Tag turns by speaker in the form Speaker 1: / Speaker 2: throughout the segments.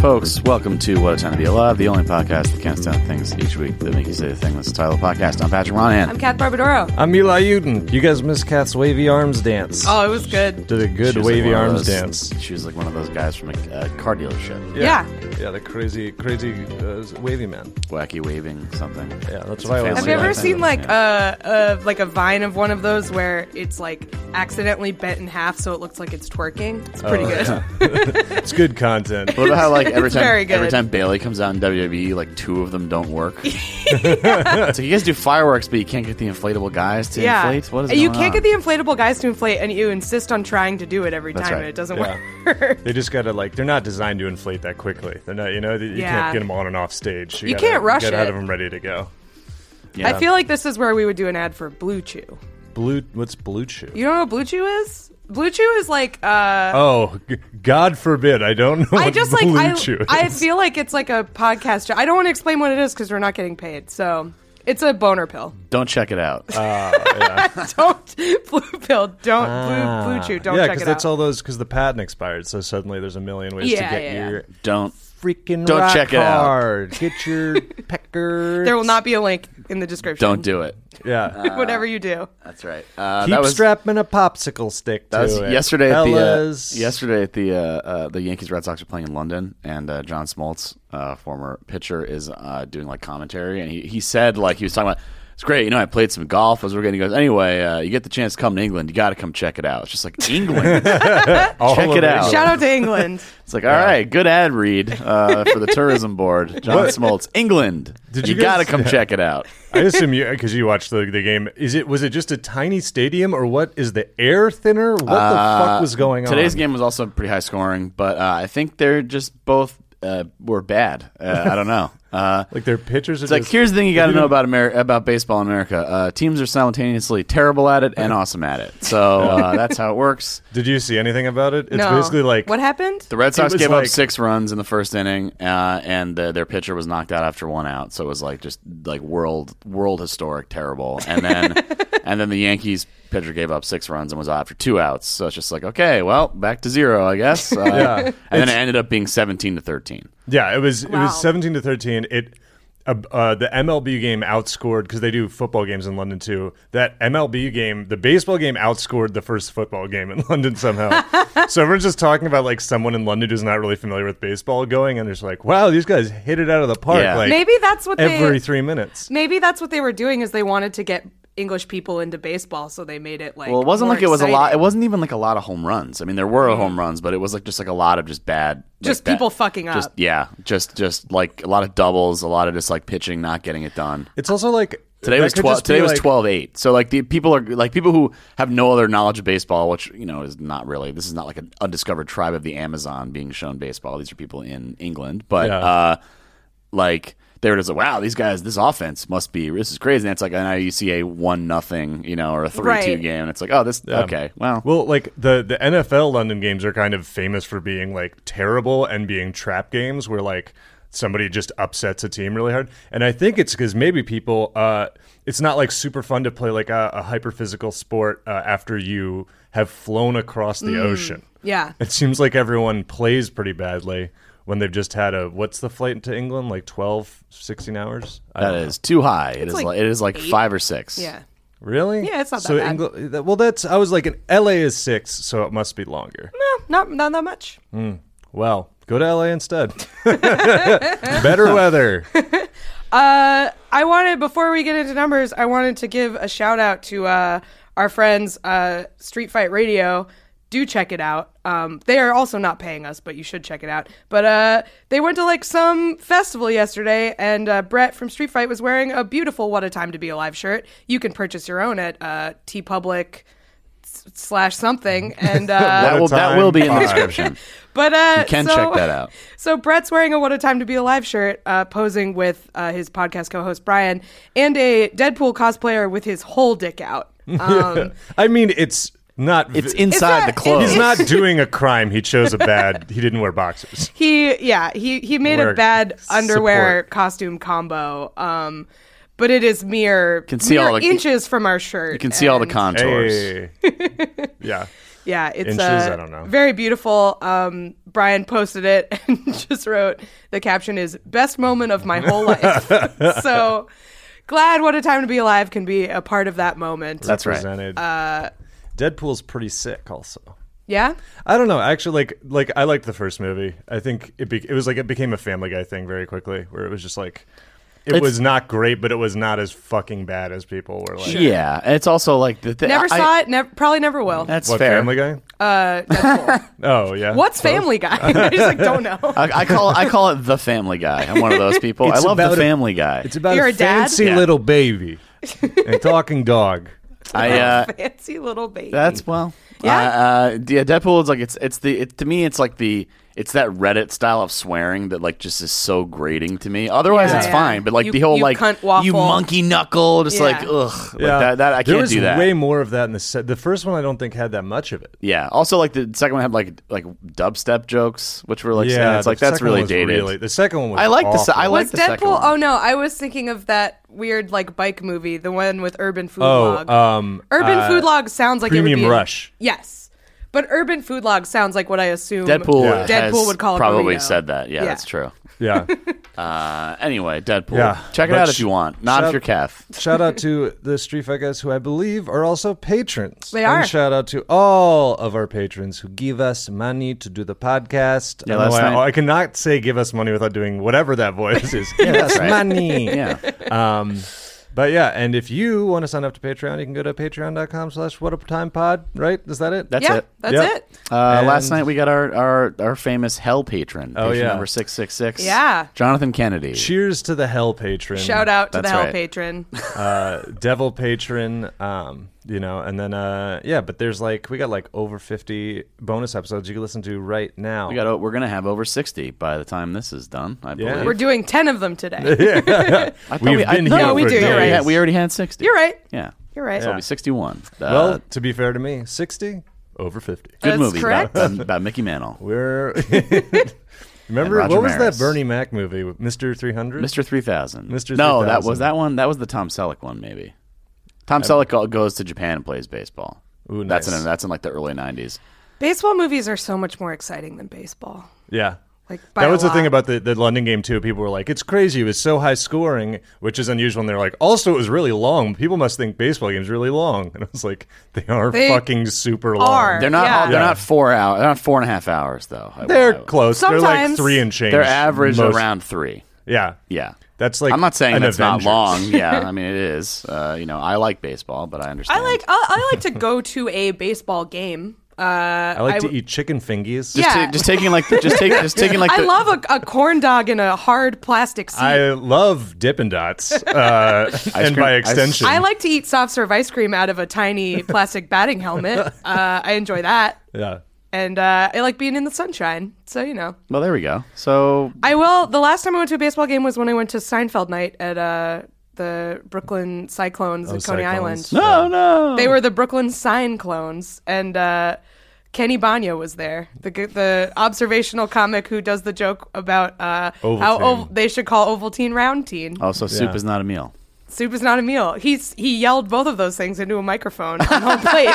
Speaker 1: Folks, welcome to What a Time to Be Alive, the only podcast that counts down things each week that make you say the thing that's the title of the podcast. I'm Patrick Monahan.
Speaker 2: I'm Kath Barbadoro.
Speaker 3: I'm Eli Uden. You guys missed Kath's wavy arms dance.
Speaker 2: Oh, it was good.
Speaker 3: Did a good
Speaker 1: She was like
Speaker 3: wavy
Speaker 1: one of
Speaker 3: arms
Speaker 1: those-
Speaker 3: dance.
Speaker 1: She was like one of those guys from a uh, car dealership.
Speaker 2: Yeah.
Speaker 3: Yeah, the crazy, crazy uh, wavy man.
Speaker 1: Wacky waving something.
Speaker 3: Yeah, that's
Speaker 1: It's a
Speaker 3: what I
Speaker 1: family
Speaker 3: always
Speaker 2: Have you ever
Speaker 1: thing.
Speaker 2: seen like
Speaker 1: Yeah.
Speaker 2: a, a like a vine of one of those where it's like accidentally bent in half so it looks like it's twerking? It's pretty good.
Speaker 3: It's good content.
Speaker 1: What about how like every
Speaker 2: it's
Speaker 1: time
Speaker 2: very good.
Speaker 1: every time Bailey comes out in WWE, like two of them don't work. So you guys do fireworks, but you can't get the inflatable guys to
Speaker 2: Yeah.
Speaker 1: inflate. What is
Speaker 2: you
Speaker 1: going
Speaker 2: can't
Speaker 1: on?
Speaker 2: get the inflatable guys to inflate and you insist on trying to do it every
Speaker 1: That's
Speaker 2: time
Speaker 1: right.
Speaker 2: and it doesn't
Speaker 3: Yeah.
Speaker 2: work.
Speaker 3: They just gotta like they're not designed to inflate that quickly. They're not, you know, you
Speaker 2: Yeah.
Speaker 3: can't get them on and off stage.
Speaker 2: You
Speaker 3: gotta
Speaker 2: can't rush
Speaker 3: get out
Speaker 2: it.
Speaker 3: of them ready to go.
Speaker 1: Yeah.
Speaker 2: I feel like this is where we would do an ad for Blue Chew.
Speaker 3: Blue, what's blue chew?
Speaker 2: You don't know what Blue Chew is? Blue Chew is like uh
Speaker 3: oh, g- God forbid! I don't know.
Speaker 2: I
Speaker 3: what
Speaker 2: just
Speaker 3: blue
Speaker 2: like
Speaker 3: chew
Speaker 2: I, I
Speaker 3: is.
Speaker 2: feel like it's like a podcast. I don't want to explain what it is because we're not getting paid. So it's a boner pill.
Speaker 1: Don't check it out.
Speaker 2: Uh, don't blue pill. Don't blue blue
Speaker 3: Ah.
Speaker 2: chew. Don't
Speaker 3: yeah,
Speaker 2: check it
Speaker 3: that's
Speaker 2: out.
Speaker 3: all those because the patent expired, so suddenly there's a million ways
Speaker 2: Yeah,
Speaker 3: to get
Speaker 2: yeah,
Speaker 3: your
Speaker 1: don't.
Speaker 3: freaking
Speaker 1: Don't
Speaker 3: rock
Speaker 1: check it out.
Speaker 3: hard. Get your pecker.
Speaker 2: there will not be a link in the description.
Speaker 1: Don't do it.
Speaker 3: Yeah.
Speaker 2: whatever you do.
Speaker 1: That's right. Uh,
Speaker 3: Keep
Speaker 1: that was,
Speaker 3: strapping a popsicle stick to
Speaker 1: That was
Speaker 3: it.
Speaker 1: yesterday at
Speaker 3: Fellas.
Speaker 1: the uh, yesterday at the uh, uh, the Yankees Red Sox are playing in London, and uh, John Smoltz, uh, former pitcher, is uh, doing like commentary, and he, he said like he was talking about. It's great, you know. I played some golf. As we're getting, he goes anyway. Uh, you get the chance to come to England, you got to come check it out. It's just like England,
Speaker 3: All
Speaker 1: check it
Speaker 3: over
Speaker 1: out.
Speaker 2: Shout out to England.
Speaker 1: It's like all right, good ad read uh, for the tourism board. John Smoltz, England.
Speaker 3: Did
Speaker 1: you
Speaker 3: you guys-
Speaker 1: got to come check it out?
Speaker 3: I assume you because you watched the, the game. Is it was it just a tiny stadium or what? Is the air thinner? What the fuck was going on?
Speaker 1: Uh, Today's game was also pretty high scoring, but uh, I think they're just both uh, were bad. Uh, I don't know. Uh,
Speaker 3: Like their pitchers are
Speaker 1: It's like
Speaker 3: just-
Speaker 1: here's the thing you got to know about Amer- about baseball in America. Uh, teams are simultaneously terrible at it and awesome at it. So uh, that's how it works.
Speaker 3: Did you see anything about it? It's
Speaker 2: no.
Speaker 3: basically like
Speaker 2: what happened?
Speaker 1: The Red Sox
Speaker 3: was
Speaker 1: gave up
Speaker 3: like-
Speaker 1: six runs in the first inning, uh, and uh, their pitcher was knocked out after one out. So it was like just like world world historic terrible. And then and then the Yankees pitcher gave up six runs and was out after two outs. So it's just like okay, well back to zero, I guess. Uh,
Speaker 3: Yeah.
Speaker 1: And then it ended up being seventeen to thirteen.
Speaker 3: Yeah, it was it
Speaker 2: Wow.
Speaker 3: was seventeen to thirteen. It uh, uh, the MLB game outscored because they do football games in London too. That MLB game, the baseball game outscored the first football game in London somehow. so everyone's just talking about like someone in London who's not really familiar with baseball going, and they're just like, "Wow, these guys hit it out of the park!"
Speaker 1: Yeah.
Speaker 3: Like
Speaker 2: Maybe that's what they.
Speaker 3: every three minutes.
Speaker 2: maybe that's what they were doing is they wanted to get English people into baseball, so they made it like.
Speaker 1: Well, it wasn't
Speaker 2: more
Speaker 1: like it was a lot. It
Speaker 2: exciting. Mm.
Speaker 1: wasn't even like a lot of home runs. I mean, there were home runs, but it was like just like a lot of just bad, like,
Speaker 2: Just
Speaker 1: bad-
Speaker 2: people fucking
Speaker 1: Just
Speaker 2: up.
Speaker 1: yeah, just just like a lot of doubles, a lot of just like pitching not getting it done.
Speaker 3: It's also like
Speaker 1: Today
Speaker 3: that
Speaker 1: was
Speaker 3: could
Speaker 1: twelve.
Speaker 3: just be,
Speaker 1: Today was
Speaker 3: like-
Speaker 1: twelve eight. So like the people are like people who have no other knowledge of baseball, which you know is not really. This is not like an undiscovered tribe of the Amazon being shown baseball. These are people in England, but
Speaker 3: Yeah.
Speaker 1: uh, like they were just like, wow, these guys, this offense must be this is crazy. And it's like and now you see a one nothing, you know, or a three two
Speaker 2: Right.
Speaker 1: game, and it's like, oh, this okay, well,
Speaker 3: Well, like the the NFL London games are kind of famous for being like terrible and being trap games where like somebody just upsets a team really hard. And I think it's because maybe people, uh, it's not like super fun to play like a, a hyper physical sport uh, after you have flown across the ocean.
Speaker 2: Mm. Yeah.
Speaker 3: It seems like everyone plays pretty badly when they've just had a what's the flight to England like 12, 16 hours? Uh, I
Speaker 1: That is too high. It is
Speaker 2: like
Speaker 1: like, it is like
Speaker 2: eight.
Speaker 1: five or six.
Speaker 2: Yeah.
Speaker 3: Really?
Speaker 2: Yeah, it's not that
Speaker 3: so
Speaker 2: bad.
Speaker 3: Engl- that- well, that's I was like, an LA is six, so it must be longer.
Speaker 2: No, not not that much.
Speaker 3: Well, go to LA instead. Better weather.
Speaker 2: Uh, I wanted before we get into numbers, I wanted to give a shout out to uh, our friends uh, Street Fight Radio. Do check it out. Um, they are also not paying us, but you should check it out. But uh, they went to like some festival yesterday, and uh, Brett from Street Fight was wearing a beautiful "What a Time to Be Alive" shirt. You can purchase your own at uh, T Public s- slash something, and uh,
Speaker 1: that will, that will be in the
Speaker 3: Fine.
Speaker 1: description.
Speaker 2: but uh,
Speaker 1: You can
Speaker 2: so-
Speaker 1: check that out.
Speaker 2: So Brett's wearing a "What a Time to Be Alive" shirt, uh, posing with uh, his podcast co-host Brian and a Deadpool cosplayer with his whole dick out. Um,
Speaker 3: I mean, it's not.
Speaker 1: It's
Speaker 3: vi-
Speaker 1: inside
Speaker 2: not-
Speaker 1: the clothes.
Speaker 3: He's not doing a crime. He chose a bad. He didn't wear boxers.
Speaker 2: he, yeah, he he made
Speaker 3: Wear
Speaker 2: a bad underwear
Speaker 3: support.
Speaker 2: costume combo. Um, but it is mere
Speaker 1: Can see
Speaker 2: mere
Speaker 1: all the-
Speaker 2: inches from our shirt.
Speaker 1: You can see all the
Speaker 2: and-
Speaker 1: contours.
Speaker 3: Hey. yeah.
Speaker 2: Yeah, it's
Speaker 3: Inches?
Speaker 2: uh,
Speaker 3: I don't know.
Speaker 2: very beautiful. Um, Brian posted it and just wrote the caption is best moment of my whole life. so glad what a time to be alive can be a part of that moment.
Speaker 1: That's right.
Speaker 3: Presented.
Speaker 2: Uh,
Speaker 3: Deadpool's pretty sick, also.
Speaker 2: yeah.
Speaker 3: I don't know. Actually, like, like I liked the first movie. I think it be- it was like it became a Family Guy thing very quickly, where it was just like, it
Speaker 1: It's-
Speaker 3: was not great, but it was not as fucking bad as people were like.
Speaker 1: Yeah, and it's also like the thing.
Speaker 2: Never saw it. Never, probably never will.
Speaker 1: That's
Speaker 3: What
Speaker 1: fair.
Speaker 3: Family Guy?
Speaker 2: Uh, Deadpool.
Speaker 3: Oh yeah.
Speaker 2: What's Family Guy? I just like don't know.
Speaker 1: I, I call I call it the Family Guy. I'm one of those people. I
Speaker 3: It's
Speaker 1: love the
Speaker 3: about a-
Speaker 1: Family Guy.
Speaker 3: It's about
Speaker 2: You're
Speaker 3: a,
Speaker 2: a dad?
Speaker 3: fancy
Speaker 1: Yeah.
Speaker 3: little baby and talking dog.
Speaker 1: I uh,
Speaker 2: Fancy little baby.
Speaker 1: That's well,
Speaker 2: Yeah.
Speaker 1: yeah. Uh, uh, yeah, Deadpool is like it's it's the it, to me it's like the it's that Reddit style of swearing that like just is so grating to me. Otherwise,
Speaker 2: Yeah,
Speaker 1: it's
Speaker 2: yeah.
Speaker 1: fine, but like
Speaker 2: You-
Speaker 1: the whole
Speaker 2: you
Speaker 1: like
Speaker 2: cunt waffle.
Speaker 1: you monkey knuckle, just
Speaker 2: Yeah.
Speaker 1: like ugh, like that, that I
Speaker 3: there
Speaker 1: can't
Speaker 3: was
Speaker 1: do that.
Speaker 3: way more of that in the set. The first one I don't think had that much of it.
Speaker 1: yeah. Also, like the second one had like like dubstep jokes, which were like yeah, it's
Speaker 3: the
Speaker 1: like that's
Speaker 3: second
Speaker 1: really
Speaker 3: one was
Speaker 1: dated.
Speaker 3: really- the second one was.
Speaker 1: I like the se-
Speaker 3: awful.
Speaker 1: I like-
Speaker 2: was
Speaker 1: the second
Speaker 2: Deadpool?
Speaker 1: one.
Speaker 2: Oh no, I was thinking of that weird like bike movie, the one with Urban Food Log.
Speaker 3: Oh, um,
Speaker 2: Urban
Speaker 3: uh,
Speaker 2: Food Log sounds like it
Speaker 3: Premium
Speaker 2: would be
Speaker 3: Rush.
Speaker 2: yes, but Urban Food Log sounds like what I assume
Speaker 1: Deadpool,
Speaker 3: Yeah.
Speaker 1: has
Speaker 2: Deadpool would call it
Speaker 1: probably
Speaker 2: burrito.
Speaker 1: said that. Yeah,
Speaker 2: Yeah.
Speaker 1: that's true.
Speaker 3: Yeah.
Speaker 1: Uh, anyway, Deadpool.
Speaker 3: Yeah.
Speaker 1: Check it
Speaker 3: But
Speaker 1: out if
Speaker 3: sh-
Speaker 1: you want. Not if
Speaker 3: shut-
Speaker 1: you're Kath.
Speaker 3: shout out to the Street Fight guys, who I believe are also patrons.
Speaker 2: They are.
Speaker 3: And shout out to all of our patrons who give us money to do the podcast.
Speaker 1: Yeah,
Speaker 3: I know
Speaker 1: last
Speaker 3: I,
Speaker 1: night-
Speaker 3: I cannot say give us money without doing whatever that voice is. give us
Speaker 1: right.
Speaker 3: money.
Speaker 1: Yeah.
Speaker 3: Um, but yeah, and if you want to sign up to Patreon, you can go to patreon.com slash what a time pod, right? Is that it?
Speaker 1: That's
Speaker 2: yeah,
Speaker 1: it.
Speaker 2: that's
Speaker 3: Yep.
Speaker 2: it.
Speaker 1: Uh, last
Speaker 3: And-
Speaker 1: night we got our our, our famous hell patron,
Speaker 3: Oh,
Speaker 1: patron
Speaker 3: yeah.
Speaker 1: number six six six.
Speaker 2: Yeah.
Speaker 1: Jonathan Kennedy.
Speaker 3: Cheers to the hell patron.
Speaker 2: Shout out to the
Speaker 1: That's
Speaker 2: hell
Speaker 1: right.
Speaker 2: patron.
Speaker 3: uh, devil patron, um, you know, and then uh, yeah, but there's like we got like over fifty bonus episodes you can listen to right now.
Speaker 1: we got o- we're gonna have over sixty by the time this is done. I believe.
Speaker 3: Yeah.
Speaker 2: We're doing ten of them today.
Speaker 1: I thought
Speaker 3: We've
Speaker 1: we, I
Speaker 3: been
Speaker 1: thought
Speaker 3: here
Speaker 2: No, we
Speaker 3: for
Speaker 2: do, you're
Speaker 1: we,
Speaker 3: days.
Speaker 2: right.
Speaker 1: had- we already had sixty.
Speaker 2: You're right.
Speaker 1: Yeah.
Speaker 2: You're right.
Speaker 1: So it'll be sixty one.
Speaker 3: well,
Speaker 1: Uh,
Speaker 3: to be fair to me, sixty over fifty.
Speaker 1: good
Speaker 2: That's
Speaker 1: movie about, um,
Speaker 2: correct.
Speaker 1: about- about Mickey Mantle.
Speaker 3: We're
Speaker 1: And
Speaker 3: remember
Speaker 1: Roger
Speaker 3: what was
Speaker 1: Maris.
Speaker 3: that Bernie Mac movie, with Mr. Three Hundred?
Speaker 1: Mr. Three Thousand.
Speaker 3: Mr.
Speaker 1: No, that was
Speaker 3: 3000.
Speaker 1: that one. That was the Tom Selleck one, maybe. Tom Selleck go- goes to Japan and plays baseball.
Speaker 3: Ooh,
Speaker 1: That's
Speaker 3: nice.
Speaker 1: in that's in like the early nineties.
Speaker 2: Baseball movies are so much more exciting than baseball.
Speaker 3: Yeah.
Speaker 2: Like by
Speaker 3: That
Speaker 2: a
Speaker 3: was the
Speaker 2: lot.
Speaker 3: thing about the, the London game too. People were like, "It's crazy. It was so high scoring, which is unusual." And they're like, "Also, it was really long. People must think baseball games are really long." And I was like, "They are
Speaker 2: They
Speaker 3: fucking super long.
Speaker 2: are.
Speaker 1: They're not.
Speaker 2: Yeah.
Speaker 1: They're
Speaker 3: Yeah.
Speaker 1: not four hours. They're not four and a half hours though. I-
Speaker 3: They're
Speaker 1: I-
Speaker 3: close. They're like
Speaker 2: Sometimes.
Speaker 3: three and change.
Speaker 1: They're average
Speaker 3: most-
Speaker 1: around three.
Speaker 3: Yeah,
Speaker 1: Yeah.
Speaker 3: That's like
Speaker 1: I'm not saying
Speaker 3: an
Speaker 1: that's
Speaker 3: Avengers.
Speaker 1: not long. Yeah, I mean it is. Uh, you know, I like baseball, but I understand.
Speaker 2: I like. I, I like to go to a baseball game. Uh,
Speaker 3: I like
Speaker 2: I
Speaker 3: to
Speaker 2: w-
Speaker 3: eat chicken fingies.
Speaker 1: just,
Speaker 2: Yeah.
Speaker 1: ta- just taking like the, just take just taking like
Speaker 2: I
Speaker 1: the,
Speaker 2: love a, a corn dog in a hard plastic seat. I,
Speaker 3: I love Dippin' Dots, uh,
Speaker 1: cream-
Speaker 3: and by
Speaker 1: ice-
Speaker 3: extension,
Speaker 2: like to eat soft serve ice cream out of a tiny plastic batting helmet. Uh, I enjoy that,
Speaker 3: yeah.
Speaker 2: and uh, I like being in the sunshine. So you know.
Speaker 1: Well, there we go. So
Speaker 2: I will. The last time I went to a baseball game was when I went to Seinfeld night at uh, the Brooklyn Cyclones in Coney
Speaker 3: Oh,
Speaker 2: Island.
Speaker 3: Cyclones.
Speaker 1: no, oh, no.
Speaker 2: They were the Brooklyn Sign clones, and uh, Kenny Banya was there, the g- the observational comic who does the joke about uh, how
Speaker 3: Ovaltine. Oh.
Speaker 2: ov- they should call Ovaltine Roundtine.
Speaker 1: also, Oh, soup
Speaker 3: Yeah.
Speaker 1: is not a meal.
Speaker 2: Soup is not a meal. He's he yelled both of those things into a microphone on home plate,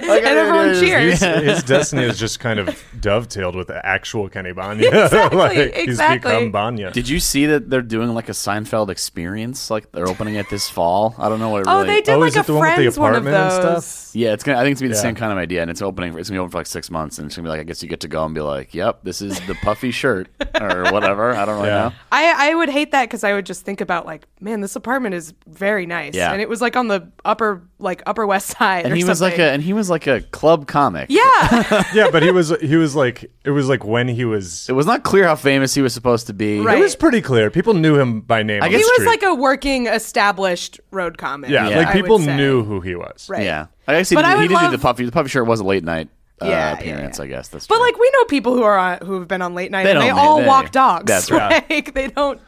Speaker 2: and everyone cheers.
Speaker 3: His, his destiny is just kind of dovetailed with the actual Kenny Banya.
Speaker 2: Exactly,
Speaker 3: He's
Speaker 2: exactly.
Speaker 3: become Banya.
Speaker 1: Did you see that they're doing like a Seinfeld experience? Like they're opening it this fall. I don't know what it
Speaker 2: Oh,
Speaker 1: really.
Speaker 2: they did
Speaker 3: Oh,
Speaker 2: like
Speaker 3: is
Speaker 2: a
Speaker 3: it the one with the
Speaker 2: friends one, of
Speaker 3: apartment and
Speaker 2: those.
Speaker 3: stuff?
Speaker 1: Yeah, it's gonna. I think it's gonna be the
Speaker 3: Yeah.
Speaker 1: same kind of idea, and it's opening. For, it's gonna be open for like six months, and it's gonna be like I guess you get to go and be like, "Yep, this is the puffy shirt or whatever." I don't really
Speaker 3: Yeah.
Speaker 1: know.
Speaker 2: I I, I would hate that because I would just think about like, man, this apartment is very nice,
Speaker 1: Yeah.
Speaker 2: and it was like on the upper like Upper West Side.
Speaker 1: and
Speaker 2: or
Speaker 1: he was like
Speaker 2: something.
Speaker 1: a and he was like a club comic.
Speaker 2: yeah,
Speaker 3: yeah, but he was he was like it was like when he was
Speaker 1: It was not clear how famous he was supposed to be.
Speaker 2: Right.
Speaker 3: it was pretty clear. People knew him by name. I
Speaker 1: guess-
Speaker 2: he
Speaker 1: It's
Speaker 2: was
Speaker 1: true.
Speaker 2: like a working, established road comic.
Speaker 3: yeah,
Speaker 1: Yeah.
Speaker 3: like
Speaker 2: I would
Speaker 3: people
Speaker 2: say.
Speaker 3: knew who he was.
Speaker 2: Right.
Speaker 1: Yeah. I guess he,
Speaker 2: But
Speaker 1: did,
Speaker 2: I
Speaker 1: he
Speaker 2: would
Speaker 1: did do
Speaker 2: love-
Speaker 1: the puffy. The puffy shirt was a late night uh,
Speaker 2: Yeah, yeah,
Speaker 1: appearance.
Speaker 2: yeah.
Speaker 1: I guess that's
Speaker 2: But
Speaker 1: true.
Speaker 2: like we know people who are on, who have been on late night.
Speaker 1: They
Speaker 2: and
Speaker 1: don't
Speaker 2: they
Speaker 1: live-
Speaker 2: all
Speaker 1: they-
Speaker 2: walk dogs.
Speaker 1: that's right.
Speaker 2: Like they don't.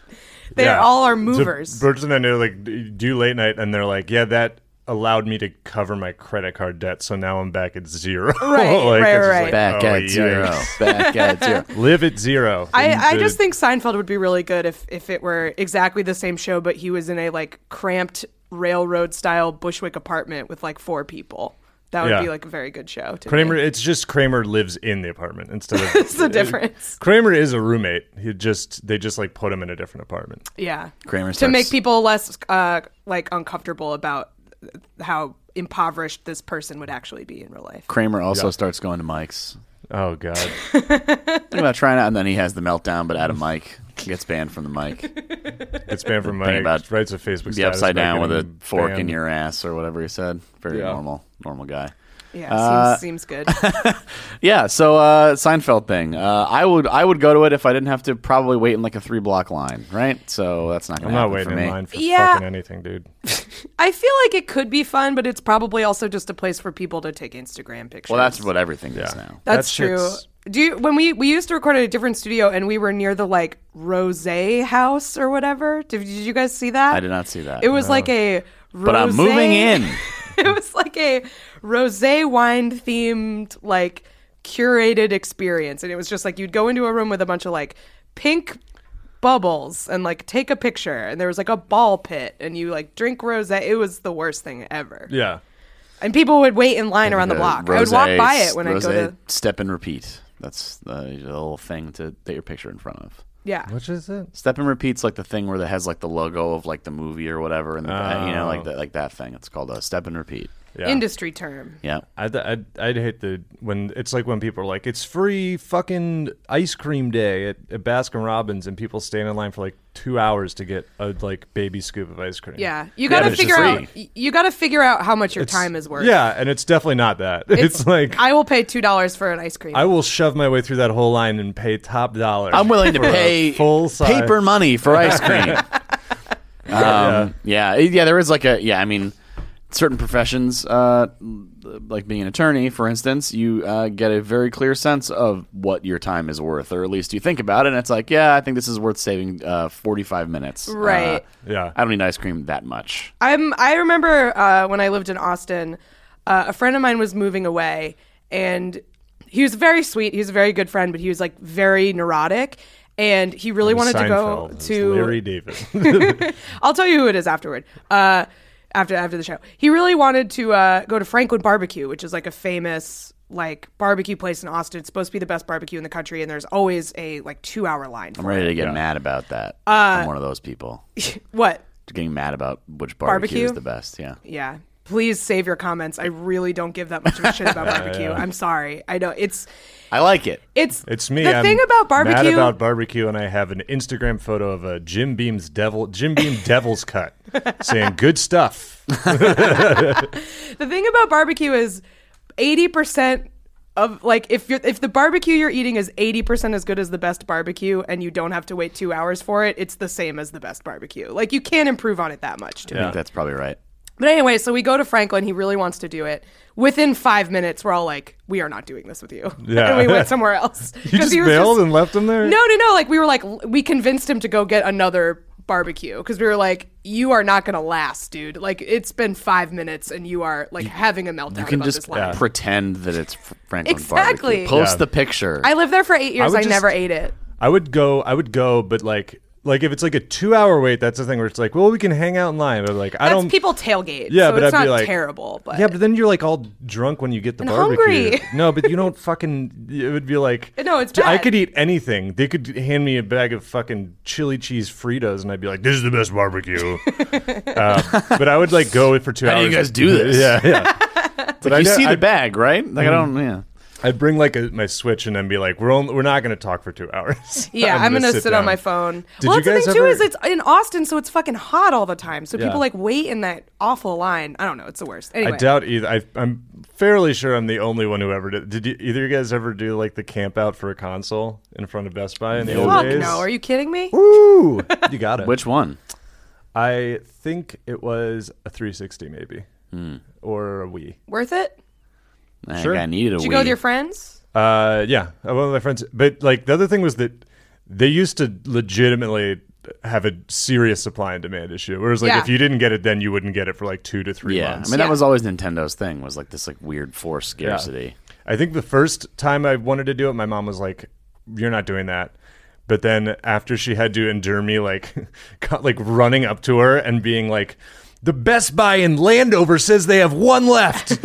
Speaker 2: They
Speaker 3: Yeah.
Speaker 2: all are
Speaker 3: So
Speaker 2: movers.
Speaker 3: Burton and I are like "D- do late night, and they're like, yeah, that allowed me to cover my credit card debt, so now I'm back at zero.
Speaker 2: Right, right,
Speaker 3: Like, it's just
Speaker 2: right.
Speaker 3: like,
Speaker 1: back
Speaker 3: oh,
Speaker 1: at
Speaker 3: yikes.
Speaker 1: zero. Back at zero.
Speaker 3: Live at zero.
Speaker 2: I, I
Speaker 3: The-
Speaker 2: just think Seinfeld would be really good if if it were exactly the same show, but he was in a like cramped railroad style Bushwick apartment with like four people. That would
Speaker 3: Yeah.
Speaker 2: be like a very good show. To
Speaker 3: Kramer.
Speaker 2: me.
Speaker 3: It's just Kramer lives in the apartment instead of.
Speaker 2: It's the difference.
Speaker 3: Kramer is a roommate. He just they just like put him in a different apartment.
Speaker 2: Yeah,
Speaker 1: Kramer
Speaker 2: to
Speaker 1: starts-
Speaker 2: make people less uh like uncomfortable about how impoverished this person would actually be in real life.
Speaker 1: Kramer also starts going to Mike's.
Speaker 3: Oh God.
Speaker 1: Think about trying out, and then he has the meltdown, but at a mic. Gets banned from the mic.
Speaker 3: It's banned
Speaker 1: thing
Speaker 3: from my
Speaker 1: about
Speaker 3: writes a Facebook.
Speaker 1: Be upside
Speaker 3: status
Speaker 1: down with a
Speaker 3: making
Speaker 1: fork in
Speaker 3: banned.
Speaker 1: your ass or whatever he said. Very
Speaker 3: Yeah.
Speaker 1: normal, normal guy.
Speaker 2: Yeah,
Speaker 1: Uh,
Speaker 2: seems, seems good.
Speaker 1: Yeah, so uh, Seinfeld thing. Uh, I would I would go to it if I didn't have to probably wait in like a three block line, right? So that's not
Speaker 3: I'm
Speaker 1: gonna
Speaker 3: not
Speaker 1: happen
Speaker 3: waiting
Speaker 1: for me.
Speaker 3: in line for
Speaker 2: Yeah.
Speaker 3: fucking anything, dude.
Speaker 2: I feel like it could be fun, but it's probably also just a place for people to take Instagram pictures.
Speaker 1: Well, that's what everything is now.
Speaker 2: That's
Speaker 3: That
Speaker 2: true.
Speaker 3: shit's-
Speaker 2: Do you, when we we used to record at a different studio and we were near the like Rose House or whatever. Did, did you guys see that?
Speaker 1: I did not see that.
Speaker 2: It was like a. Rose,
Speaker 1: but I'm moving in.
Speaker 2: it was like a rose wine themed like curated experience, and it was just like you'd go into a room with a bunch of like pink bubbles and like take a picture and there was like a ball pit and you like drink rose it was the worst thing ever
Speaker 3: Yeah.
Speaker 2: and people would wait in line around the
Speaker 1: Uh,
Speaker 2: block
Speaker 1: rosé-
Speaker 2: i would walk by it when i
Speaker 1: rosé
Speaker 2: go to
Speaker 1: step and repeat. That's the, the little thing to get your picture in front of.
Speaker 2: yeah
Speaker 3: Which is it?
Speaker 1: Step and repeat's like the thing where it has like the logo of like the movie or whatever, and the, you know
Speaker 3: Oh.
Speaker 1: like that like that thing. It's called a step and repeat.
Speaker 3: Yeah.
Speaker 2: industry term.
Speaker 1: Yeah.
Speaker 3: I'd, I'd, I'd hate the when it's like when people are like it's free fucking ice cream day at, at Baskin Robbins and people stand in line for like two hours to get a like baby scoop of ice cream.
Speaker 2: Yeah, you
Speaker 1: but
Speaker 2: got to
Speaker 1: it's
Speaker 2: figure
Speaker 1: free.
Speaker 2: out. y- You got to figure out how much your time is worth.
Speaker 3: Yeah, and it's definitely not that. It's, like I,
Speaker 2: I will pay two dollars for an ice cream.
Speaker 3: will shove my way through that whole line and pay top dollar.
Speaker 1: I'm willing to
Speaker 3: for a
Speaker 1: pay
Speaker 3: full size.
Speaker 1: paper money for ice cream. um, yeah, It- yeah. There is like a yeah. I mean, certain professions, uh, like being an attorney, for instance, you uh, get a very clear sense of what your time is worth, or at least you think about it. and It's like, yeah, I think this is worth saving uh, 45 minutes. Uh,
Speaker 2: Right.
Speaker 3: Yeah.
Speaker 1: I don't need ice cream that much.
Speaker 2: I'm. I remember uh, when I lived in Austin, uh, a friend of mine was moving away, and he was very sweet. He was a very good friend, but he was like very neurotic, and he really wanted
Speaker 3: Seinfeld. It's
Speaker 2: to go to
Speaker 3: Larry David.
Speaker 2: I'll tell you who it is afterward. Uh, after after the show, he really wanted to uh, go to Franklin Barbecue, which is like a famous like barbecue place in Austin. It's supposed to be the best barbecue in the country, and there's always a like two hour line.
Speaker 1: I'm
Speaker 2: For it.
Speaker 1: ready to get mad about that. I'm one of those people
Speaker 2: What?
Speaker 1: getting mad about which barbecue, is
Speaker 2: Barbecue?
Speaker 1: the best. Yeah.
Speaker 2: Yeah. Please save your comments. I really don't give that much of a shit about barbecue. I'm sorry. I know it's
Speaker 1: I like it.
Speaker 2: it's
Speaker 3: It's me.
Speaker 2: The
Speaker 3: I'm
Speaker 2: thing about
Speaker 3: Mad
Speaker 2: barbecue.
Speaker 3: about barbecue, and I have an Instagram photo of a Jim Beam's devil, Jim Beam Devil's Cut, saying good stuff.
Speaker 2: the thing about barbecue is 80% of like if you're if the barbecue you're eating is 80% as good as the best barbecue and you don't have to wait 2 hours for it it's the same as the best barbecue like you can't improve on it that much to
Speaker 1: I
Speaker 2: me.
Speaker 1: think that's probably right.
Speaker 2: but anyway so we go to Franklin he really wants to do it within 5 minutes we're all like we are not doing this with you
Speaker 3: Yeah.
Speaker 2: and we went somewhere else
Speaker 3: You
Speaker 2: 'Cause
Speaker 3: just
Speaker 2: he was
Speaker 3: bailed and left him there.
Speaker 2: no, no, no. Like we were like l- we convinced him to go get another barbecue because we were like, you are not gonna last, dude. Like it's been five minutes and you are like having a meltdown
Speaker 1: You can
Speaker 2: about
Speaker 1: just
Speaker 2: this line.
Speaker 1: pretend that it's Fr- Franklin
Speaker 2: Exactly.
Speaker 1: barbecue. Post
Speaker 3: Yeah.
Speaker 1: the picture.
Speaker 2: I lived there for eight years.
Speaker 3: would
Speaker 2: I,
Speaker 3: just-
Speaker 2: never ate it.
Speaker 3: I would go. I would go, but like, like if it's like a two-hour wait, that's the thing where it's like, well, we can hang out in line, but like, I
Speaker 2: That's
Speaker 3: don't.
Speaker 2: people tailgate.
Speaker 3: Yeah,
Speaker 2: so
Speaker 3: but
Speaker 2: it's
Speaker 3: I'd
Speaker 2: not
Speaker 3: be like-
Speaker 2: terrible. But
Speaker 3: yeah, but then you're like all drunk when you get the
Speaker 2: And
Speaker 3: barbecue.
Speaker 2: hungry.
Speaker 3: No, but you don't fucking. It would be like
Speaker 2: No, it's
Speaker 3: "D- I
Speaker 2: bad."
Speaker 3: could eat anything. They could hand me a bag of fucking chili cheese Fritos, and I'd be like, "This is the best barbecue." uh, but I would like go for two
Speaker 1: How
Speaker 3: hours.
Speaker 1: do you guys do this?
Speaker 3: Yeah, yeah.
Speaker 1: But you
Speaker 3: I-
Speaker 1: see
Speaker 3: I- Hmm.
Speaker 1: the bag, right? Like I don't. Yeah.
Speaker 3: I'd bring like a, my Switch and then be like, we're only, we're not going to talk for two hours.
Speaker 2: Yeah, I'm, gonna, sit, on
Speaker 3: down.
Speaker 2: my phone.
Speaker 3: Did
Speaker 2: well,
Speaker 3: you
Speaker 2: that's the
Speaker 3: guys
Speaker 2: thing
Speaker 3: ever-
Speaker 2: too is it's in Austin, so it's fucking hot all the time. So
Speaker 3: Yeah.
Speaker 2: people like wait in that awful line. I don't know. It's the worst. Anyway,
Speaker 3: I doubt either. I, I'm fairly sure I'm the only one who ever did. Did you, either you guys ever do like the camp out for a console in front of Best Buy in the old
Speaker 2: Fuck
Speaker 3: days?
Speaker 2: no. Are you kidding me?
Speaker 3: Ooh, you got it.
Speaker 1: Which one?
Speaker 3: I think it was a 360 maybe, or a Wii.
Speaker 2: Worth it?
Speaker 1: I
Speaker 3: Sure.
Speaker 1: think I needed a
Speaker 2: Did you
Speaker 1: Wii.
Speaker 2: go with your friends?
Speaker 3: Uh, yeah, uh, one of my friends. But like the other thing was that they used to legitimately have a serious supply and demand issue. Whereas like
Speaker 2: Yeah.
Speaker 3: if you didn't get it, then you wouldn't get it for like two to three
Speaker 1: yeah, I mean
Speaker 3: months.
Speaker 1: that
Speaker 2: Yeah.
Speaker 1: was always Nintendo's thing was like this like weird forced scarcity.
Speaker 3: I think the first time I wanted to do it, my mom was like, "You're not doing that." But then after she had to endure me like, co- like running up to her and being like, "The Best Buy in Landover says they have one left.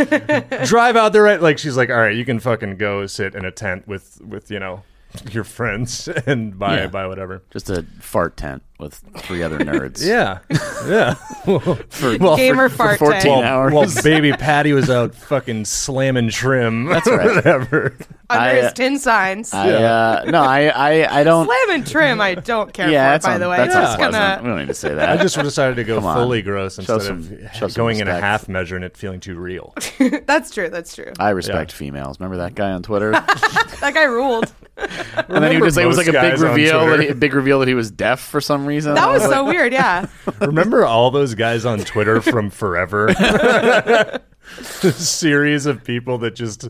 Speaker 3: Drive out there right." Like she's like, "All right, you can fucking go sit in a tent with with you know." Your friends and buy
Speaker 1: Yeah.
Speaker 3: buy whatever.
Speaker 1: Just a fart tent with three other nerds.
Speaker 3: Yeah, yeah.
Speaker 1: for,
Speaker 2: Gamer
Speaker 1: for,
Speaker 2: fart
Speaker 1: for
Speaker 2: tent.
Speaker 1: 14
Speaker 2: Well-
Speaker 1: hours.
Speaker 3: Well, baby Patty was out fucking slamming trim. That's
Speaker 1: right.
Speaker 3: whatever.
Speaker 2: Under
Speaker 1: I, uh,
Speaker 2: his tin signs.
Speaker 1: I, uh, no, I, I, I don't.
Speaker 2: Slam and trim. I don't care
Speaker 1: yeah,
Speaker 2: for.
Speaker 1: that's
Speaker 2: by
Speaker 1: un-
Speaker 2: the way,
Speaker 1: that's
Speaker 2: I'm just
Speaker 1: unpleasant.
Speaker 2: gonna.
Speaker 1: We don't need to say
Speaker 3: I
Speaker 1: that.
Speaker 3: just decided to go
Speaker 1: Come on.
Speaker 3: fully gross
Speaker 1: Show
Speaker 3: instead
Speaker 1: some- show some
Speaker 3: of going in a
Speaker 1: respect.
Speaker 3: half measure and it feeling too real.
Speaker 2: That's true. That's true.
Speaker 1: I respect females. Remember that guy on Twitter?
Speaker 2: That guy ruled.
Speaker 1: and then he
Speaker 3: Remember
Speaker 1: just like, it was
Speaker 3: most
Speaker 1: like a big
Speaker 3: guys on
Speaker 1: reveal,
Speaker 3: Twitter.
Speaker 1: that he, a big reveal that he was deaf for some reason.
Speaker 2: That was so weird. Yeah.
Speaker 3: Remember all those guys on Twitter from forever? the series of people that just,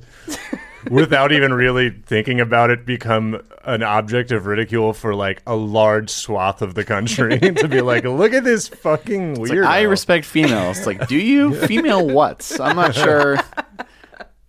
Speaker 3: without even really thinking about it, become an object of ridicule for like a large swath of the country to be like, look at this fucking
Speaker 1: It's like,
Speaker 3: weirdo.
Speaker 1: I respect females. Like, do you female what? I'm not sure.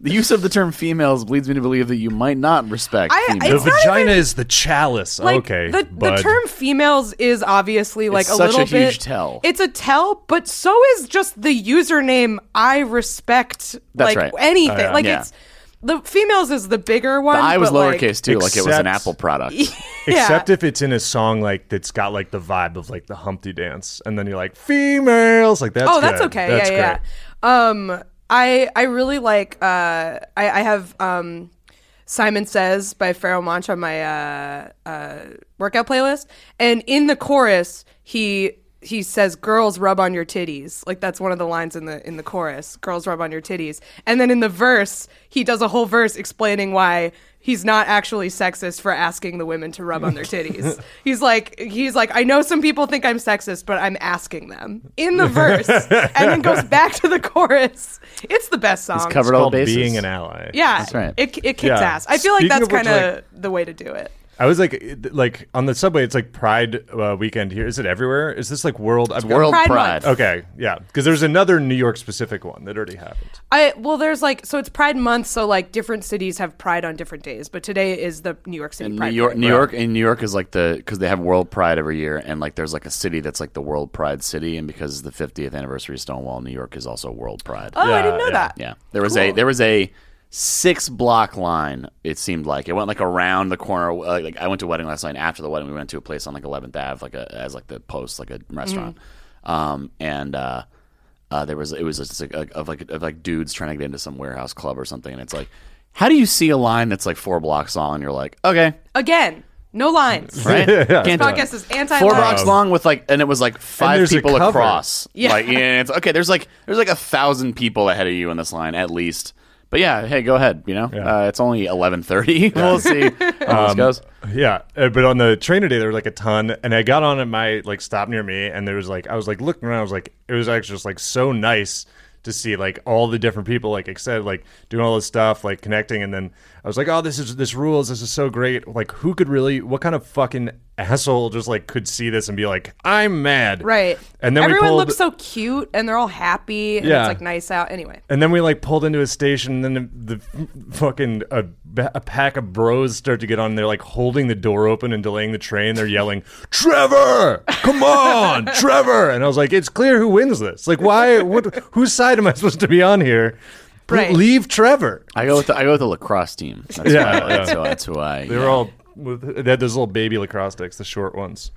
Speaker 1: The use of the term females leads me to believe that you might not respect
Speaker 2: I-
Speaker 3: The
Speaker 1: females.
Speaker 2: It's not
Speaker 3: vagina is the chalice.
Speaker 2: Like,
Speaker 3: okay.
Speaker 2: The, the
Speaker 3: bud.
Speaker 2: term females is obviously like
Speaker 1: It's
Speaker 2: a
Speaker 1: such
Speaker 2: little
Speaker 1: a huge
Speaker 2: bit.
Speaker 1: tell.
Speaker 2: It's a tell, but so is just the username. I respect
Speaker 1: That's
Speaker 2: like
Speaker 1: right.
Speaker 2: anything.
Speaker 3: Oh, yeah.
Speaker 2: Like
Speaker 1: Yeah.
Speaker 2: it's the females is the bigger one.
Speaker 1: The I was
Speaker 2: but, like,
Speaker 1: lowercase too, like it was an
Speaker 3: Except-
Speaker 1: Apple product.
Speaker 2: Yeah.
Speaker 3: Except if it's in a song like that's got like the vibe of like the Humpty Dance, and then you're like females, like that's
Speaker 2: oh, that's
Speaker 3: good.
Speaker 2: okay.
Speaker 3: That's
Speaker 2: yeah, yeah,
Speaker 3: great.
Speaker 2: yeah. Um, I I really like. Uh, I I have um, Simon Says by Pharaoh Monch on my uh, uh, workout playlist, and in the chorus he he says girls rub on your titties like that's one of the lines in the in the chorus girls rub on your titties and then in the verse he does a whole verse explaining why he's not actually sexist for asking the women to rub on their titties he's like he's like i know some people think i'm sexist but i'm asking them in the verse and then goes back to the chorus it's the best song
Speaker 1: Covered all
Speaker 3: Called
Speaker 1: bases.
Speaker 3: being an ally.
Speaker 2: yeah,
Speaker 1: That's right.
Speaker 2: It it kicks
Speaker 3: Yeah.
Speaker 2: ass. I feel like
Speaker 3: Speaking
Speaker 2: that's
Speaker 3: of which,
Speaker 2: kind of the way to do it.
Speaker 3: I was like, it- like on the subway, it's like Pride uh, weekend here. Is it everywhere? Is this like world? I've got-
Speaker 1: World
Speaker 2: Pride
Speaker 1: pride.
Speaker 2: Month.
Speaker 3: Okay, yeah, because there's another New York specific one that already happened.
Speaker 2: I well, there's like so it's Pride Month, so like different cities have Pride on different days, but today is the New York City
Speaker 1: New
Speaker 2: Pride.
Speaker 1: York,
Speaker 2: Parade.
Speaker 1: New York, and New York is like the because they have World Pride every year, and like there's like a city that's like the World Pride city, and because the 50th anniversary of Stonewall, New York is also World Pride.
Speaker 2: Oh, I didn't know
Speaker 3: Yeah,
Speaker 2: that.
Speaker 1: Yeah, there was a there was a six block line. It seemed like it went like around the corner. uh, Like, like, I went to a wedding last night. and After the wedding, we went to a place on like 11th Ave, like a, as like the post, like a restaurant. Um, and uh, uh, there was it was just like, like of like of like dudes trying to get into some warehouse club or something, and it's like. How do you see a line that's like four blocks long and you're like, okay,
Speaker 2: Again, no lines.
Speaker 1: right? Can't do it.
Speaker 2: Podcast is anti.
Speaker 1: Four blocks long with like, and it was like five
Speaker 3: Um, there's a
Speaker 1: people
Speaker 3: cover.
Speaker 1: across.
Speaker 2: Yeah.
Speaker 1: Like, yeah, it's okay. There's like there's like a thousand people ahead of you in this line at least. But yeah, hey, go ahead. You know, uh, it's only eleven thirty. we'll see how this
Speaker 3: Um,
Speaker 1: goes.
Speaker 3: Yeah, uh, but on the train today there were like a ton, and I got on at my like stop near me, and there was like I was like looking around, I was like it was actually just like so nice to see like all the different people like excited, like doing all this stuff, like connecting, and then I was like, oh, this is this rules, this is so great. Like, who could really? What kind of fucking asshole just like could see this and be like, I'm mad,
Speaker 2: Right.
Speaker 3: And then
Speaker 2: everyone
Speaker 3: we pulled,
Speaker 2: looks so cute, and they're all happy, and
Speaker 3: Yeah.
Speaker 2: it's like nice out. Anyway,
Speaker 3: and then we like pulled into a station, and then the, the fucking a, a pack of bros start to get on. They're like holding the door open and delaying the train. They're yelling, "Trevor, come on, Trevor!" And I was like, "It's clear who wins this. Like, why? What? Whose side am I supposed to be on here? Pl-
Speaker 2: Right.
Speaker 3: Leave Trevor."
Speaker 1: I go with the, I go with the lacrosse team. That's
Speaker 3: Yeah,
Speaker 1: yeah, why, that's
Speaker 3: yeah.
Speaker 1: who, that's who I.
Speaker 3: They were all with, they had those little baby lacrosse sticks, the short ones,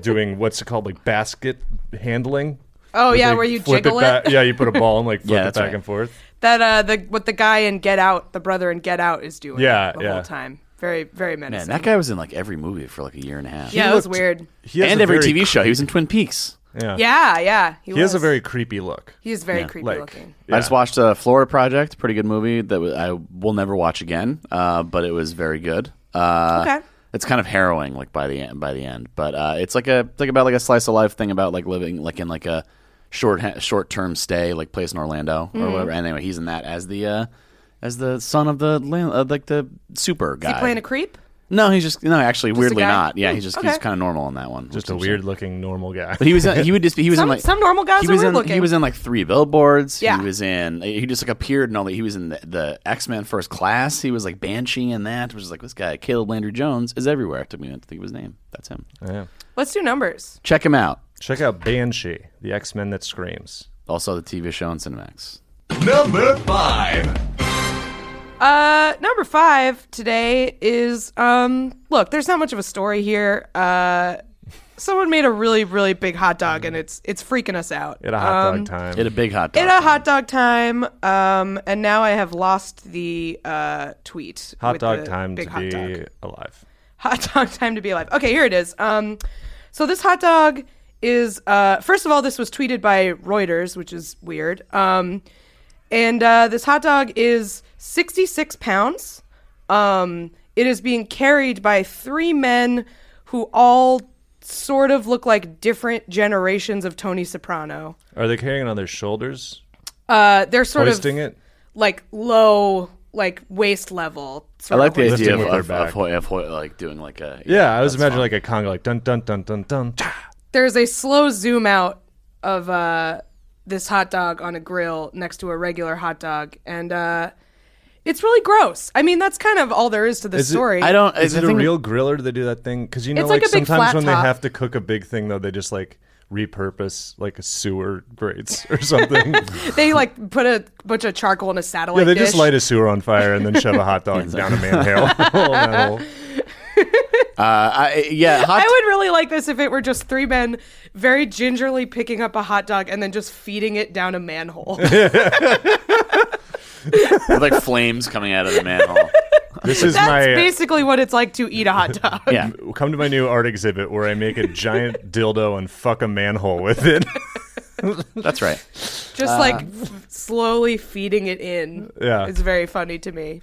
Speaker 3: doing what's it called, like basket handling.
Speaker 2: Oh, yeah,
Speaker 3: they
Speaker 2: where you
Speaker 3: flip
Speaker 2: jiggle it?
Speaker 3: back- Yeah, you put a ball and like flip
Speaker 1: Yeah,
Speaker 3: it
Speaker 1: that's
Speaker 3: back
Speaker 1: right.
Speaker 3: and forth.
Speaker 2: that uh, the what the guy in Get Out, the brother in Get Out, is doing.
Speaker 3: Yeah,
Speaker 2: the
Speaker 3: yeah.
Speaker 2: whole time. Very, very
Speaker 1: Man,
Speaker 2: menacing.
Speaker 1: that guy was in like every movie for like a year and a half.
Speaker 2: yeah,
Speaker 3: He
Speaker 2: it was
Speaker 3: looked-
Speaker 2: weird.
Speaker 3: He has
Speaker 1: and
Speaker 3: a
Speaker 1: every
Speaker 3: very
Speaker 1: TV show. He was in Twin Peaks.
Speaker 3: Yeah.
Speaker 2: Yeah, yeah. He,
Speaker 3: He has a
Speaker 2: was.
Speaker 3: very creepy look.
Speaker 2: He is very creepy
Speaker 3: Like,
Speaker 2: looking.
Speaker 1: I just watched uh, Florida Project, pretty good movie that wa- I will never watch again, uh, but it was very good. Uh,
Speaker 2: Okay.
Speaker 1: It's kind of harrowing, like by the end. By the end, but uh, it's like a think about like a slice of life thing about like living like in like a short ha- short term stay, like place in Orlando
Speaker 2: Mm-hmm.
Speaker 1: or whatever. And anyway, he's in that as the uh, as the son of the land, uh, like the super guy.
Speaker 2: Is he playing a creep?
Speaker 1: no, he's just no. Actually, weirdly
Speaker 2: guy?
Speaker 1: not. Yeah,
Speaker 2: Hmm,
Speaker 1: he's just
Speaker 2: okay.
Speaker 1: he's kind of normal in that one.
Speaker 3: Just
Speaker 1: which
Speaker 3: a
Speaker 1: is-
Speaker 3: weird looking normal guy.
Speaker 1: But he was in, he would just he was
Speaker 2: Some-
Speaker 1: in like
Speaker 2: some normal guys
Speaker 1: He
Speaker 2: are
Speaker 1: was
Speaker 2: weird
Speaker 1: in
Speaker 2: looking.
Speaker 1: he was in like three billboards.
Speaker 2: Yeah.
Speaker 1: he was in he just like appeared in all the he was in the, the X Men First Class. He was like Banshee in that, which is like this guy Caleb Landry Jones is everywhere. It took me a minute to think of his name. That's him.
Speaker 3: Yeah.
Speaker 2: Let's do numbers.
Speaker 1: Check him out.
Speaker 3: Check out Banshee, the X Men that screams.
Speaker 1: Also the TV show on Cinemax.
Speaker 4: Number five.
Speaker 2: Uh, number five today is um. Look, there's not much of a story here. Uh, someone made a really, really big hot dog, and it's it's freaking us out.
Speaker 3: At a hot
Speaker 2: Um,
Speaker 3: dog time.
Speaker 1: It a big hot dog.
Speaker 2: It a hot dog time. Um, and now I have lost the uh tweet.
Speaker 3: hot
Speaker 2: with
Speaker 3: dog
Speaker 2: the
Speaker 3: time
Speaker 2: big
Speaker 3: to
Speaker 2: hot
Speaker 3: be
Speaker 2: dog.
Speaker 3: alive.
Speaker 2: hot dog time to be alive. Okay, here it is. Um, so this hot dog is uh, first of all, this was tweeted by Reuters, which is weird. Um, and uh, this hot dog is 66 pounds. Um, it is being carried by three men who all sort of look like different generations of Tony Soprano.
Speaker 3: Are they carrying it on their shoulders?
Speaker 2: Uh, they're sort
Speaker 3: Hoisting
Speaker 2: of
Speaker 3: it?
Speaker 2: like low, like waist level.
Speaker 1: I
Speaker 2: Sort
Speaker 1: like the
Speaker 2: of
Speaker 1: idea
Speaker 3: Lifting
Speaker 1: of,
Speaker 3: with their
Speaker 1: of, of,
Speaker 3: back.
Speaker 1: Hoy, of Hoy, like doing like a
Speaker 3: Yeah, I was imagining like a conga, like dun dun dun dun dun.
Speaker 2: there's a slow zoom out of uh, this hot dog on a grill next to a regular hot dog, and uh, it's really gross. I mean, that's kind of all there is to this
Speaker 3: Is it-
Speaker 2: story.
Speaker 1: I don't.
Speaker 3: Is
Speaker 1: I
Speaker 3: it a
Speaker 1: think-
Speaker 3: real grill or do they do that thing? Because you know,
Speaker 2: It's
Speaker 3: like,
Speaker 2: like a big
Speaker 3: sometimes
Speaker 2: flat
Speaker 3: when
Speaker 2: top.
Speaker 3: they have to cook a big thing, though, they just like repurpose like a sewer grates or something. yeah,
Speaker 2: They like put a bunch of charcoal in a satellite.
Speaker 3: they
Speaker 2: dish.
Speaker 3: just light a sewer on fire and then shove a hot dog down a manhole. Oh, no.
Speaker 1: Uh, I, yeah, hot
Speaker 2: I would really like this if it were just three men very gingerly picking up a hot dog and then just feeding it down a manhole.
Speaker 1: with like flames coming out of the manhole.
Speaker 3: This is
Speaker 2: That's
Speaker 3: my uh,
Speaker 2: basically what it's like to eat a hot dog.
Speaker 1: Yeah,
Speaker 3: come to my new art exhibit where I make a giant dildo and fuck a manhole with it.
Speaker 1: that's right.
Speaker 2: Just like
Speaker 1: Uh.
Speaker 2: f- slowly feeding it in.
Speaker 3: Yeah.
Speaker 2: It's very funny to me.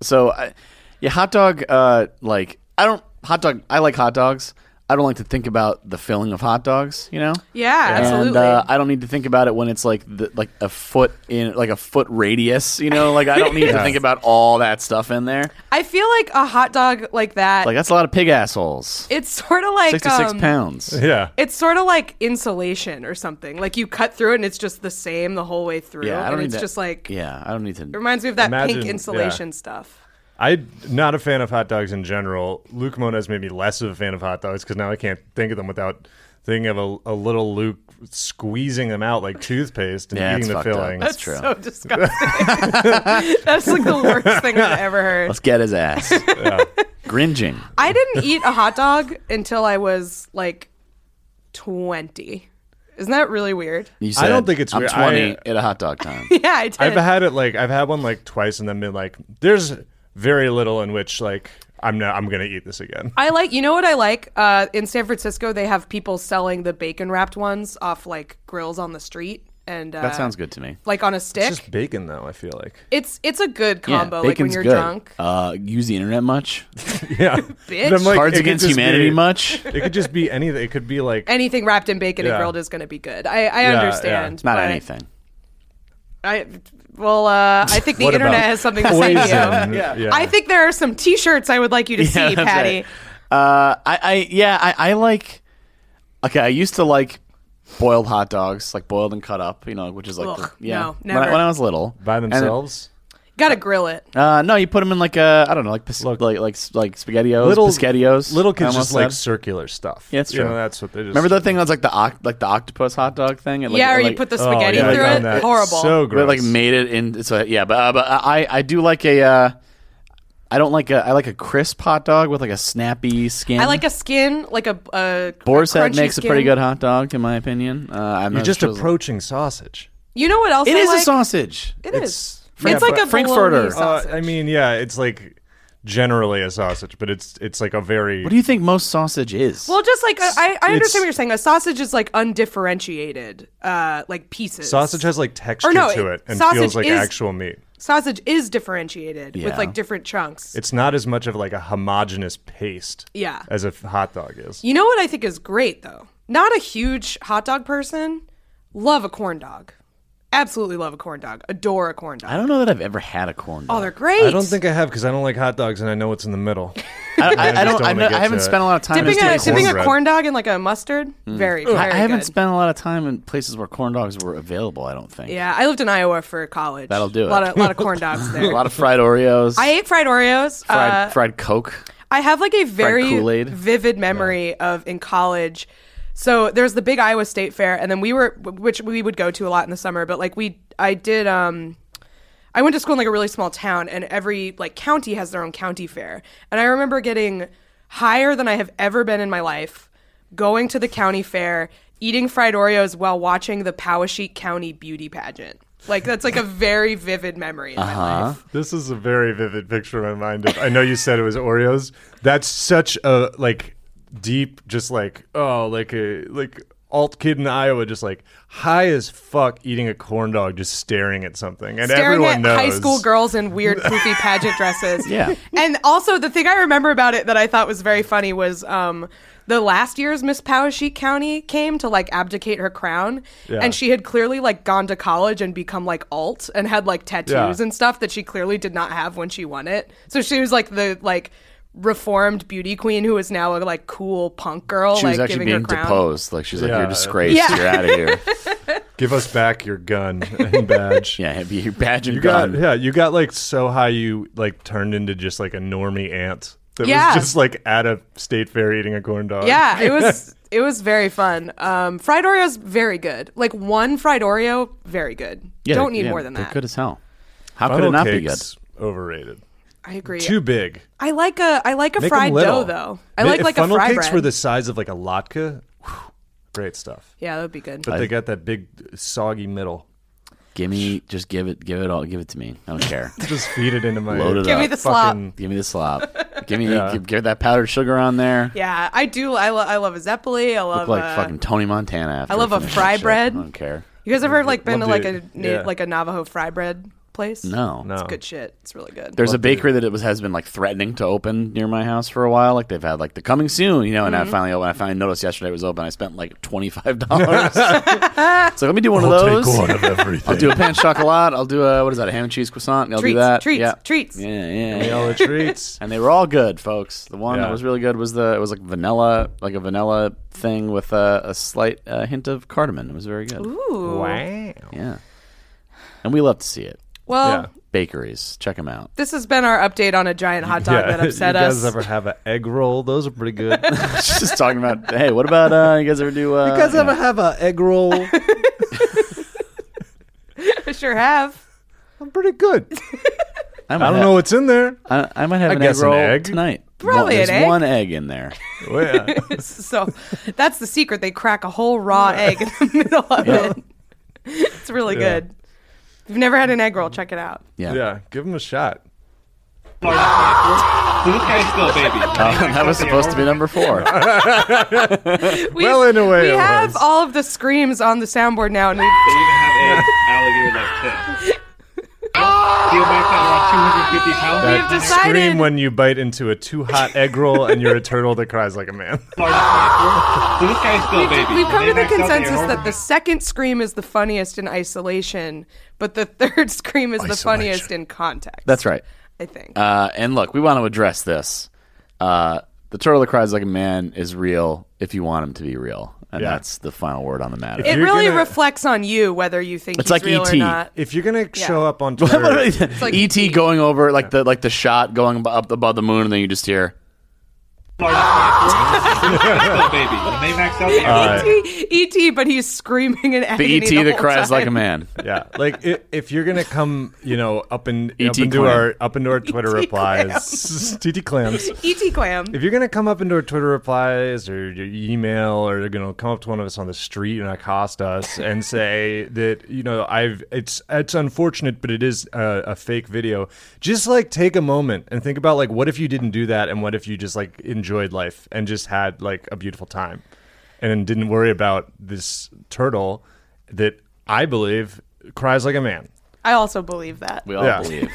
Speaker 1: So, I, yeah, hot dog. Uh, like I don't hot dog. I like hot dogs. I don't like to think about the filling of hot dogs. You know.
Speaker 2: Yeah, absolutely.
Speaker 1: And uh, I don't need to think about it when it's like the, like a foot in like a foot radius. You know, like I don't need to think about all that stuff in there.
Speaker 2: I feel like a hot dog like that.
Speaker 1: Like that's a lot of pig assholes.
Speaker 2: it's sort of like
Speaker 1: Sixty six
Speaker 2: um,
Speaker 1: pounds.
Speaker 3: yeah.
Speaker 2: It's sort of like insulation or something. Like you cut through it and it's just the same the whole way through.
Speaker 1: Yeah, I don't
Speaker 2: and
Speaker 1: need
Speaker 2: it's
Speaker 1: to-
Speaker 2: just like it
Speaker 1: Yeah, I don't need to.
Speaker 2: reminds me of that
Speaker 3: Imagine-
Speaker 2: pink insulation stuff.
Speaker 3: I'm not a fan of hot dogs in general. Luke Mona has made me less of a fan of hot dogs because now I can't think of them without thinking of a, a little Luke squeezing them out like toothpaste and
Speaker 1: Yeah, it's
Speaker 3: eating the
Speaker 1: fucked up.
Speaker 3: filling.
Speaker 1: That's true.
Speaker 2: So disgusting. That's like the worst thing I've ever heard.
Speaker 1: Let's get his ass. Gringing.
Speaker 2: I didn't eat a hot dog until I was like 20. Isn't that really weird?
Speaker 1: You
Speaker 3: I don't think it's
Speaker 1: I'm
Speaker 3: weird.
Speaker 1: twenty
Speaker 3: I- uh,
Speaker 1: at a hot dog time.
Speaker 2: Yeah, I did.
Speaker 3: I've had it like I've had one like twice and then been like, there's very little in which like I'm not I'm gonna eat this again.
Speaker 2: I like, you know what I like? Uh, in San Francisco, they have people selling the bacon wrapped ones off like grills on the street, and uh,
Speaker 1: That sounds good to me.
Speaker 2: Like on a stick.
Speaker 3: It's just bacon though. I feel like
Speaker 2: it's it's a good combo.
Speaker 1: yeah,
Speaker 2: like when
Speaker 1: bacon's
Speaker 2: you're
Speaker 1: good.
Speaker 2: drunk,
Speaker 1: Uh, use the internet much?
Speaker 3: yeah.
Speaker 2: Bitch.
Speaker 3: I'm, like,
Speaker 1: Cards
Speaker 3: it could
Speaker 1: Against
Speaker 3: just be-
Speaker 1: Humanity much?
Speaker 3: It could just be anything. It could be like
Speaker 2: anything wrapped in bacon
Speaker 3: Yeah.
Speaker 2: and grilled is going to be good. I, I
Speaker 3: yeah.
Speaker 2: understand.
Speaker 1: Not
Speaker 2: but
Speaker 1: anything.
Speaker 2: I well, uh, I think the
Speaker 3: What about
Speaker 2: internet has something to say
Speaker 3: poison.
Speaker 2: to you.
Speaker 3: yeah.
Speaker 2: I think there are some T-shirts I would like you to
Speaker 1: Yeah,
Speaker 2: see,
Speaker 1: that's
Speaker 2: Patty.
Speaker 1: right. Uh, I, I yeah, I, I like. Okay, I used to like boiled hot dogs, like boiled and cut up, you know, which is like the-
Speaker 2: Ugh,
Speaker 1: yeah.
Speaker 2: no,
Speaker 1: when, I,
Speaker 2: never.
Speaker 1: when I was little,
Speaker 3: by
Speaker 1: And-
Speaker 3: themselves.
Speaker 2: Got to grill it.
Speaker 1: uh, no, you put them in like a I don't know, like pis-
Speaker 3: Look.
Speaker 1: like like like spaghettios,
Speaker 3: little
Speaker 1: spaghettios.
Speaker 3: Little
Speaker 1: I
Speaker 3: kids
Speaker 1: almost
Speaker 3: just like
Speaker 1: said.
Speaker 3: circular stuff.
Speaker 1: Yeah, it's
Speaker 3: You know,
Speaker 1: true.
Speaker 3: that's what they just
Speaker 1: Remember that thing that was like the oct- like the octopus hot dog thing? It, like,
Speaker 2: yeah, or
Speaker 1: it,
Speaker 2: you
Speaker 1: like-
Speaker 2: put the
Speaker 3: Oh,
Speaker 2: spaghetti
Speaker 3: yeah, I've
Speaker 2: through
Speaker 3: done
Speaker 2: it.
Speaker 3: that. It's
Speaker 2: Horrible.
Speaker 3: So
Speaker 1: But
Speaker 3: gross.
Speaker 1: it, like made it in. So yeah, but, uh, but I I do like a. Uh, I don't like a. I like a crisp hot dog with like a snappy skin.
Speaker 2: I like a skin, like a, a
Speaker 1: Boar's
Speaker 2: a
Speaker 1: Head
Speaker 2: crunchy
Speaker 1: makes
Speaker 2: skin.
Speaker 1: a pretty good hot dog, in my opinion. Uh, I'm
Speaker 3: You're
Speaker 1: not
Speaker 3: just
Speaker 1: sure-
Speaker 3: approaching sausage.
Speaker 2: You know what else?
Speaker 1: It
Speaker 2: I
Speaker 1: is
Speaker 2: like?
Speaker 1: a sausage.
Speaker 2: It
Speaker 3: It's-
Speaker 2: is.
Speaker 3: yeah,
Speaker 2: it's like
Speaker 3: but-
Speaker 2: a
Speaker 1: Frankfurter.
Speaker 2: Frankfurter.
Speaker 1: Uh,
Speaker 3: Uh,
Speaker 2: Sausage.
Speaker 3: I mean, yeah, it's like generally a sausage, but it's it's like a very
Speaker 1: What do you think most sausage is?
Speaker 2: well, just like a, I, I
Speaker 3: It's-
Speaker 2: understand what you're saying. A sausage is like undifferentiated, uh, like pieces.
Speaker 3: sausage has like texture
Speaker 2: Or no,
Speaker 3: to
Speaker 2: it-
Speaker 3: it and
Speaker 2: sausage
Speaker 3: feels like
Speaker 2: is-
Speaker 3: actual meat.
Speaker 2: sausage is differentiated
Speaker 1: Yeah.
Speaker 2: with like different chunks.
Speaker 3: It's not as much of like a homogenous paste,
Speaker 2: Yeah.
Speaker 3: as a f- hot dog is.
Speaker 2: you know what I think is great though. Not a huge hot dog person. Love a corn dog. Absolutely love a corn dog. Adore a corn
Speaker 1: I
Speaker 2: dog.
Speaker 1: don't know that I've ever had a corn
Speaker 2: Oh,
Speaker 1: dog.
Speaker 2: they're great.
Speaker 3: I don't think I have because I don't like hot dogs and I know what's in the middle.
Speaker 1: I, I, I
Speaker 3: just
Speaker 1: don't.
Speaker 3: don't
Speaker 1: I,
Speaker 3: wanna
Speaker 1: know,
Speaker 3: get
Speaker 1: I haven't
Speaker 3: to it.
Speaker 1: spent a lot of time.
Speaker 2: dipping
Speaker 1: in
Speaker 2: a,
Speaker 1: places-
Speaker 2: dipping a
Speaker 3: cornbread. Hmm.
Speaker 2: corn dog in like a mustard. Very, very.
Speaker 1: I haven't
Speaker 2: good.
Speaker 1: spent a lot of time in places where corn dogs were available. I don't think.
Speaker 2: Yeah, I lived in Iowa for college.
Speaker 1: That'll do
Speaker 2: A lot
Speaker 1: it.
Speaker 2: of, lot of corn dogs
Speaker 1: a
Speaker 2: there.
Speaker 1: lot of fried Oreos.
Speaker 2: I ate fried Oreos.
Speaker 1: fried,
Speaker 2: uh,
Speaker 1: fried Coke.
Speaker 2: I have like a very
Speaker 1: Kool-Aid.
Speaker 2: vivid memory of in college. So there's the big Iowa State Fair, and then we were, which we would go to a lot in the summer. But like we, I did, um, I went to school in like a really small town, and every like county has their own county fair. And I remember getting higher than I have ever been in my life, going to the county fair, eating fried Oreos while watching the Powesheik County beauty pageant. Like that's like a very vivid memory in my life.
Speaker 3: This is a very vivid picture in my mind. Of, I know you said it was Oreos. That's such a like deep, just like oh, like a like alt kid in Iowa, just like high as fuck, eating a corn dog, just staring at something, and
Speaker 2: staring
Speaker 3: everyone
Speaker 2: at
Speaker 3: knows
Speaker 2: high school girls in weird poofy pageant dresses.
Speaker 1: Yeah.
Speaker 2: And also the thing I remember about it that I thought was very funny was um the last year's Miss Powesheik County came to like abdicate her crown
Speaker 3: Yeah.
Speaker 2: and she had clearly like gone to college and become like alt and had like tattoos
Speaker 3: Yeah.
Speaker 2: and stuff that she clearly did not have when she won it. So she was like the like reformed beauty queen who is now a like cool punk girl
Speaker 1: She was
Speaker 2: like
Speaker 1: actually
Speaker 2: giving
Speaker 1: being
Speaker 2: her crown.
Speaker 1: deposed. Like she's like, "You're
Speaker 3: Yeah.
Speaker 1: disgraced.
Speaker 2: Yeah.
Speaker 1: You're out of here."
Speaker 3: Give us back your gun and badge.
Speaker 1: Yeah, it'd be your badge and
Speaker 3: You got
Speaker 1: gun.
Speaker 3: yeah, you got like so high you like turned into just like a normie ant that
Speaker 2: Yeah.
Speaker 3: was just like at a state fair eating a corn dog.
Speaker 2: Yeah, it was it was very fun. Um, fried Oreos very good. Like one fried Oreo, very good.
Speaker 1: Yeah,
Speaker 2: Don't need
Speaker 1: yeah,
Speaker 2: more than
Speaker 1: they're
Speaker 2: that.
Speaker 1: Good as hell. How could
Speaker 3: Funnel
Speaker 1: it not be good?
Speaker 3: cakes, overrated.
Speaker 2: I agree.
Speaker 3: Too big.
Speaker 2: I like a I like a
Speaker 3: Make 'em
Speaker 2: fried dough
Speaker 3: little.
Speaker 2: though. I
Speaker 3: Ma-
Speaker 2: like
Speaker 3: if
Speaker 2: like a
Speaker 3: funnel
Speaker 2: fried
Speaker 3: cakes
Speaker 2: bread.
Speaker 3: were the size of like a latke. whew, great stuff.
Speaker 2: yeah, that would be good.
Speaker 3: But they got that big soggy middle.
Speaker 1: Give me, just give it, give it all, give it to me. I don't care.
Speaker 3: Just feed it into my.
Speaker 1: Load it
Speaker 2: Give me
Speaker 1: up.
Speaker 2: the slop.
Speaker 1: Give me the slop. Give me, give, give that powdered sugar on there.
Speaker 2: Yeah, I do. I, lo- I love a zeppoli. I love
Speaker 1: Look like
Speaker 2: a,
Speaker 1: fucking Tony Montana. After
Speaker 2: I love a
Speaker 1: finishing
Speaker 2: fry
Speaker 1: shit.
Speaker 2: bread.
Speaker 1: I don't care.
Speaker 2: You guys ever like been to
Speaker 3: love
Speaker 2: like
Speaker 3: the-
Speaker 2: a na-
Speaker 3: yeah.
Speaker 2: like a Navajo fry bread place?
Speaker 1: No.
Speaker 3: No.
Speaker 2: It's good shit. It's really good.
Speaker 1: There's a bakery that it was has been like threatening to open near my house for a while. Like they've had like the coming soon, you know. And I
Speaker 2: Mm-hmm.
Speaker 1: finally opened. I finally noticed yesterday it was open. I spent like twenty five dollars. so let me do one of
Speaker 3: I'll
Speaker 1: those.
Speaker 3: take one of
Speaker 1: I'll
Speaker 3: everything.
Speaker 1: do a pan chocolat. I'll do a what is that? A ham and cheese croissant. And I'll
Speaker 2: treats,
Speaker 1: do that.
Speaker 2: treats,
Speaker 1: yeah.
Speaker 2: treats.
Speaker 1: Yeah, yeah, yeah.
Speaker 3: all the treats.
Speaker 1: And they were all good, folks. The one
Speaker 3: Yeah.
Speaker 1: that was really good was the it was like vanilla, like a vanilla thing with a, a slight uh, hint of cardamom. It was very good.
Speaker 2: Ooh.
Speaker 3: Wow.
Speaker 1: Yeah, and we love to see it.
Speaker 2: Well,
Speaker 3: Yeah.
Speaker 1: Bakeries, check them out.
Speaker 2: this has been our update on a giant hot dog that upset
Speaker 3: you
Speaker 2: us.
Speaker 3: guys ever have an egg roll? Those are pretty good. you
Speaker 1: Just talking about hey, what about uh, you guys ever do? Uh,
Speaker 3: guys
Speaker 1: you know,
Speaker 3: ever have an egg roll?
Speaker 2: sure have.
Speaker 3: I'm pretty good.
Speaker 1: I, might
Speaker 3: I don't
Speaker 1: have-
Speaker 3: know what's in there.
Speaker 1: I, I might have
Speaker 3: I
Speaker 1: an egg
Speaker 3: guess an
Speaker 1: roll
Speaker 3: egg.
Speaker 1: tonight.
Speaker 2: Probably
Speaker 1: one, there's
Speaker 2: an egg.
Speaker 1: one egg in there.
Speaker 3: Well, Oh, yeah.
Speaker 2: So that's the secret. They crack a whole raw egg in the middle of it. It's really good. If you've never had an egg roll, check it out.
Speaker 1: Yeah,
Speaker 3: yeah, give them a shot.
Speaker 5: So this guy's still a baby.
Speaker 1: Uh, Oh, that was supposed to be number four.
Speaker 2: We,
Speaker 3: Well, in a way
Speaker 2: we
Speaker 3: it
Speaker 2: have
Speaker 3: was.
Speaker 2: all of the screams on the soundboard now, and we
Speaker 5: They even have a alligator like tip. Deal back that around 250 pounds.
Speaker 2: We've decided-
Speaker 3: Scream when you bite into a too hot egg roll and you're a turtle that cries like a man.
Speaker 5: So this guy's still a baby.
Speaker 2: we've come
Speaker 5: They
Speaker 2: to the
Speaker 5: maxed out
Speaker 2: consensus
Speaker 5: air
Speaker 2: that the second scream is the funniest in isolation, but the third scream is the funniest in context.
Speaker 1: That's right.
Speaker 2: I think.
Speaker 1: Uh, and look, we want to address this. Uh, the turtle that cries like a man is real if you want him to be real, and
Speaker 3: Yeah.
Speaker 1: that's the final word on the matter.
Speaker 2: it
Speaker 3: you're
Speaker 2: really
Speaker 3: gonna-
Speaker 2: reflects on you whether you think
Speaker 1: It's
Speaker 2: he's
Speaker 1: like E
Speaker 2: real
Speaker 1: ET.
Speaker 2: or not.
Speaker 3: If you're gonna show up on
Speaker 1: What about
Speaker 3: Twitter,
Speaker 1: E
Speaker 2: E
Speaker 1: it- ET going over like the like the shot going ab- up above the moon, and then you just hear
Speaker 5: largest dinosaur. baby. When they max out the airplane,
Speaker 2: E E.T., but he's screaming in
Speaker 1: Uh, The
Speaker 2: agony.
Speaker 1: ET
Speaker 2: the
Speaker 1: that
Speaker 2: whole
Speaker 1: cries like a
Speaker 2: time.
Speaker 1: man.
Speaker 3: yeah, like if, if you're gonna come, you know, up and up
Speaker 1: E.T.
Speaker 3: into
Speaker 1: E clam. E
Speaker 3: our up into our Twitter
Speaker 2: E.T.
Speaker 3: replies, TT clams.
Speaker 2: E.T. Clam.
Speaker 3: If you're gonna come up into our Twitter replies or your email, or you're gonna come up to one of us on the street and accost us and say that you know I've it's it's unfortunate, but it is a, a fake video. Just like take a moment and think about like what if you didn't do that, and what if you just like enjoyed life and just had like a beautiful time, and then didn't worry about this turtle that I believe cries like a man.
Speaker 2: I also believe that.
Speaker 1: We all
Speaker 3: Yeah.
Speaker 1: believe.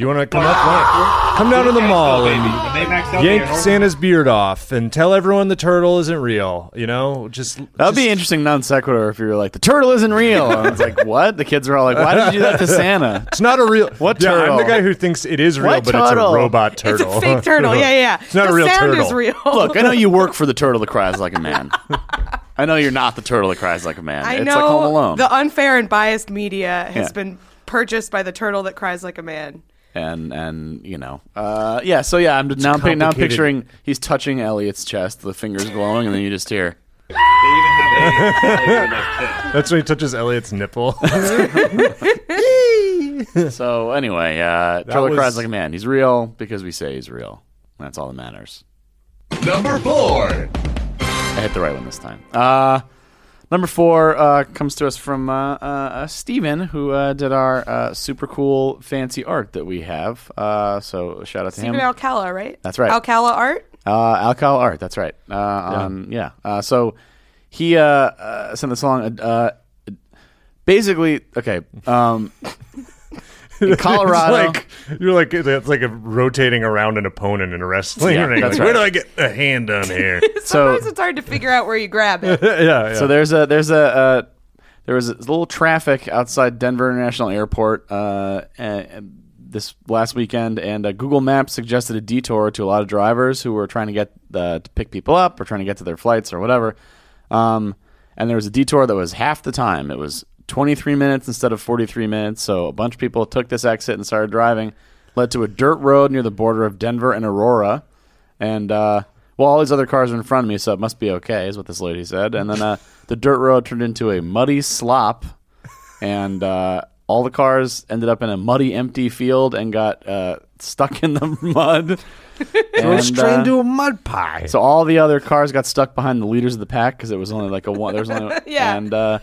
Speaker 3: You want to come up, Why- come down to the mall and
Speaker 5: When they maxed out the
Speaker 3: yank
Speaker 5: airplane,
Speaker 3: Santa's beard off and tell everyone the turtle isn't real. You know, just
Speaker 1: That would
Speaker 3: just-
Speaker 1: be interesting non sequitur if you were like, the turtle isn't real. And it's like, what? The kids are all like, why did you do that to Santa?
Speaker 3: It's not a real.
Speaker 1: What
Speaker 3: yeah, I'm the
Speaker 1: turtle?
Speaker 3: guy who thinks it is real,
Speaker 1: What
Speaker 3: but it's
Speaker 1: turtle?
Speaker 3: a robot
Speaker 2: It's
Speaker 3: turtle.
Speaker 2: a fake turtle. Yeah, yeah.
Speaker 3: It's not
Speaker 2: the
Speaker 3: a real
Speaker 2: sound
Speaker 3: turtle.
Speaker 2: is real.
Speaker 1: Look, I know you work for the turtle that cries like a man. I know you're not the turtle that cries like a man.
Speaker 2: I
Speaker 1: it's
Speaker 2: know
Speaker 1: like Home Alone.
Speaker 2: the unfair and biased media has
Speaker 1: Yeah.
Speaker 2: been purchased by the turtle that cries like a man.
Speaker 1: and and you know, uh, yeah. So yeah, I'm now I'm, pic- now I'm
Speaker 3: complicated.
Speaker 1: picturing he's touching Elliot's chest, the fingers glowing, and then you just hear.
Speaker 5: They even have aliens that live like this.
Speaker 3: That's when he touches Elliot's nipple.
Speaker 1: So anyway, uh, turtle that
Speaker 3: was-
Speaker 1: cries like a man. He's real because we say he's real. That's all that matters.
Speaker 4: Number four.
Speaker 1: I hit the right one this time. Uh, number four uh, comes to us from uh, uh, uh, Steven, who uh, did our uh, super cool fancy art that we have. Uh, so shout out to
Speaker 2: Even
Speaker 1: him.
Speaker 2: Alcala, right?
Speaker 1: That's right.
Speaker 2: Alcala art.
Speaker 1: Uh, alcohol art. That's right. Uh, on- yeah. Uh, so he uh, uh, sent this along. Uh, uh, basically, okay. Um, in Colorado.
Speaker 3: it's like you're like it's like a rotating around an opponent in a wrestling
Speaker 1: Yeah,
Speaker 3: ring.
Speaker 1: that's
Speaker 3: Like, Where do I
Speaker 1: right.
Speaker 3: get a hand on here?
Speaker 1: so,
Speaker 2: Sometimes it's hard to figure out where you grab it.
Speaker 3: yeah, yeah.
Speaker 1: so there's a there's a uh, there was a little traffic outside Denver International Airport uh, and- and this last weekend, and uh, Google Maps suggested a detour to a lot of drivers who were trying to get uh, to pick people up or trying to get to their flights or whatever. Um, and there was a detour that was half the time. It was 23 minutes instead of 43 minutes. So a bunch of people took this exit and started driving, led to a dirt road near the border of Denver and Aurora. And uh, well, all these other cars are in front of me, so it must be okay, is what this lady said. And then uh, the dirt road turned into a muddy slop, and uh, all the cars ended up in a muddy, empty field and got uh, stuck in the mud. And,
Speaker 3: straight
Speaker 1: uh,
Speaker 3: into a mud pie.
Speaker 1: so all the other cars got stuck behind the leaders of the pack because it was only like a one. There was only
Speaker 2: Yeah.
Speaker 1: and uh,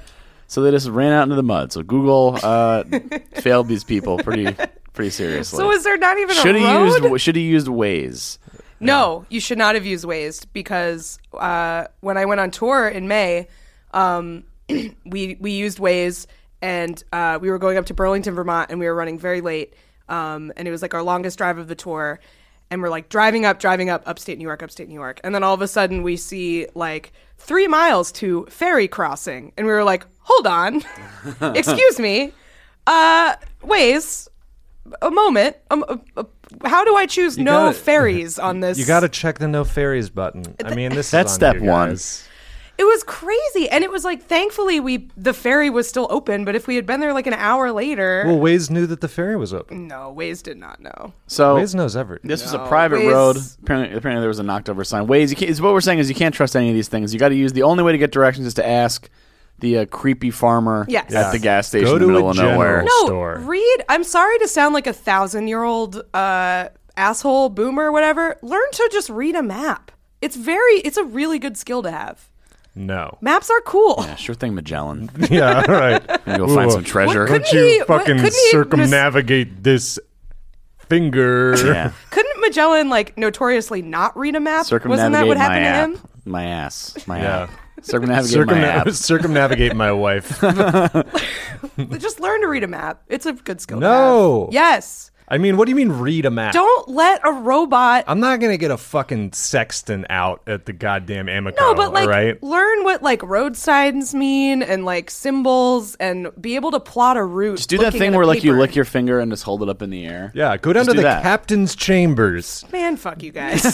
Speaker 1: so they just ran out into the mud. So Google uh, failed these people pretty pretty seriously.
Speaker 2: So is there not even
Speaker 1: should
Speaker 2: a
Speaker 1: he
Speaker 2: road?
Speaker 1: used should he used Waze?
Speaker 2: No, you should not have used Waze because uh, when I went on tour in May, um, we we used Waze and uh, we were going up to Burlington, Vermont, and we were running very late, um, and it was like our longest drive of the tour, and we're like driving up, driving up, upstate New York, upstate New York, and then all of a sudden we see like three miles to ferry crossing, and we were like, hold on, excuse me, uh, Waze. A moment. Um, uh, uh, how do I choose no
Speaker 3: gotta-
Speaker 2: ferries on this?
Speaker 3: you got to check the no fairies button. I mean, this
Speaker 1: That's
Speaker 3: is on
Speaker 1: step
Speaker 3: you
Speaker 1: one.
Speaker 3: guys.
Speaker 2: It was crazy, and it was like thankfully we the ferry was still open. But if we had been there like an hour later,
Speaker 3: Well, Waze knew that the ferry was open.
Speaker 2: no, Waze did not know.
Speaker 1: So
Speaker 3: Waze knows everything.
Speaker 1: This was a private
Speaker 2: Waze-
Speaker 1: road. Apparently, apparently there was a knocked over sign. Waze, you can't, is what we're saying is you can't trust any of these things. You got to use the only way to get directions is to ask the uh, creepy farmer
Speaker 2: Yes.
Speaker 1: at the gas station
Speaker 3: Go
Speaker 1: in the
Speaker 3: to a
Speaker 1: middle of nowhere.
Speaker 3: general.
Speaker 2: No,
Speaker 3: Store.
Speaker 2: read. I'm sorry to sound like a thousand year old uh, asshole boomer, whatever. Learn to just read a map. It's very, it's a really good skill to have.
Speaker 3: No.
Speaker 2: Maps are cool.
Speaker 1: Yeah, sure thing, Magellan.
Speaker 3: Yeah, all right.
Speaker 1: Gonna go find some treasure.
Speaker 2: couldn't
Speaker 3: Don't
Speaker 2: he-
Speaker 3: you
Speaker 2: what-
Speaker 3: fucking
Speaker 2: couldn't he
Speaker 3: circumnavigate this finger.
Speaker 1: Yeah,
Speaker 2: Couldn't Magellan like notoriously not read a map? Wasn't that
Speaker 1: circumnavigate
Speaker 2: what
Speaker 1: my
Speaker 2: happened to
Speaker 1: app,
Speaker 2: him?
Speaker 1: my ass, my
Speaker 3: Yeah.
Speaker 1: app. Circumnavigate my
Speaker 3: Circumna-
Speaker 1: app.
Speaker 3: circumnavigate my wife.
Speaker 2: Just learn to read a map. It's a good skill. to
Speaker 3: No.
Speaker 2: have. Yes.
Speaker 3: I mean, what do you mean read a map?
Speaker 2: Don't let a robot
Speaker 3: I'm not gonna get a fucking sexton out at the goddamn Amico.
Speaker 1: Oh,
Speaker 2: No, but like
Speaker 3: right?
Speaker 2: learn what like road signs mean and like symbols and be able to plot a route.
Speaker 1: Just do that thing where like you lick your finger and just hold it up in the air.
Speaker 3: Yeah, go down
Speaker 1: Just
Speaker 3: to
Speaker 1: do
Speaker 3: the
Speaker 1: that.
Speaker 3: captain's chambers.
Speaker 2: man. Fuck you guys.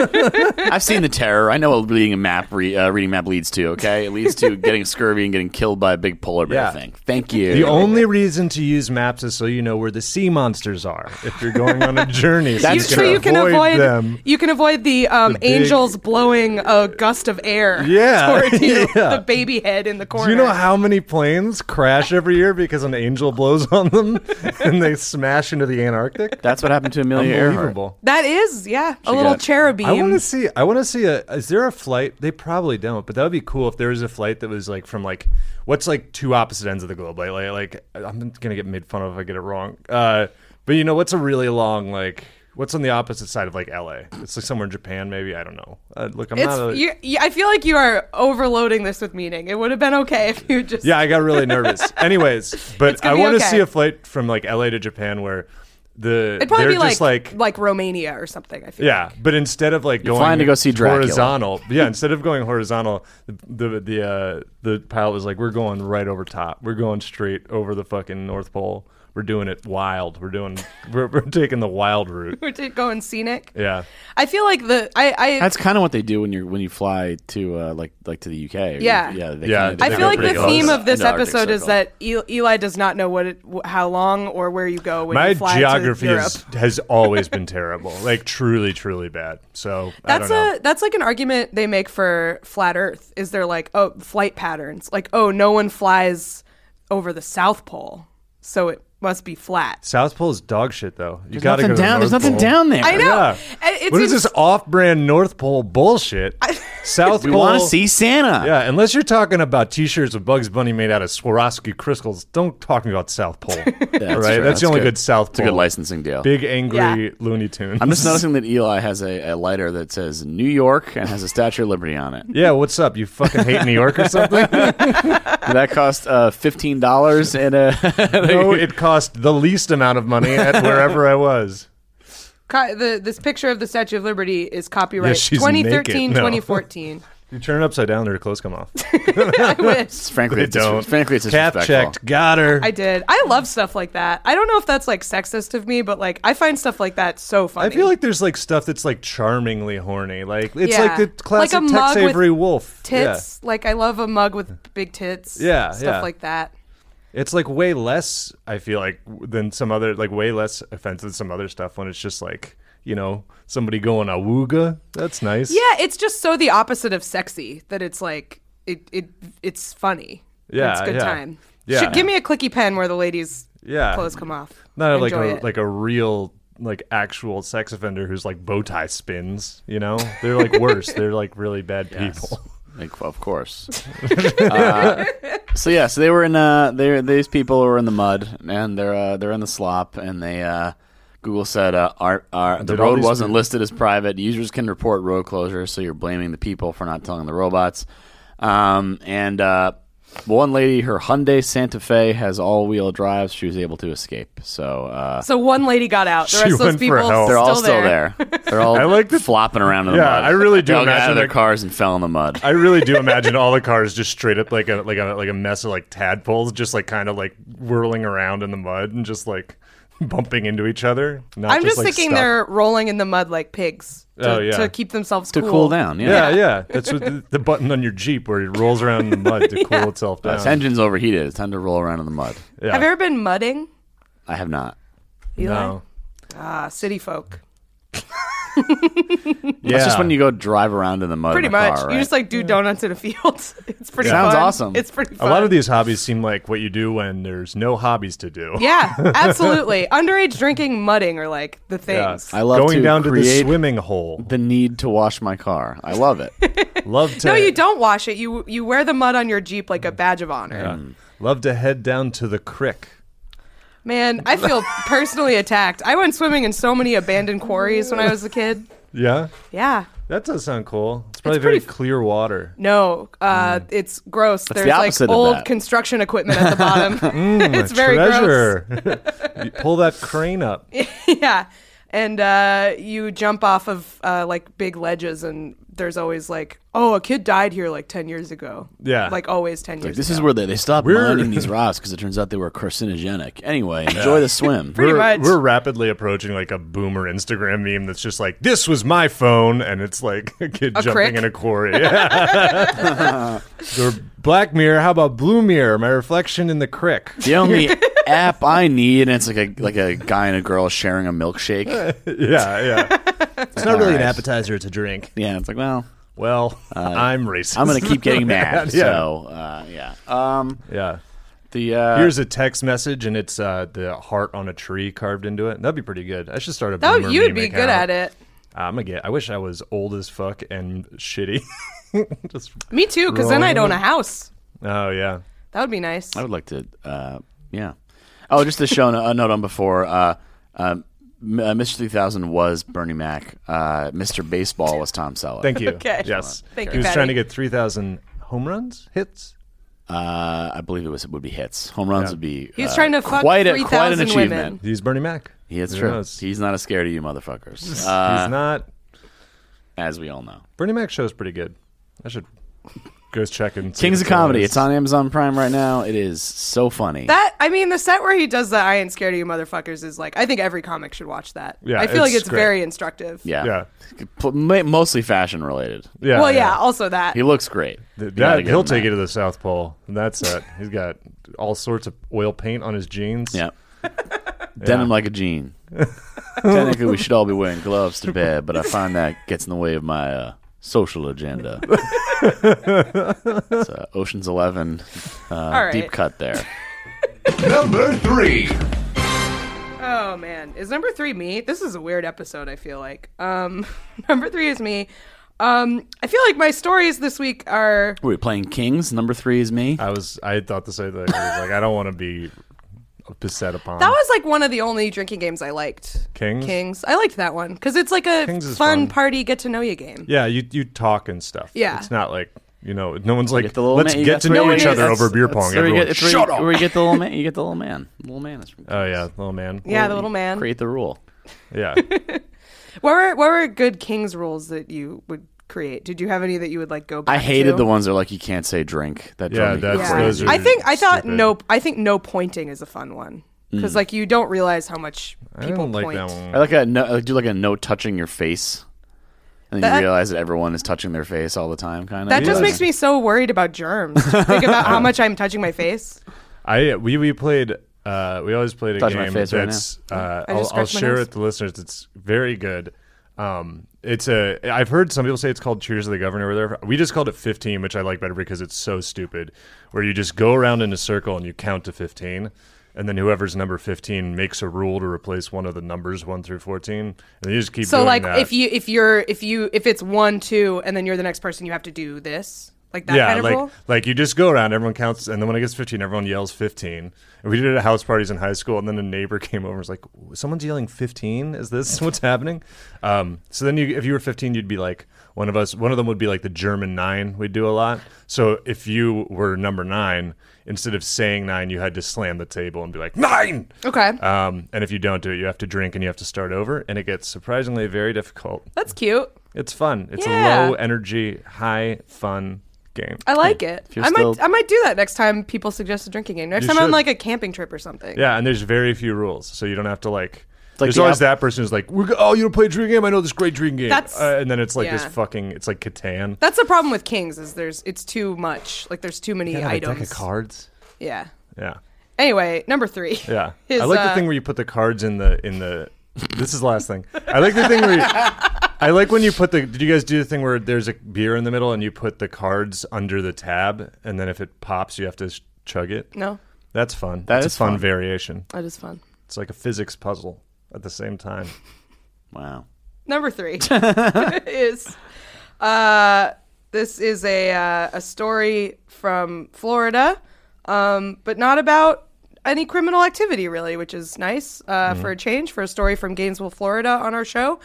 Speaker 1: I've seen the terror. I know what reading a map re- uh, reading a map leads to. Okay, it leads to getting scurvy and getting killed by a big polar bear
Speaker 3: Yeah.
Speaker 1: thing. Thank you.
Speaker 3: The only reason to use maps is so you know where the sea monsters are. are. If you're going on a journey, so
Speaker 1: That's
Speaker 3: you
Speaker 1: It's
Speaker 2: so
Speaker 3: can
Speaker 1: true.
Speaker 2: you can
Speaker 3: avoid,
Speaker 2: avoid
Speaker 3: them.
Speaker 2: you can avoid the um,
Speaker 3: big-
Speaker 2: angels blowing a gust of air
Speaker 3: Yeah,
Speaker 2: towards you,
Speaker 3: yeah.
Speaker 2: the baby head in the corner.
Speaker 3: Do you know how many planes crash every year because an angel blows on them and they smash into the Antarctic?
Speaker 1: That's what happened to Amelia Earhart.
Speaker 3: Unbelievable.
Speaker 2: that is? Yeah, a little
Speaker 1: got-
Speaker 2: cherubim.
Speaker 3: I want to see. I want to see a. Is there a flight? They probably don't, but that would be cool if there was a flight that was like from like what's like two opposite ends of the globe. Like like, like I'm gonna get made fun of if I get it wrong. Uh, but you know what's a really long like what's on the opposite side of like LA? It's like somewhere in Japan, maybe. I don't know. Uh, look, I'm
Speaker 2: it's,
Speaker 3: not. A,
Speaker 2: you, you- I feel like you are overloading this with meaning. It would have been okay if you just
Speaker 3: yeah, I got really nervous. Anyways, but
Speaker 2: gonna
Speaker 3: I
Speaker 2: be
Speaker 3: want to
Speaker 2: okay.
Speaker 3: see a flight from like LA to Japan where the
Speaker 2: It'd probably
Speaker 3: they're
Speaker 2: be
Speaker 3: just
Speaker 2: like,
Speaker 3: like
Speaker 2: like Romania or something. I feel.
Speaker 3: Yeah, but instead of like going
Speaker 1: flying to go see Dracula.
Speaker 3: horizontal, yeah, instead of going horizontal, the the the, uh, the pilot was like, "We're going right over top. We're going straight over the fucking North Pole. We're doing it wild. We're doing we're, we're taking the wild route."
Speaker 2: We're going scenic.
Speaker 3: Yeah,
Speaker 2: I feel like the I I,
Speaker 1: That's kind of what they do when you're when you fly to uh, like like to the UK.
Speaker 2: Yeah.
Speaker 1: yeah. They
Speaker 3: Yeah,
Speaker 1: kinda,
Speaker 3: I
Speaker 2: I
Speaker 1: they
Speaker 2: feel
Speaker 1: go
Speaker 2: like the
Speaker 1: pretty close
Speaker 2: theme of this
Speaker 1: into Arctic
Speaker 2: episode is
Speaker 1: Circle.
Speaker 2: that E- Eli does not know what it, wh- how long or where you go when
Speaker 3: my
Speaker 2: you fly
Speaker 3: geography
Speaker 2: to Europe.
Speaker 3: is, has always been terrible, like truly, truly bad. So I
Speaker 2: That's
Speaker 3: don't know.
Speaker 2: a that's like an argument they make for flat Earth. Is there like oh flight patterns? Like oh no one flies over the South Pole, so it must be flat.
Speaker 3: South Pole is dog shit, though. You
Speaker 1: There's
Speaker 3: gotta
Speaker 1: nothing
Speaker 3: go to the
Speaker 1: down. There's
Speaker 3: North
Speaker 1: nothing
Speaker 3: Pole.
Speaker 1: down there.
Speaker 2: I know.
Speaker 3: Yeah.
Speaker 2: And it's
Speaker 3: what is
Speaker 2: ins-
Speaker 3: this off-brand North Pole bullshit? South
Speaker 1: We
Speaker 3: Pole.
Speaker 1: want to see Santa.
Speaker 3: Yeah, unless you're talking about T-shirts with Bugs Bunny made out of Swarovski crystals, don't talk me about South Pole. All right,
Speaker 1: that's
Speaker 3: that's,
Speaker 1: true. That's
Speaker 3: the only
Speaker 1: good.
Speaker 3: good, South Pole.
Speaker 1: It's a good licensing deal.
Speaker 3: Big angry
Speaker 2: Yeah.
Speaker 3: Looney Tune.
Speaker 1: I'm just noticing that Eli has a, a lighter that says New York and has a Statue of Liberty on it.
Speaker 3: yeah, what's up? You fucking hate New York or something?
Speaker 1: Did that cost uh, fifteen dollars and a
Speaker 3: no, it cost the least amount of money at wherever I was.
Speaker 2: Ca- the, this picture of the Statue of Liberty is copyright
Speaker 3: she's
Speaker 2: 2013
Speaker 3: naked. No.
Speaker 2: 2014.
Speaker 3: You turn it upside down, their clothes come off.
Speaker 2: I wish
Speaker 1: frankly
Speaker 3: They
Speaker 1: it's dis-
Speaker 3: don't.
Speaker 1: frankly it's
Speaker 3: Cap
Speaker 1: disrespectful.
Speaker 3: checked, got her.
Speaker 2: I did. I love stuff like that. I don't know if that's like sexist of me, but like I find stuff like that so funny.
Speaker 3: I feel like there's like stuff that's like charmingly horny. Like it's
Speaker 2: Yeah.
Speaker 3: like the
Speaker 2: Like a
Speaker 3: classic Tex
Speaker 2: mug with
Speaker 3: Avery Wolf. Yeah.
Speaker 2: tits. Like I love a mug with big tits.
Speaker 3: Yeah,
Speaker 2: stuff
Speaker 3: yeah.
Speaker 2: like that.
Speaker 3: It's like way less. I feel like w- than some other, like way less offensive than some other stuff when it's just like you know somebody going a wooga. That's nice.
Speaker 2: Yeah, it's just so the opposite of sexy that it's like it it it's funny.
Speaker 3: Yeah,
Speaker 2: it's a good
Speaker 3: yeah.
Speaker 2: time.
Speaker 3: Yeah.
Speaker 2: Should- give me a clicky pen where the ladies'
Speaker 3: Yeah.
Speaker 2: clothes come off.
Speaker 3: not like
Speaker 2: Enjoy
Speaker 3: a
Speaker 2: it.
Speaker 3: like a real like actual sex offender who's like bow tie spins. You know, they're like worse. they're like really bad people.
Speaker 1: Like, of course. Uh, so yeah, so they were in. Uh, they these people were in the mud, and they're uh, they're in the slop, and they. Uh, Google said uh, our, our, the
Speaker 3: Did all
Speaker 1: road
Speaker 3: these
Speaker 1: wasn't
Speaker 3: people-
Speaker 1: listed as private. Users can report road closures, so you're blaming the people for not telling the robots. Um, and uh, one lady, her Hyundai Santa Fe has all-wheel drive. so She was able to escape. So uh,
Speaker 2: so one lady got out. The
Speaker 3: She
Speaker 2: rest of those
Speaker 3: went for
Speaker 2: people
Speaker 3: help.
Speaker 2: still
Speaker 1: they're
Speaker 2: there.
Speaker 1: all still there. They're all
Speaker 3: I like the-
Speaker 1: flopping around in the
Speaker 3: Yeah,
Speaker 1: mud.
Speaker 3: I really do
Speaker 1: They all got out
Speaker 3: imagine
Speaker 1: of their
Speaker 3: that-
Speaker 1: cars and fell in the mud.
Speaker 3: I really do imagine all the cars just straight up like a like a like a mess of like tadpoles, just like kind of like whirling around in the mud and just like bumping into each other. Not
Speaker 2: I'm
Speaker 3: just,
Speaker 2: just
Speaker 3: like,
Speaker 2: thinking
Speaker 3: stuck.
Speaker 2: they're rolling in the mud like pigs to,
Speaker 3: Oh, yeah.
Speaker 2: to keep themselves
Speaker 1: to
Speaker 2: cool.
Speaker 1: cool down. Yeah.
Speaker 3: Yeah, yeah. That's what the, the button on your Jeep where it rolls around in the mud to cool itself
Speaker 1: Uh, its
Speaker 3: down.
Speaker 1: engine's overheated. It's time to roll around in the mud.
Speaker 3: Yeah.
Speaker 2: Have you ever been mudding?
Speaker 1: I have not.
Speaker 2: Eli?
Speaker 3: No.
Speaker 2: Ah, city folk.
Speaker 3: Yeah.
Speaker 1: It's just when you go drive around in the mud.
Speaker 2: Pretty
Speaker 1: in a
Speaker 2: much.
Speaker 1: Car,
Speaker 2: You
Speaker 1: right?
Speaker 2: just like do donuts in a field. it's pretty
Speaker 1: Sounds
Speaker 2: fun.
Speaker 1: awesome.
Speaker 2: It's pretty
Speaker 3: a
Speaker 2: fun.
Speaker 3: lot of these hobbies seem like what you do when there's no hobbies to do.
Speaker 2: Yeah, absolutely. Underage drinking, mudding are like the things.
Speaker 1: I love
Speaker 3: going
Speaker 1: to
Speaker 3: down to the
Speaker 1: create
Speaker 3: swimming hole.
Speaker 1: the need to wash my car. I love it.
Speaker 3: Love to
Speaker 2: No, you don't wash it. You you wear the mud on your jeep like a badge of honor.
Speaker 3: love to head down to the crick.
Speaker 2: Man, I feel personally attacked. I went swimming in so many abandoned quarries when I was a kid.
Speaker 3: Yeah.
Speaker 2: Yeah.
Speaker 3: That does sound cool. It's probably very
Speaker 2: pretty f-
Speaker 3: clear water.
Speaker 2: No, uh, it's gross. There's
Speaker 1: Mm. the
Speaker 2: like
Speaker 1: opposite of
Speaker 2: old
Speaker 1: that. Mm,
Speaker 2: construction equipment at the bottom. it's very
Speaker 3: Treasure. You pull that crane up.
Speaker 2: gross. yeah. And uh, you jump off of uh, like big ledges, and there's always like, oh, a kid died here like 10 years ago.
Speaker 3: Yeah.
Speaker 2: Like always 10 years
Speaker 1: This
Speaker 2: ago.
Speaker 1: is where they, they stopped
Speaker 3: We're-
Speaker 1: mining these rocks because it turns out they were carcinogenic. Anyway, enjoy the swim.
Speaker 2: Pretty
Speaker 3: we're,
Speaker 2: much.
Speaker 3: we're rapidly approaching like a boomer Instagram meme that's just like, "This was my phone," and it's like a kid jumping
Speaker 2: crick?
Speaker 3: in a quarry. Yeah. Or Black Mirror. How about Blue Mirror? My reflection in the crick.
Speaker 1: The only app I need, and it's like a like a guy and a girl sharing a milkshake.
Speaker 3: yeah, yeah.
Speaker 6: It's not really an
Speaker 1: Alright.
Speaker 6: appetizer; it's a drink.
Speaker 1: Yeah, it's like well,
Speaker 3: Well, I'm racist.
Speaker 1: Uh, I'm gonna keep getting mad.
Speaker 3: Yeah.
Speaker 1: So uh, yeah, um,
Speaker 3: yeah.
Speaker 1: the uh,
Speaker 3: Here's a text message, and it's uh, the heart on a tree carved into it. That'd be pretty good. I should start a.
Speaker 2: Oh,
Speaker 3: boomer
Speaker 2: you'd
Speaker 3: meme
Speaker 2: be
Speaker 3: account.
Speaker 2: good at it.
Speaker 3: I'm gonna get. I wish I was old as fuck and shitty. Just
Speaker 2: Me too, because then I'd own
Speaker 3: Rolling.
Speaker 2: a house.
Speaker 3: oh yeah.
Speaker 2: That would be nice.
Speaker 1: I would like to. Uh, yeah. Oh, just to show a a note on before. Uh, uh, M- uh, Mr. 3000 was Bernie Mac. Uh, Mr. Baseball was Tom Selleck.
Speaker 3: Thank you.
Speaker 2: Okay.
Speaker 3: Yes.
Speaker 2: Thank you,
Speaker 3: He was
Speaker 2: Patty.
Speaker 3: trying to get three thousand home runs, hits.
Speaker 1: Uh, I believe it was it would be hits. Home runs would be.
Speaker 2: He was
Speaker 1: uh,
Speaker 2: trying to fuck
Speaker 1: quite a- quite an
Speaker 2: 3,000
Speaker 1: achievement.
Speaker 2: women.
Speaker 3: He's Bernie Mac.
Speaker 1: He is
Speaker 3: Who
Speaker 1: true.
Speaker 3: knows?
Speaker 1: He's not as scared of you motherfuckers,
Speaker 3: He's
Speaker 1: uh,
Speaker 3: not.
Speaker 1: as we all know.
Speaker 3: Bernie Mac show's pretty good. I should go check and. see
Speaker 1: Kings
Speaker 3: if
Speaker 1: of Comedy.
Speaker 3: is.
Speaker 1: It's on Amazon Prime right now. It is so funny.
Speaker 2: That I mean, the set where he does the "I ain't scared of you, motherfuckers" is like I think every comic should watch that.
Speaker 3: Yeah,
Speaker 2: I feel like
Speaker 3: it's
Speaker 2: it's
Speaker 3: great.
Speaker 2: very instructive.
Speaker 1: yeah.
Speaker 3: Yeah.
Speaker 1: P- ma- mostly fashion related.
Speaker 3: Yeah.
Speaker 2: well, yeah, Also that.
Speaker 1: He uh, looks great. You
Speaker 3: Th-
Speaker 1: gotta
Speaker 3: that-
Speaker 1: give
Speaker 3: he'll
Speaker 1: him
Speaker 3: take
Speaker 1: that.
Speaker 3: you to the South Pole. And that's it. He's got all sorts of oil paint on his jeans.
Speaker 1: Yeah. Denim like a jean. Technically, we should all be wearing gloves to bed, but I find that gets in the way of my uh, social agenda. it's uh, Ocean's Eleven uh,
Speaker 2: right.
Speaker 1: deep cut there.
Speaker 4: Number three.
Speaker 2: Oh man, is number three me? This is a weird episode. I feel like um, number three is me. Um, I feel like my stories this week are
Speaker 1: We're playing Kings. Number three is me.
Speaker 3: I was. I thought the same thing. I was like, I don't want to be beset upon.
Speaker 2: that was like one of the only drinking games I liked.
Speaker 3: Kings?
Speaker 2: Kings. I liked that one because it's like a
Speaker 3: Kings is
Speaker 2: fun,
Speaker 3: fun.
Speaker 2: party get to know you game.
Speaker 3: yeah, you you talk and stuff.
Speaker 2: Yeah.
Speaker 3: It's not like you know. No one's like.
Speaker 1: Get the little
Speaker 3: Let's
Speaker 1: man-
Speaker 3: get to
Speaker 1: that's
Speaker 3: know
Speaker 1: where
Speaker 3: each
Speaker 1: you-
Speaker 3: other
Speaker 1: that's-
Speaker 3: over beer
Speaker 1: that's
Speaker 3: pong.
Speaker 1: where you
Speaker 3: Everyone,
Speaker 1: get- it's where you-
Speaker 3: shut up.
Speaker 1: Where you get the little man? You get the little man. The little man is from.
Speaker 3: Oh yeah, little man.
Speaker 2: Yeah, the little man.
Speaker 1: Create the rule.
Speaker 3: Yeah.
Speaker 2: What were what were good Kings rules that you would create? Did you have any that you would like go back?
Speaker 1: I hated
Speaker 2: to?
Speaker 1: the ones that are like you can't say drink. That drove
Speaker 3: Yeah,
Speaker 1: me
Speaker 3: that's-
Speaker 2: Yeah.
Speaker 1: crazy.
Speaker 3: those are
Speaker 2: I think I thought
Speaker 3: stupid.
Speaker 2: no. I think no pointing is a fun one
Speaker 1: Mm.
Speaker 2: because like you don't realize how much
Speaker 3: I
Speaker 2: people
Speaker 3: don't like
Speaker 2: point.
Speaker 3: that one.
Speaker 1: I like a no, I do like a no touching your face, and then
Speaker 2: That-
Speaker 1: you realize that everyone is touching their face all the time. Kind of
Speaker 2: That just makes me so worried about germs. Think about how much I'm touching my face.
Speaker 3: I we we played. Uh, we always played a
Speaker 1: Touch my
Speaker 3: game
Speaker 1: face right
Speaker 3: that's. uh,
Speaker 2: I just
Speaker 3: I'll, I'll
Speaker 2: scratched my
Speaker 3: share
Speaker 2: nose.
Speaker 3: it to listeners. It's very good. Um, it's a. I've heard some people say it's called Cheers to the Governor or whatever. We just called it 15, which I like better because it's so stupid. Where you just go around in a circle and you count to 15, and then whoever's number 15 makes a rule to replace one of the numbers one through 14, and you just keep.
Speaker 2: So
Speaker 3: doing
Speaker 2: like
Speaker 3: that.
Speaker 2: if you if you're if you if it's one two and then you're the next person, you have to do this like that
Speaker 3: yeah,
Speaker 2: kind of
Speaker 3: like
Speaker 2: rule.
Speaker 3: like you just go around, everyone counts, and then when it gets fifteen, everyone yells fifteen. And we did it at house parties in high school, and then a neighbor came over and was like, "Someone's yelling fifteen. Is this what's happening?" Um, so then, you, if you were fifteen, you'd be like one of us. One of them would be like the German nine. We do a lot. So if you were number nine, instead of saying nine, you had to slam the table and be like nine.
Speaker 2: Okay,
Speaker 3: Um, and if you don't do it, you have to drink and you have to start over, and it gets surprisingly very difficult.
Speaker 2: that's cute.
Speaker 3: It's fun. It's
Speaker 2: Yeah.
Speaker 3: a low energy, high fun game.
Speaker 2: I like it.
Speaker 1: you're
Speaker 2: I
Speaker 1: still-
Speaker 2: might I might do that next time people suggest a drinking game. Next
Speaker 3: You
Speaker 2: time on
Speaker 3: should.
Speaker 2: like a camping trip or something.
Speaker 3: Yeah, and there's very few rules, so you don't have to like.
Speaker 1: like
Speaker 3: there's
Speaker 1: the
Speaker 3: always
Speaker 1: app-
Speaker 3: that person who's like, We're, go- "Oh, you don't play dream game? I know this great dream game."
Speaker 2: That's-
Speaker 3: uh, and then it's like this
Speaker 2: yeah.
Speaker 3: fucking. It's like Catan.
Speaker 2: That's the problem with Kings is there's it's too much. Like there's too many items.
Speaker 3: cards.
Speaker 2: Yeah.
Speaker 3: Yeah,
Speaker 2: Anyway, number three.
Speaker 3: yeah.
Speaker 2: His,
Speaker 3: I like
Speaker 2: uh,
Speaker 3: the thing where you put the cards in the in the. This is the last thing. I like the thing where. You, I like when you put the. Did you guys do the thing where there's a beer in the middle and you put the cards under the tab, and then if it pops, you have to sh- chug it?
Speaker 2: No,
Speaker 3: That's fun.
Speaker 1: That
Speaker 3: That's
Speaker 1: is
Speaker 3: a fun,
Speaker 1: fun.
Speaker 3: variation.
Speaker 2: that is fun.
Speaker 3: It's like a physics puzzle at the same time.
Speaker 1: Wow.
Speaker 2: Number three is uh, this is a uh, a story from Florida, um, but not about any criminal activity really, which is nice uh, for a change for a story from Gainesville, Florida, on our show.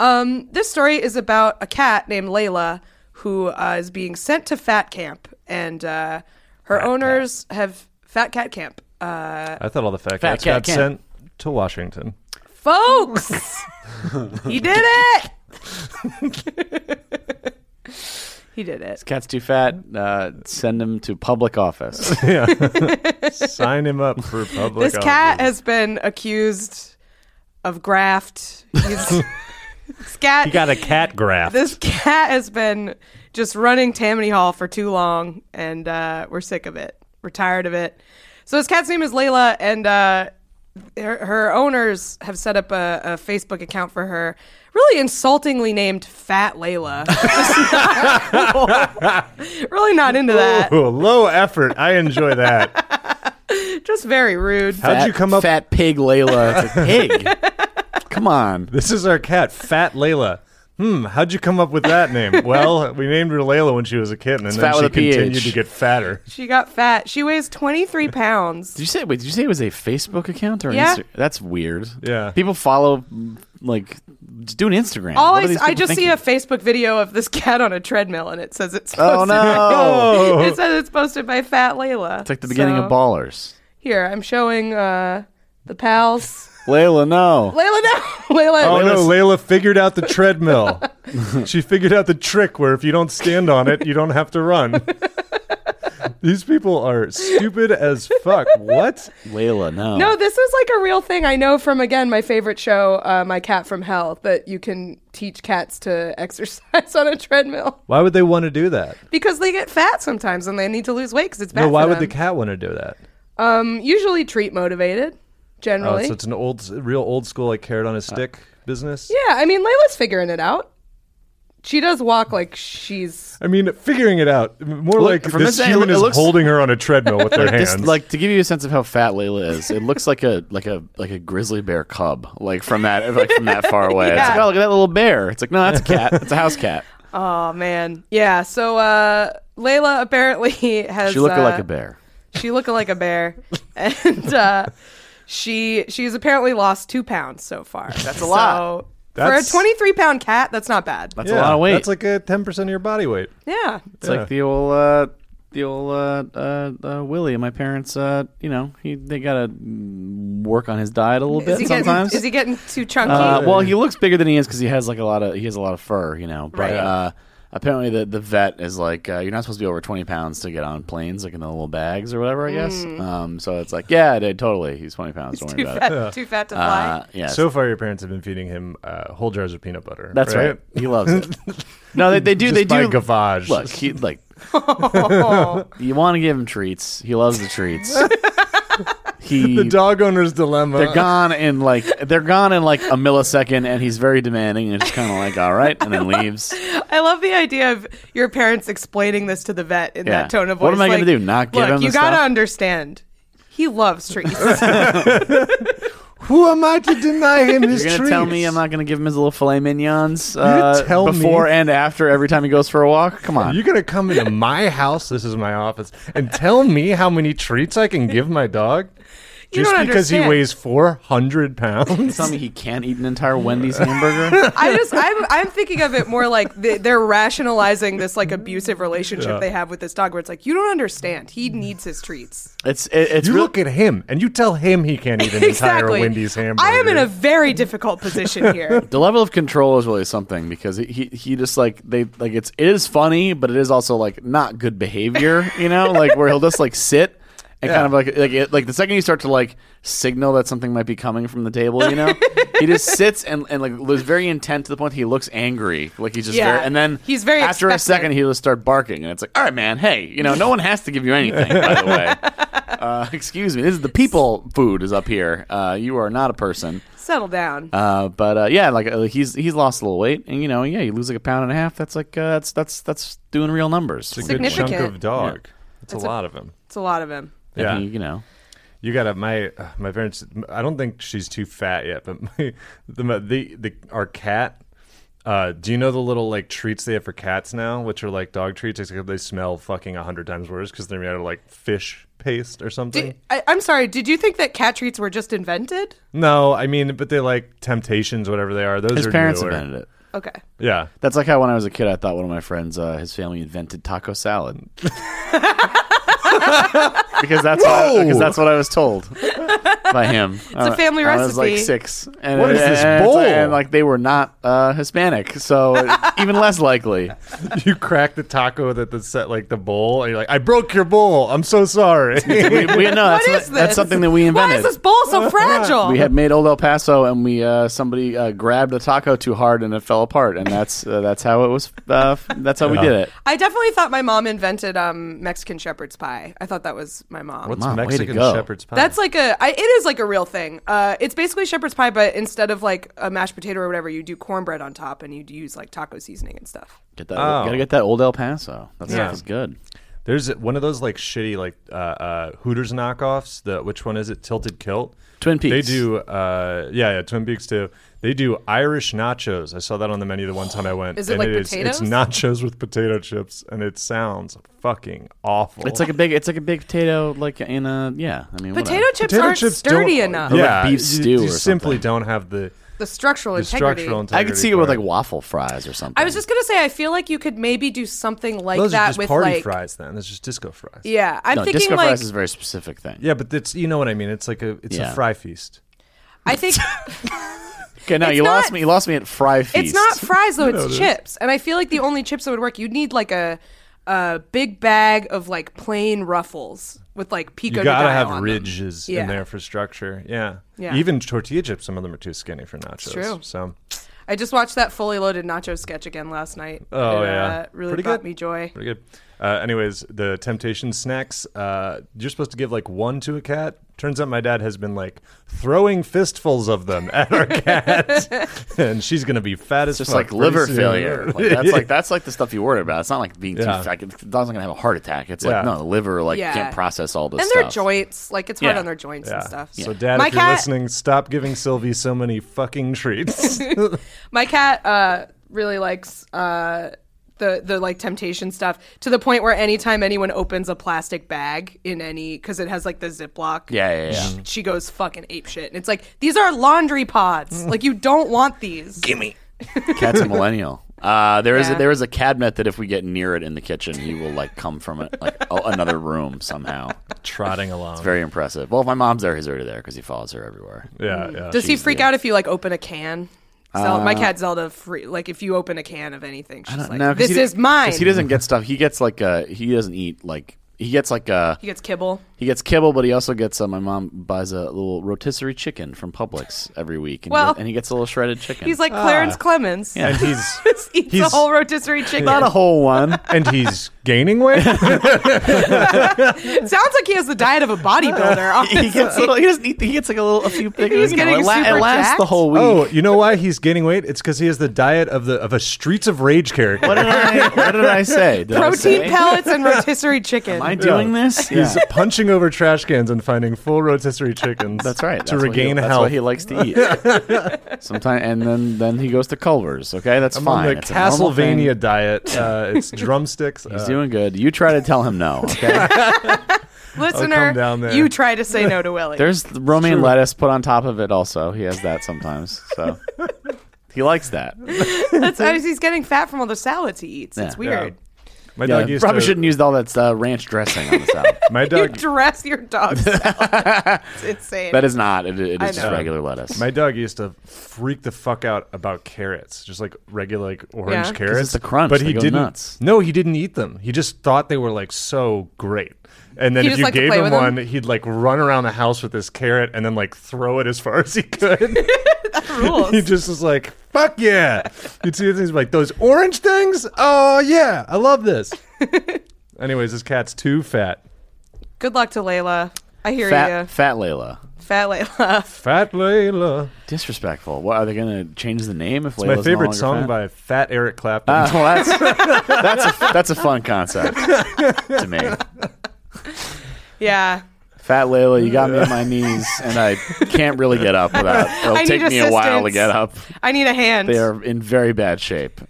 Speaker 2: Um, this story is about a cat named Layla who uh, is being sent to fat camp, and uh, her owners have fat cat camp.
Speaker 3: I thought all the fat, cats
Speaker 1: cat
Speaker 3: got
Speaker 1: can't.
Speaker 3: sent to Washington.
Speaker 2: folks. he did it. he did it.
Speaker 1: Cat's too fat. Uh, send him to public office.
Speaker 3: Sign him up for public.
Speaker 2: This cat has been accused of graft. He's, this cat.
Speaker 3: a cat graph.
Speaker 2: this cat has been just running Tammany Hall for too long, and uh, we're sick of it. We're tired of it. So his cat's name is Layla, and uh, her, her owners have set up a, a Facebook account for her, really insultingly named Fat Layla. Just not- really not into that.
Speaker 3: Ooh, low effort. I enjoy that.
Speaker 2: Just very rude.
Speaker 3: How'd you
Speaker 1: Fat-
Speaker 3: come up?
Speaker 1: Fat pig Layla. It's a pig. Come on.
Speaker 3: This is our cat, Fat Layla. Hmm, how'd you come up with that name? well, we named her Layla when she was a kitten, and then
Speaker 1: fat
Speaker 3: she
Speaker 1: with a PH.
Speaker 3: continued to get fatter.
Speaker 2: She got fat. She weighs 23 pounds.
Speaker 1: Did you say? Wait, did you say it was a Facebook account or an
Speaker 2: Yeah.
Speaker 1: Insta- That's weird.
Speaker 3: Yeah.
Speaker 1: People follow, like, just do an Instagram.
Speaker 2: All
Speaker 1: What
Speaker 2: I,
Speaker 1: are these
Speaker 2: I
Speaker 1: people
Speaker 2: just see
Speaker 1: thinking?
Speaker 2: a Facebook video of this cat on a treadmill, and it says it's
Speaker 1: Oh
Speaker 2: posted.
Speaker 1: no!
Speaker 3: Oh,
Speaker 2: It says it's posted by Fat Layla.
Speaker 1: It's like the beginning of Ballers.
Speaker 2: Here, I'm showing uh, the pals.
Speaker 1: Layla, no.
Speaker 2: Layla, no. Layla.
Speaker 3: Oh no,
Speaker 1: Layla's-
Speaker 3: Layla figured out the treadmill. she figured out the trick where if you don't stand on it, you don't have to run. These people are stupid as fuck. What?
Speaker 1: Layla, no.
Speaker 2: No, this is like a real thing I know from again my favorite show, uh, My Cat from Hell, that you can teach cats to exercise on a treadmill
Speaker 3: Why would they want to do that?
Speaker 2: because they get fat sometimes and they need to lose weight because it's bad.
Speaker 3: No, why
Speaker 2: for
Speaker 3: would the
Speaker 2: them.
Speaker 3: cat want to do that?
Speaker 2: Um, usually treat motivated,
Speaker 3: Oh,
Speaker 2: generally.
Speaker 3: so it's an old, real old school like carrot on a stick business.
Speaker 2: yeah, I mean Layla's figuring it out. She does walk like she's
Speaker 3: I mean, figuring it out. More
Speaker 1: Look,
Speaker 3: like
Speaker 1: from
Speaker 3: this
Speaker 1: this angle,
Speaker 3: human
Speaker 1: it
Speaker 3: is
Speaker 1: looks-
Speaker 3: holding her on a treadmill with their
Speaker 1: This-
Speaker 3: hands.
Speaker 1: like to give you a sense of how fat Layla is, it looks like a like a like a grizzly bear cub, like from that like from that far away. It's like,
Speaker 2: Yeah.
Speaker 1: oh, look at that little bear. It's like, no, that's a cat. It's a house cat.
Speaker 2: oh man yeah. So uh, Layla apparently has
Speaker 1: She looked
Speaker 2: uh,
Speaker 1: like a bear.
Speaker 2: She looking like a bear, and uh, she she's apparently lost two pounds so far. That's a
Speaker 1: lot.
Speaker 2: So
Speaker 3: That's-
Speaker 2: for a 23 pound cat, that's not bad.
Speaker 1: That's a lot of weight.
Speaker 3: That's like a ten percent of your body weight.
Speaker 2: yeah,
Speaker 1: it's like the old uh, the old uh, uh, uh, Willie. My parents, uh, you know, he they gotta mm, work on his diet a little
Speaker 2: is
Speaker 1: bit
Speaker 2: he getting
Speaker 1: sometimes.
Speaker 2: is he getting too chunky?
Speaker 1: Uh, well, he looks bigger than he is because he has like a lot of he has a lot of fur, you know. But
Speaker 2: Right.
Speaker 1: uh, apparently, the the vet is like, uh, you're not supposed to be over 20 pounds to get on planes, like in the little bags or whatever. I guess. Um, so it's like, yeah, dude, totally, he's 20 pounds. Don't worry
Speaker 2: Mm. too
Speaker 1: about
Speaker 2: fat,
Speaker 1: it.
Speaker 2: too fat to fly.
Speaker 1: Uh, yeah.
Speaker 3: So far, your parents have been feeding him uh, whole jars of peanut butter.
Speaker 1: that's right. He loves it. no, they, they do.
Speaker 3: Just
Speaker 1: they
Speaker 3: by
Speaker 1: do.
Speaker 3: gavage.
Speaker 1: Look, he like. you want to give him treats. He loves the treats. he
Speaker 3: The dog owner's dilemma.
Speaker 1: They're gone in like they're gone in like a millisecond, and he's very demanding, and it's kind of like all right, and then leaves.
Speaker 2: I love the idea of your parents explaining this to the vet in
Speaker 1: Yeah.
Speaker 2: that tone of voice.
Speaker 1: What am I
Speaker 2: like,
Speaker 1: gonna do, not give
Speaker 2: look,
Speaker 1: him
Speaker 2: You
Speaker 1: the
Speaker 2: gotta
Speaker 1: stuff?
Speaker 2: understand. He loves treats.
Speaker 3: Who am I to deny him his
Speaker 1: You're gonna tell me I'm not gonna give him his little filet mignons uh,
Speaker 3: tell me-
Speaker 1: before and after every time he goes for a walk? Come on,
Speaker 3: You're gonna come into my house. This is my office, and tell me how many treats I can give my dog.
Speaker 2: You
Speaker 3: just
Speaker 2: don't
Speaker 3: because he
Speaker 2: understand.
Speaker 3: weighs 400 pounds.
Speaker 1: tell me he can't eat an entire Wendy's hamburger.
Speaker 2: I just I'm I'm thinking of it more like they, they're rationalizing this like abusive relationship they have with this dog, where it's like you don't understand. He needs his treats.
Speaker 1: It's it, it's
Speaker 3: You
Speaker 1: real-
Speaker 3: look at him and you tell him he can't eat an entire Wendy's hamburger.
Speaker 2: I am in a very difficult position here.
Speaker 1: the level of control is really something because he, he he just like they like it's it is funny, but it is also like not good behavior. You know, like where he'll just like sit. And kind of like like it, like the second you start to like signal that something might be coming from the table, you know, he just sits and, and like was very intent to the point he looks angry, like he's just
Speaker 2: Yeah.
Speaker 1: very, and then
Speaker 2: He's very
Speaker 1: after a
Speaker 2: expectant.
Speaker 1: second he'll just start barking and it's like all right man hey you know no one has to give you anything by the way uh, excuse me this is the people food is up here uh, you are not a person
Speaker 2: Settle down.
Speaker 1: uh, but uh, yeah, like uh, he's he's lost a little weight, and you know, yeah, you lose like a pound and a half. That's like uh, that's that's that's doing real numbers.
Speaker 3: It's a good
Speaker 2: Significant.
Speaker 3: chunk of dog. It's, a lot of him.
Speaker 2: It's a lot of him.
Speaker 1: And
Speaker 3: Yeah.
Speaker 1: he, you know,
Speaker 3: You gotta my uh, my parents. I don't think she's too fat yet, but my, the the the our cat. Uh, do you know the little like treats they have for cats now, which are like dog treats, except they smell fucking a hundred times worse because they're made out of like fish paste or something.
Speaker 2: Did, I, I'm sorry. Did you think that cat treats were just invented?
Speaker 3: no, I mean, but they like Temptations, whatever they are. Those
Speaker 1: his
Speaker 3: are
Speaker 1: parents
Speaker 3: newer.
Speaker 1: invented it.
Speaker 2: Okay.
Speaker 3: Yeah,
Speaker 1: That's like how when I was a kid, I thought one of my friends, uh, his family invented taco salad. because that's what I, because that's what I was told. by him. It's
Speaker 2: a family
Speaker 1: I was like
Speaker 2: recipe.
Speaker 1: six. And,
Speaker 3: What is this
Speaker 1: and, it's like-
Speaker 3: bowl?
Speaker 1: And like they were not uh, Hispanic, so even less likely.
Speaker 3: you crack the taco that the set like the bowl, and you're like, "I broke your bowl. I'm so sorry."
Speaker 1: We, we, no, that's,
Speaker 2: What is this?
Speaker 1: that's something that we
Speaker 2: Why
Speaker 1: invented.
Speaker 2: is this bowl so fragile?
Speaker 1: we had made Old El Paso, and we uh, somebody uh, grabbed a taco too hard, and it fell apart. And that's uh, that's how it was. Uh, f- that's how we did it.
Speaker 2: I definitely thought my mom invented um, Mexican shepherd's pie. I thought that was my mom.
Speaker 3: What's
Speaker 1: Mom, way to
Speaker 3: Mexican
Speaker 1: go.
Speaker 3: shepherd's pie?
Speaker 2: That's like a, I, it is like a real thing. Uh, it's basically shepherd's pie, but instead of like a mashed potato or whatever, you do cornbread on top and you'd use like taco seasoning and stuff.
Speaker 1: Get that,
Speaker 3: Oh.
Speaker 1: Gotta get that Old El Paso. That
Speaker 3: Yeah.
Speaker 1: stuff is good.
Speaker 3: There's one of those like shitty like uh, uh, Hooters knockoffs. The which one is it? Tilted Kilt.
Speaker 1: Twin Peaks.
Speaker 3: They do. Uh, yeah, yeah, Twin Peaks too. They do Irish nachos. I saw that on the menu the one time I went.
Speaker 2: Is it
Speaker 3: and
Speaker 2: like
Speaker 3: is- It's
Speaker 2: potatoes?
Speaker 3: nachos with potato chips, and it sounds fucking awful.
Speaker 1: It's like a big. It's like a big potato. Like in a yeah. I mean,
Speaker 2: Potato
Speaker 1: whatever.
Speaker 2: chips
Speaker 3: Potato
Speaker 2: aren't
Speaker 3: chips
Speaker 2: sturdy
Speaker 3: don't-
Speaker 2: enough.
Speaker 1: like
Speaker 3: Yeah,
Speaker 1: beef
Speaker 3: you-
Speaker 1: stew
Speaker 3: You,
Speaker 1: or
Speaker 3: simply
Speaker 1: something.
Speaker 3: don't have the,
Speaker 2: The structural
Speaker 3: the
Speaker 2: integrity.
Speaker 3: structural
Speaker 1: I
Speaker 3: integrity.
Speaker 1: could see it with
Speaker 3: for
Speaker 1: like waffle fries or something.
Speaker 2: I was just gonna say, I feel like you could maybe do something like
Speaker 3: Those
Speaker 2: that
Speaker 3: are just
Speaker 2: with
Speaker 3: party
Speaker 2: like,
Speaker 3: fries. Then it's just disco fries.
Speaker 2: yeah. I'm
Speaker 1: no.
Speaker 2: thinking
Speaker 1: Disco
Speaker 2: like,
Speaker 1: fries is a very specific thing.
Speaker 3: Yeah, but it's you know what I mean. It's like a it's
Speaker 1: Yeah.
Speaker 3: a fry feast.
Speaker 2: I think
Speaker 1: Okay, no,
Speaker 2: It's
Speaker 1: you lost
Speaker 2: not-
Speaker 1: me. You lost me at fry feast.
Speaker 2: it's not fries though; it's chips. And I feel like the only chips that would work, you'd need like a a big bag of like plain ruffles with like pico.
Speaker 3: You
Speaker 2: de
Speaker 3: gotta
Speaker 2: gallo on
Speaker 3: have
Speaker 2: them.
Speaker 3: ridges
Speaker 2: Yeah.
Speaker 3: in there for structure. Yeah.
Speaker 2: Yeah.
Speaker 3: Even tortilla chips, some of them are too skinny for nachos.
Speaker 2: true.
Speaker 3: So
Speaker 2: I just watched that fully loaded nacho sketch again last night.
Speaker 3: Oh,
Speaker 2: It,
Speaker 3: yeah.
Speaker 2: uh, really
Speaker 3: Pretty
Speaker 2: brought
Speaker 3: good.
Speaker 2: me joy.
Speaker 3: pretty good. Uh, anyways, the temptation snacks. Uh, you're supposed to give like one to a cat. Turns out my dad has been like throwing fistfuls of them at our cat, and she's gonna be fat as
Speaker 1: It's just
Speaker 3: fuck
Speaker 1: like
Speaker 3: pretty
Speaker 1: liver
Speaker 3: soon.
Speaker 1: failure. Like, that's like that's like the stuff you worry about. It's not like being
Speaker 3: Yeah.
Speaker 1: too fat. It's not gonna have a heart attack. It's
Speaker 3: Yeah.
Speaker 1: like no, the liver like
Speaker 2: Yeah.
Speaker 1: can't process all this
Speaker 2: And
Speaker 1: stuff.
Speaker 2: their joints, like it's hard
Speaker 1: Yeah.
Speaker 2: on their joints
Speaker 3: Yeah.
Speaker 2: and stuff.
Speaker 3: So, Dad,
Speaker 2: my
Speaker 3: if you're
Speaker 2: cat,
Speaker 3: listening, stop giving Sylvie so many fucking treats.
Speaker 2: My cat uh, really likes uh, the the like temptation stuff to the point where anytime anyone opens a plastic bag in any because it has like the Ziploc,
Speaker 1: Yeah, yeah, yeah.
Speaker 2: sh- she goes fucking ape shit, and it's like these are laundry pods. like you don't want these.
Speaker 1: Cat's a millennial. Uh, there is
Speaker 2: Yeah.
Speaker 1: a, there is a cabinet that if we get near it in the kitchen, he will like come from it like a, another room somehow.
Speaker 3: Trotting along.
Speaker 1: Very impressive. Well, if my mom's there, he's already there because he follows her everywhere.
Speaker 3: yeah, yeah.
Speaker 2: Does he freak out if you like open a can? Zel-
Speaker 1: Uh,
Speaker 2: my cat Zelda, free- like if you open a can of anything, she's like,
Speaker 1: No, 'cause
Speaker 2: "This
Speaker 1: he-
Speaker 2: is mine."
Speaker 1: 'cause He doesn't get stuff. He gets like uh, he doesn't eat like he gets like uh,
Speaker 2: He gets kibble.
Speaker 1: He gets kibble, but he also gets. Uh, my mom buys a little rotisserie chicken from Publix every week, and,
Speaker 2: Well-
Speaker 1: he, and Ah. he gets a little shredded chicken.
Speaker 2: He's like Clarence Clemens.
Speaker 3: And he's
Speaker 2: Just eats a
Speaker 3: He's-
Speaker 2: whole rotisserie chicken.
Speaker 1: not a whole one.
Speaker 3: and he's gaining weight.
Speaker 2: Sounds like he has the diet of a bodybuilder. honestly.
Speaker 1: he gets little, he doesn't eat. He gets like a little a few. Things,
Speaker 2: was
Speaker 1: you know,
Speaker 2: getting
Speaker 1: it, la-
Speaker 2: super
Speaker 1: it lasts the
Speaker 2: jacked?
Speaker 1: whole week.
Speaker 3: Oh, you know why he's gaining weight? It's because he has the diet of the of a Streets of Rage character.
Speaker 1: What did I? What did I say? Did I
Speaker 2: Protein
Speaker 1: say-
Speaker 2: pellets and rotisserie chicken.
Speaker 1: Am I doing this?
Speaker 3: He's
Speaker 1: Yeah.
Speaker 3: punching over trash cans and finding full rotisserie chickens.
Speaker 1: That's right.
Speaker 3: To
Speaker 1: That's what he-
Speaker 3: regain
Speaker 1: that's
Speaker 3: health.
Speaker 1: what he likes to eat. Sometimes, and then then he goes to Culver's. Okay, that's
Speaker 3: I'm
Speaker 1: fine.
Speaker 3: on the
Speaker 1: It's a normal thing.
Speaker 3: Castlevania diet. Uh, it's drumsticks.
Speaker 1: He's
Speaker 3: uh,
Speaker 1: doing good. You try to tell him no. Okay. Oh,
Speaker 2: Listener,
Speaker 3: down there.
Speaker 2: you try to say no to Willie.
Speaker 1: There's the romaine lettuce put on top of it. Also, he has that sometimes. So he likes that.
Speaker 2: That's how he's getting fat from all the salads he eats. It's
Speaker 1: Yeah.
Speaker 2: weird.
Speaker 3: my
Speaker 1: Yeah,
Speaker 3: dog used
Speaker 1: probably
Speaker 3: to,
Speaker 1: shouldn't use all that uh, ranch dressing on the salad.
Speaker 3: My
Speaker 2: You
Speaker 3: dog.
Speaker 2: dress your dog's salad. It's insane.
Speaker 1: that is not. It, it
Speaker 2: I
Speaker 1: is just
Speaker 2: know.
Speaker 1: regular lettuce.
Speaker 3: My dog used to freak the fuck out about carrots, just like regular like orange
Speaker 2: Yeah. 'Cause
Speaker 3: carrots.
Speaker 1: it's the crunch,
Speaker 3: But
Speaker 1: they
Speaker 3: he
Speaker 1: go
Speaker 3: didn't.
Speaker 1: nuts.
Speaker 3: No, he didn't eat them. He just thought they were like so great. And then
Speaker 2: He just
Speaker 3: if you
Speaker 2: liked to
Speaker 3: gave
Speaker 2: play
Speaker 3: him
Speaker 2: with 'em?
Speaker 3: one, he'd like run around the house with this carrot and then like throw it as far as he could.
Speaker 2: rules.
Speaker 3: he just was like, "Fuck yeah!" You'd see things like those orange things. Oh yeah, I love this. Anyways, this cat's too fat.
Speaker 2: Good luck to Layla. I hear
Speaker 1: fat,
Speaker 2: you.
Speaker 1: fat Layla.
Speaker 2: Fat Layla.
Speaker 3: Fat Layla.
Speaker 1: Disrespectful. What are they going to change the name if Layla's
Speaker 3: My
Speaker 1: no
Speaker 3: favorite
Speaker 1: longer
Speaker 3: song
Speaker 1: fat?
Speaker 3: by Fat Eric Clapton.
Speaker 1: Ah, well, that's that's a, that's a fun concept to me.
Speaker 2: Yeah.
Speaker 1: Fat Layla, you got me on my knees, and I can't really get up without. It'll
Speaker 2: I
Speaker 1: take
Speaker 2: need
Speaker 1: me a while to
Speaker 2: assistance.
Speaker 1: get up.
Speaker 2: I need a hand.
Speaker 1: They are in very bad shape.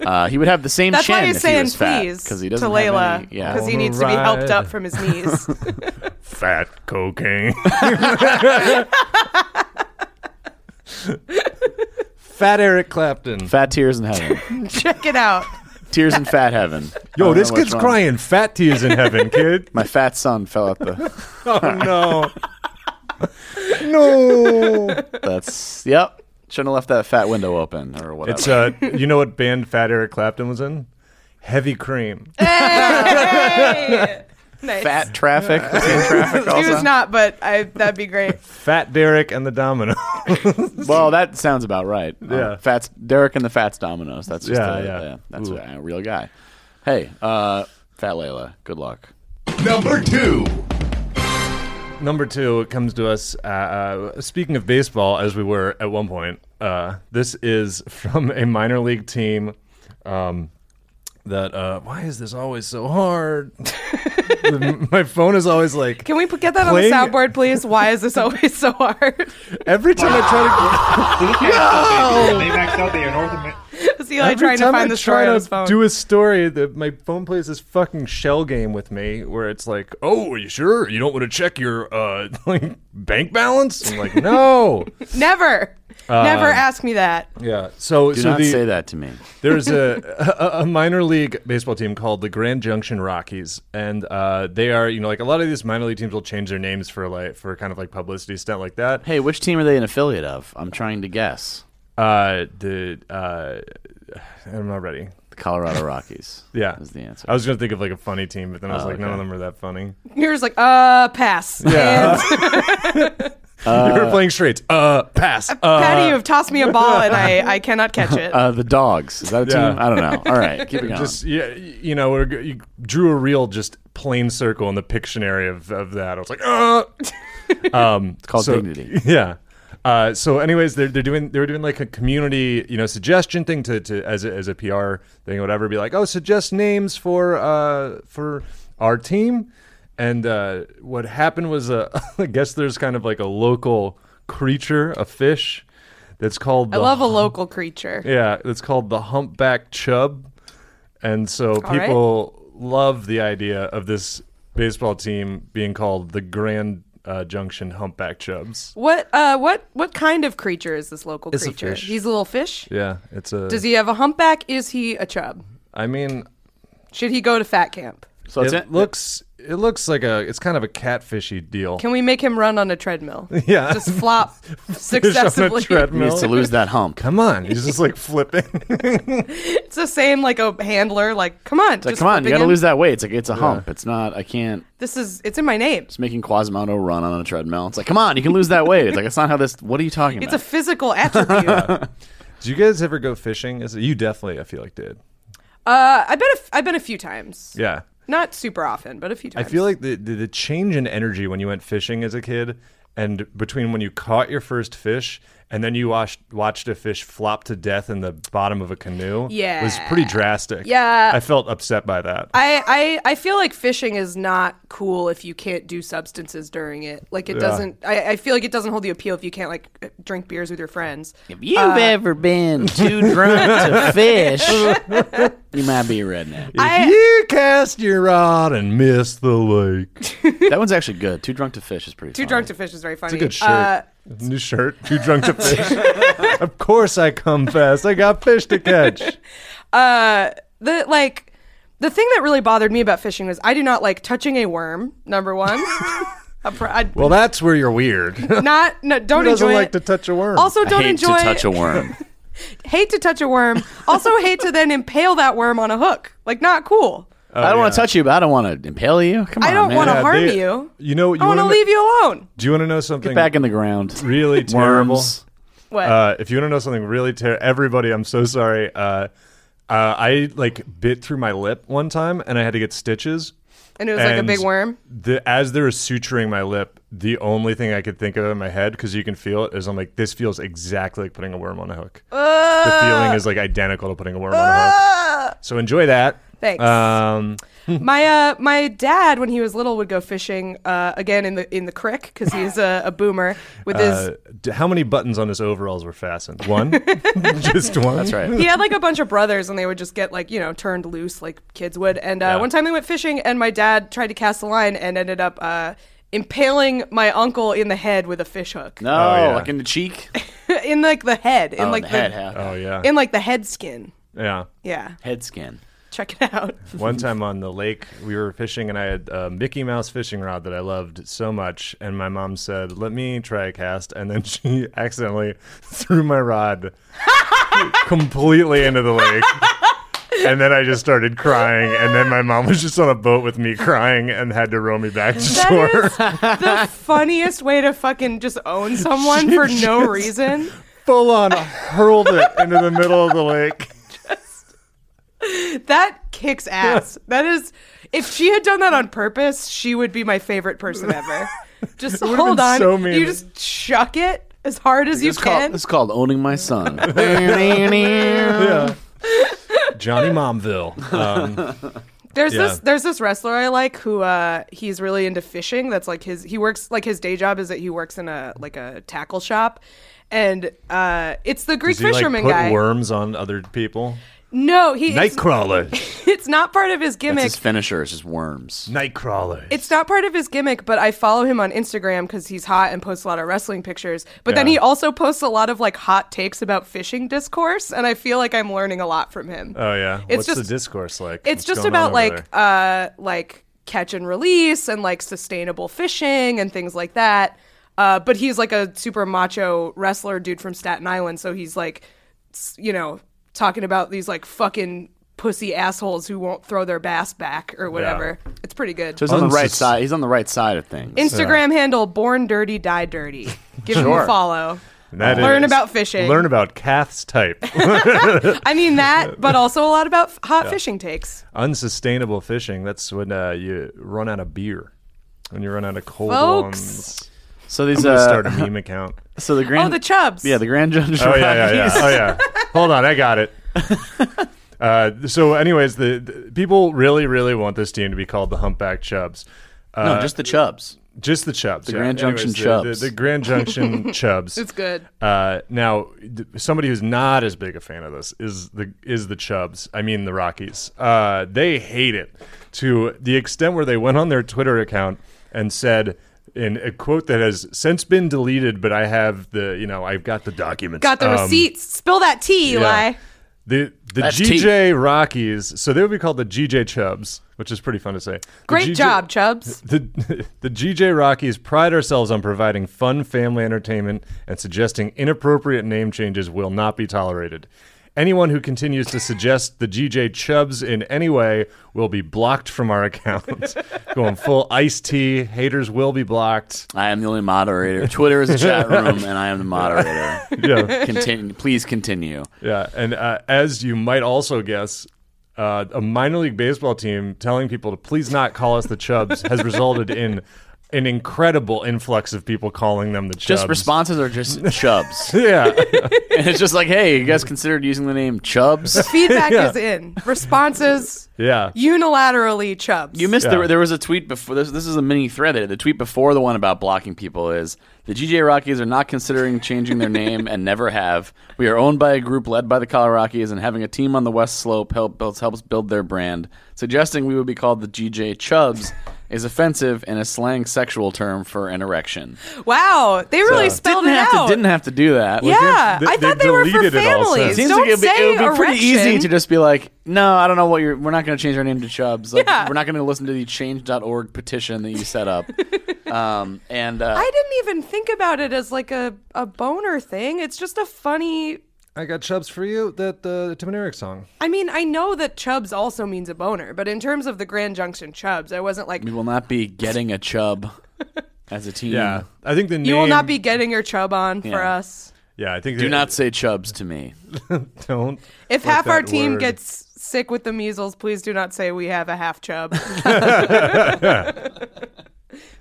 Speaker 1: Uh, he would have the same
Speaker 2: That's
Speaker 1: chin
Speaker 2: why he's
Speaker 1: if
Speaker 2: saying
Speaker 1: he was fat
Speaker 2: please
Speaker 1: because he
Speaker 2: to
Speaker 1: doesn't have
Speaker 2: Layla
Speaker 1: any. Yeah,
Speaker 2: he needs to be helped up from his knees.
Speaker 3: fat cocaine. fat Eric Clapton.
Speaker 1: fat tears in heaven,
Speaker 2: Check it out.
Speaker 1: tears in fat heaven. I
Speaker 3: Yo,
Speaker 1: don't
Speaker 3: this
Speaker 1: know which
Speaker 3: kid's
Speaker 1: one.
Speaker 3: crying fat tears in heaven, kid.
Speaker 1: My fat son fell out the.
Speaker 3: oh no. no.
Speaker 1: That's yep. Shouldn't have left that fat window open or whatever.
Speaker 3: It's uh, you know what band Fat Eric Clapton was in? Heavy Cream.
Speaker 2: Hey! nice.
Speaker 1: fat traffic. Was he in traffic
Speaker 2: He was
Speaker 1: also?
Speaker 2: not, but I, that'd be great.
Speaker 3: Fat Derek and the Domino.
Speaker 1: well, that sounds about right. Uh,
Speaker 3: Yeah.
Speaker 1: Fats Derek and the Fats Dominoes. That's just
Speaker 3: Yeah,
Speaker 1: a,
Speaker 3: yeah.
Speaker 1: yeah, That's
Speaker 3: Ooh.
Speaker 1: a, a real guy. Hey, uh, Fat Layla. Good luck.
Speaker 4: Number two.
Speaker 3: Number two comes to us. Uh, uh, speaking of baseball, as we were at one point, uh, this is from a minor league team. Um, that uh, why is this always so hard? The- my phone is always like
Speaker 2: Can we put- get that
Speaker 3: Playing-
Speaker 2: on the soundboard, please? Why is this always so hard?
Speaker 3: every time I try to.
Speaker 5: They maxed out their North America.
Speaker 2: Is Eli trying to
Speaker 3: time
Speaker 2: find
Speaker 3: I
Speaker 2: the story
Speaker 3: try
Speaker 2: on
Speaker 3: to
Speaker 2: his phone?
Speaker 3: Do a story that my phone plays this fucking shell game with me, where it's like, "Oh, are you sure you don't want to check your uh, like bank balance?" I'm like, "No."
Speaker 2: Never,
Speaker 3: Uh,
Speaker 2: never ask me that.
Speaker 3: yeah. So,
Speaker 1: Do
Speaker 3: so
Speaker 1: not
Speaker 3: the,
Speaker 1: say that to me.
Speaker 3: there's a, a a minor league baseball team called the Grand Junction Rockies, and uh, they are you know like a lot of these minor league teams will change their names for like for kind of like publicity stunt like that.
Speaker 1: Hey, which team are they an affiliate of? I'm trying to guess.
Speaker 3: Uh, the uh, I'm not ready.
Speaker 1: The Colorado Rockies.
Speaker 3: Yeah,
Speaker 1: is the answer.
Speaker 3: I was gonna think of like a funny team, but then I was
Speaker 1: Oh,
Speaker 3: like, none of
Speaker 1: okay.
Speaker 3: them are that funny.
Speaker 2: You're just like, uh, pass.
Speaker 3: Yeah.
Speaker 2: And
Speaker 3: you were playing straights. Uh, pass. Uh,
Speaker 2: Patty, you have tossed me a ball and I, I cannot catch it.
Speaker 1: Uh, the dogs. Is that a
Speaker 3: Yeah.
Speaker 1: team? I don't know. All right, keep it going.
Speaker 3: just yeah, you know, we're, g- you drew a real just plain circle in the Pictionary of, of that. I was like, uh. um, it's
Speaker 1: called dignity.
Speaker 3: Yeah. Uh, so, anyways, they're, they're doing they were doing like a community you know suggestion thing to, to as a, as a PR thing or whatever. Be like, oh, suggest names for uh, for our team. And uh, what happened was, uh, I guess there's kind of like a local creature, a fish, that's called.
Speaker 2: I
Speaker 3: the
Speaker 2: love a local creature.
Speaker 3: yeah, it's called the humpback chub. And so
Speaker 2: right.
Speaker 3: people love the idea of this baseball team being called the Grand uh, Junction Humpback Chubs.
Speaker 2: What, uh, what, what kind of creature is this local
Speaker 3: It's a
Speaker 2: creature?
Speaker 3: fish.
Speaker 2: He's a little fish.
Speaker 3: Yeah, it's a.
Speaker 2: Does he have a humpback? Is he a chub?
Speaker 3: I mean,
Speaker 2: Should he go to fat camp?
Speaker 1: so it's
Speaker 3: it looks it looks like a it's kind of a catfishy deal.
Speaker 2: Can we make him run on a treadmill?
Speaker 3: yeah,
Speaker 2: Just flop
Speaker 3: Fish on a
Speaker 2: successively.
Speaker 1: he needs to
Speaker 3: treadmill.
Speaker 1: lose that hump.
Speaker 3: Come on, he's just like flipping.
Speaker 2: It's the same like a handler. Like, come on,
Speaker 1: It's like,
Speaker 2: just
Speaker 1: come on, you
Speaker 2: flipping
Speaker 1: got to
Speaker 2: him.
Speaker 1: lose that weight. It's like it's a hump. It's not. I can't.
Speaker 2: This is it's in my name.
Speaker 1: It's making Quasimodo run on a treadmill. It's like, come on, you can lose that weight. It's like it's not how this. What are you talking
Speaker 2: It's a
Speaker 1: about?
Speaker 2: physical attribute. uh,
Speaker 3: Do you guys ever go fishing? Is it, you definitely? I feel like did.
Speaker 2: Uh, I've been a, f- I've been a few times.
Speaker 3: Yeah,
Speaker 2: Not super often, but a few
Speaker 3: I
Speaker 2: times.
Speaker 3: feel like the, the the change in energy when you went fishing as a kid, and between when you caught your first fish and then you watched watched a fish flop to death in the bottom of a canoe, was pretty
Speaker 2: Yeah.
Speaker 3: drastic.
Speaker 2: Yeah.
Speaker 3: I felt upset by that.
Speaker 2: I, I, I feel like fishing is not cool if you can't do substances during it. Like it doesn't. I, I feel like it doesn't hold the appeal if you can't like uh, drink beers with your friends.
Speaker 1: If you've
Speaker 2: Uh,
Speaker 1: ever been too drunk to fish, you might be a redneck.
Speaker 2: I-
Speaker 3: you cast your rod and missed the lake.
Speaker 1: that one's actually good. Too drunk to fish is pretty.
Speaker 2: Too drunk to fish is very funny.
Speaker 3: It's a good shirt.
Speaker 2: Uh,
Speaker 3: New shirt. Too drunk to fish. of course, I come fast. I got fish to catch.
Speaker 2: uh, the like the thing that really bothered me about fishing was I do not like touching a worm. Number one. A pro- I-
Speaker 3: Well, that's where you're weird. Who
Speaker 2: not no, don't
Speaker 3: doesn't
Speaker 2: enjoy
Speaker 3: like
Speaker 2: it.
Speaker 3: to touch a worm?
Speaker 2: also don't
Speaker 1: hate
Speaker 2: enjoy
Speaker 1: to touch a worm.
Speaker 2: hate to touch a worm. Also hate to then impale that worm on a hook. Like not cool.
Speaker 1: I don't want to touch you, but I don't want to impale you. Come on,
Speaker 2: Oh, I don't
Speaker 1: man.
Speaker 2: want to
Speaker 3: Yeah,
Speaker 2: harm
Speaker 3: they-
Speaker 2: you.
Speaker 3: you know, you
Speaker 2: I want to
Speaker 3: wanna kn-
Speaker 2: leave you alone.
Speaker 3: Do you want to know something
Speaker 1: back in the ground.
Speaker 3: really terrible?
Speaker 1: Worms.
Speaker 2: What?
Speaker 3: Uh, if you want to know something really terrible, everybody, I'm so sorry. Uh, uh, I like bit through my lip one time, and I had to get stitches.
Speaker 2: and it was like a
Speaker 3: and
Speaker 2: big worm.
Speaker 3: The, as they were suturing my lip, the only thing I could think of in my head, because you can feel it, is I'm like, this feels exactly like putting a worm on a hook.
Speaker 2: Uh,
Speaker 3: the feeling is like identical to putting a worm on a hook.
Speaker 2: Ah!
Speaker 3: So enjoy that.
Speaker 2: Thanks.
Speaker 3: Um,
Speaker 2: my uh, my dad, when he was little, would go fishing uh, again in the in the crick because he's a, a boomer with his.
Speaker 3: uh, d- how many buttons on his overalls were fastened? One? Just one?
Speaker 1: That's right.
Speaker 2: he had like a bunch of brothers and they would just get like you know turned loose like kids would and uh,
Speaker 3: Yeah.
Speaker 2: one time they went fishing and my dad tried to cast a line and ended up uh, impaling my uncle in the head with a fish hook
Speaker 1: No,
Speaker 3: Oh, yeah.
Speaker 1: like in the cheek.
Speaker 2: in like the head in
Speaker 1: Oh,
Speaker 2: like
Speaker 1: the
Speaker 2: the,
Speaker 1: head, half.
Speaker 3: Oh, yeah.
Speaker 2: in like the head skin
Speaker 3: yeah.
Speaker 2: yeah
Speaker 1: head skin.
Speaker 2: Check it out.
Speaker 3: One time on the lake, we were fishing, and I had a Mickey Mouse fishing rod that I loved so much. And my mom said, "Let me try a cast," and then she accidentally threw my rod completely into the lake. And then I just started crying, and then my mom was just on a boat with me crying, and had to row me back to shore.
Speaker 2: That is the funniest way to fucking just own someone
Speaker 3: She
Speaker 2: for no
Speaker 3: just-
Speaker 2: reason.
Speaker 3: Full on hurled it into the middle of the lake.
Speaker 2: That kicks ass. That is, if she had done that on purpose, she would be my favorite person ever. Just
Speaker 3: would've
Speaker 2: hold
Speaker 3: been
Speaker 2: on.
Speaker 3: so mean.
Speaker 2: You just chuck it as hard as you
Speaker 1: It's called,
Speaker 2: can.
Speaker 1: it's called owning my son. yeah.
Speaker 3: Johnny Momville. Um,
Speaker 2: There's
Speaker 3: Yeah.
Speaker 2: this there's this wrestler I like who uh he's really into fishing. That's like his he works like his day job is that he works in a like a tackle shop. And uh it's the Greek
Speaker 3: does he like
Speaker 2: fisherman
Speaker 3: put
Speaker 2: guy.
Speaker 3: worms on other people?
Speaker 2: No, he it's,
Speaker 3: Nightcrawler.
Speaker 2: it's not part of his gimmick.
Speaker 1: His finisher is just worms.
Speaker 3: Nightcrawler.
Speaker 2: It's not part of his gimmick, but I follow him on Instagram because he's hot and posts a lot of wrestling pictures. But then
Speaker 3: Yeah.
Speaker 2: he also posts a lot of like hot takes about fishing discourse, and I feel like I'm learning a lot from him.
Speaker 3: Oh yeah.
Speaker 2: It's
Speaker 3: What's
Speaker 2: just-
Speaker 3: the discourse like?
Speaker 2: it's
Speaker 3: What's
Speaker 2: just
Speaker 3: going on
Speaker 2: about
Speaker 3: over
Speaker 2: like uh
Speaker 3: there?
Speaker 2: like catch and release and like sustainable fishing and things like that uh but he's like a super macho wrestler dude from staten island so he's like s- you know talking about these like fucking pussy assholes who won't throw their bass back or whatever it's pretty good
Speaker 1: So he's on the right
Speaker 3: Unsus-
Speaker 1: side. He's on the right side of things.
Speaker 2: instagram handle born dirty die dirty give him a
Speaker 1: Sure.
Speaker 2: follow
Speaker 3: And that
Speaker 2: learn
Speaker 3: is-
Speaker 2: about fishing.
Speaker 3: Learn about Kath's type.
Speaker 2: i mean that but also a lot about f- hot fishing takes
Speaker 3: Unsustainable fishing. That's when uh, you run out of beer. When you run out of cold
Speaker 2: Folks.
Speaker 3: ones.
Speaker 1: so these
Speaker 3: I'm gonna
Speaker 1: uh,
Speaker 3: start a meme account.
Speaker 1: so the
Speaker 2: oh
Speaker 1: grand
Speaker 2: the chubs
Speaker 1: yeah the grand judge.
Speaker 3: Oh yeah, yeah, yeah. Oh yeah. Hold on, I got it. Uh, so, anyways, the, the people really, really want this team to be called the Humpback Chubs. Uh,
Speaker 1: No, just the Chubs.
Speaker 3: just the Chubs. The
Speaker 1: Grand Junction
Speaker 3: The,
Speaker 1: Chubs.
Speaker 3: the Grand Junction Chubs.
Speaker 2: it's good
Speaker 3: Uh, now, d- somebody who's not as big a fan of this is the is the Chubs. I mean the Rockies. Uh, they hate it to the extent where they went on their Twitter account and said in a quote that has since been deleted, but I have the you know I've got the documents.
Speaker 2: got the
Speaker 3: Um,
Speaker 2: receipts spill that tea eli
Speaker 3: yeah. The the
Speaker 1: That's
Speaker 3: GJ Rockies. So they would be called the GJ Chubs, which is pretty fun to say. The
Speaker 2: Great
Speaker 3: GJ
Speaker 2: job, Chubbs.
Speaker 3: the, the GJ Rockies pride ourselves on providing fun family entertainment and suggesting inappropriate name changes will not be tolerated. Anyone who continues to suggest the GJ Chubbs in any way will be blocked from our account. Going full iced tea, haters will be blocked.
Speaker 1: I am the only moderator. Twitter is a chat room, and I am the moderator.
Speaker 3: Yeah.
Speaker 1: Continue, please continue.
Speaker 3: Yeah, and uh, as you might also guess, uh, a minor league baseball team telling people to please not call us the Chubs has resulted in an incredible influx of people calling them the Chubs.
Speaker 1: Just responses are just Chubs,
Speaker 3: Yeah.
Speaker 1: and it's just like, hey, you guys considered using the name Chubs?
Speaker 2: Feedback is in. Responses
Speaker 3: Yeah.
Speaker 2: unilaterally chubs.
Speaker 1: You missed
Speaker 3: Yeah.
Speaker 1: there. There was a tweet before this. This is a mini thread. The tweet before the one about blocking people is the GJ Rockies are not considering changing their name and never have. We are owned by a group led by the Colorado Rockies and having a team on the West Slope help, helps helps build their brand. Suggesting we would be called the GJ Chubs is offensive and a slang sexual term for an erection.
Speaker 2: wow, they really spelled
Speaker 1: didn't
Speaker 2: it
Speaker 1: have
Speaker 2: out.
Speaker 1: to didn't have to do that.
Speaker 2: yeah,
Speaker 3: They-
Speaker 2: I
Speaker 3: they
Speaker 2: thought they were for
Speaker 3: deleted it also.
Speaker 2: families.
Speaker 1: Seems
Speaker 2: Don't
Speaker 1: like it would be,
Speaker 2: say
Speaker 1: it would be pretty
Speaker 2: erection.
Speaker 1: easy to just be like, no, I don't know what you're. We're not going to change our name to Chubbs. Like,
Speaker 2: Yeah.
Speaker 1: We're not going to listen to the change.org petition that you set up. um, and uh,
Speaker 2: I didn't even think about it as like a, a boner thing. It's just a funny.
Speaker 3: I got Chubs for you, that the Tim and Eric song.
Speaker 2: I mean, I know that chubs also means a boner, but in terms of the Grand Junction chubs, I wasn't like
Speaker 1: we will not be getting a Chubb as a team.
Speaker 3: Yeah. I think the name
Speaker 2: Mm. you will not be getting your chub on for
Speaker 1: Yeah.
Speaker 2: us.
Speaker 3: Yeah, I think
Speaker 1: Do not say Chubbs to me.
Speaker 3: don't
Speaker 2: If
Speaker 3: let
Speaker 2: half our
Speaker 3: that
Speaker 2: team
Speaker 3: word-
Speaker 2: gets sick with the measles, please do not say we have a half chub.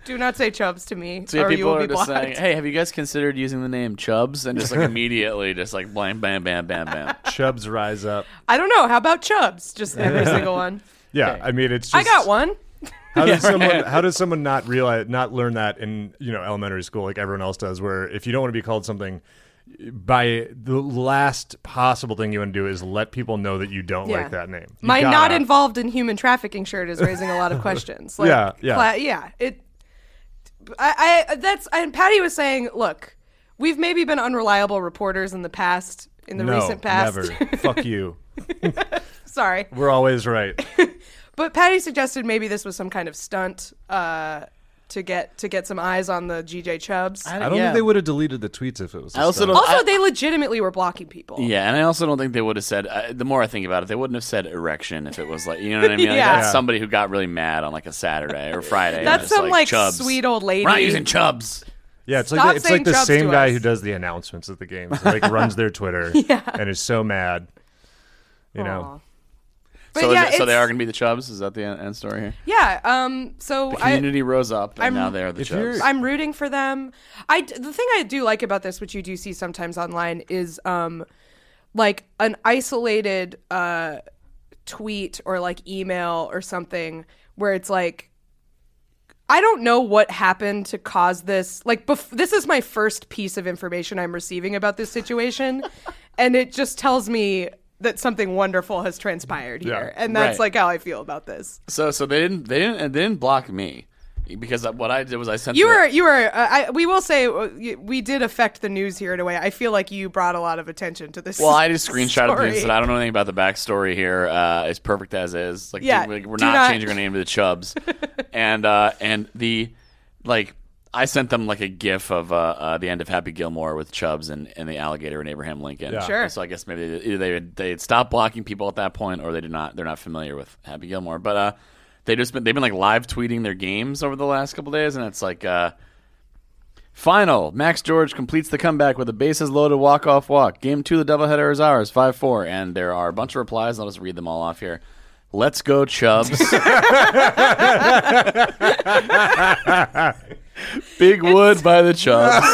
Speaker 2: do not say chubs to me,
Speaker 1: So yeah,
Speaker 2: or you
Speaker 1: people
Speaker 2: will
Speaker 1: are
Speaker 2: be
Speaker 1: just
Speaker 2: blocked.
Speaker 1: saying, "Hey, have you guys considered using the name Chubbs?" And just like immediately, just like blam, bam, bam, bam, bam.
Speaker 3: Chubs rise up.
Speaker 2: I don't know. How about chubs? Just every single one.
Speaker 3: Yeah, I mean it's just
Speaker 2: I got one.
Speaker 3: How does someone how does someone not realize not learn that in you know elementary school like everyone else does where if you don't want to be called something by the last possible thing you want to do is let people know that you don't
Speaker 2: Yeah.
Speaker 3: like that name. You
Speaker 2: My
Speaker 3: gotta-
Speaker 2: not involved in human trafficking shirt is raising a lot of questions. Like,
Speaker 3: Yeah, yeah.
Speaker 2: cla- yeah. It. I, I that's and Patty was saying, look, we've maybe been unreliable reporters in the past, in the
Speaker 3: no,
Speaker 2: recent past.
Speaker 3: Never. Fuck you.
Speaker 2: Sorry.
Speaker 3: We're always right.
Speaker 2: But Patty suggested maybe this was some kind of stunt uh, to get to get some eyes on the GJ Chubbs.
Speaker 3: I don't think they would have deleted the tweets if it was. a
Speaker 1: I also don't.
Speaker 3: stunt.
Speaker 2: also,
Speaker 1: I-
Speaker 2: they legitimately were blocking people.
Speaker 1: yeah, and I also don't think they would have said. Uh, the more I think about it, they wouldn't have said erection if it was like you know what I mean. Like,
Speaker 2: Yeah.
Speaker 1: that's somebody who got really mad on like a Saturday or Friday. and
Speaker 2: That's
Speaker 1: just,
Speaker 2: some like,
Speaker 1: Chubbs.
Speaker 2: sweet old lady.
Speaker 1: We're not using chubs.
Speaker 3: Yeah, it's
Speaker 2: Stop
Speaker 3: like the, it's
Speaker 2: saying
Speaker 3: like the
Speaker 2: Chubbs
Speaker 3: same
Speaker 2: to
Speaker 3: guy
Speaker 2: us.
Speaker 3: who does the announcements at the games, He, like runs their Twitter and is so mad. You know,
Speaker 2: Aw. But
Speaker 1: so, is
Speaker 2: yeah,
Speaker 1: it- so they
Speaker 2: it's-
Speaker 1: are going to be the chubs. Is that the en- end story here?
Speaker 2: Yeah. Um. So I,
Speaker 1: Community rose up, and
Speaker 2: I'm-
Speaker 1: now they are the
Speaker 3: If you're-
Speaker 1: chubs.
Speaker 2: I'm rooting for them. I d- the thing I do like about this, which you do see sometimes online, is um, like an isolated uh, tweet or like email or something where it's like. I don't know what happened to cause this. Like, bef- this is my first piece of information I'm receiving about this situation, and it just tells me that something wonderful has transpired here, and that's
Speaker 1: Right.
Speaker 2: like how I feel about this.
Speaker 1: So so they didn't they didn't they didn't block me because what I did was I sent
Speaker 2: You
Speaker 1: the-
Speaker 2: were, you were. Uh, I, we will say uh, y- we did affect the news here in a way. I feel like you brought a lot of attention to this.
Speaker 1: Well, I just screenshotted
Speaker 2: story.
Speaker 1: this, and I don't know anything about the backstory here. Uh, it's perfect as is. Like,
Speaker 2: Yeah,
Speaker 1: dude, like, we're
Speaker 2: do
Speaker 1: not,
Speaker 2: not-
Speaker 1: changing our name to the Chubs, and uh, and the like. I sent them like a GIF of uh, uh, the end of Happy Gilmore with Chubs and, and the alligator and Abraham Lincoln.
Speaker 3: Yeah.
Speaker 2: Sure.
Speaker 1: So I guess maybe they, either they had- they had stopped blocking people at that point, or they did not. They're not familiar with Happy Gilmore, but uh, they just been they've been like live tweeting their games over the last couple days, and it's like. Uh, Final. Max George completes the comeback with a bases loaded walk off walk. Game two, the doubleheader is ours, 5 4. And there are a bunch of replies. I'll just read them all off here. Let's go, Chubbs. Big Wood by the Chubbs.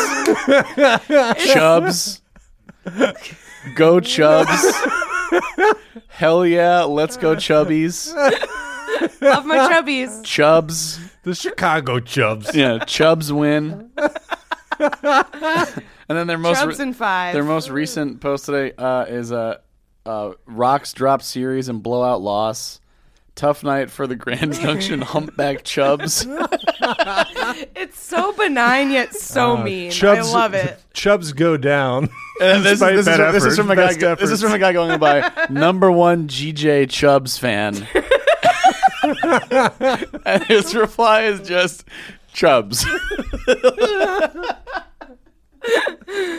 Speaker 1: Chubbs. Go, Chubbs. Hell yeah. Let's go, Chubbies.
Speaker 2: love my chubbies.
Speaker 1: Chubbs.
Speaker 3: the Chicago Chubs.
Speaker 1: Yeah, Chubbs win. and then their most
Speaker 2: Chubs and five.
Speaker 1: their most recent post today uh, is a uh, uh, rocks drop series and blowout loss. Tough night for the Grand Junction humpback Chubs.
Speaker 2: It's so benign yet
Speaker 1: Oh,
Speaker 2: so mean. I love it.
Speaker 3: Chubs go down.
Speaker 1: And this,
Speaker 3: Despite
Speaker 1: this, is,
Speaker 3: bad
Speaker 1: from- this is
Speaker 3: effort,
Speaker 1: from a guy.
Speaker 3: best effort.
Speaker 1: This is from a guy going by number one GJ Chubbs fan. and his reply is just Chubbs.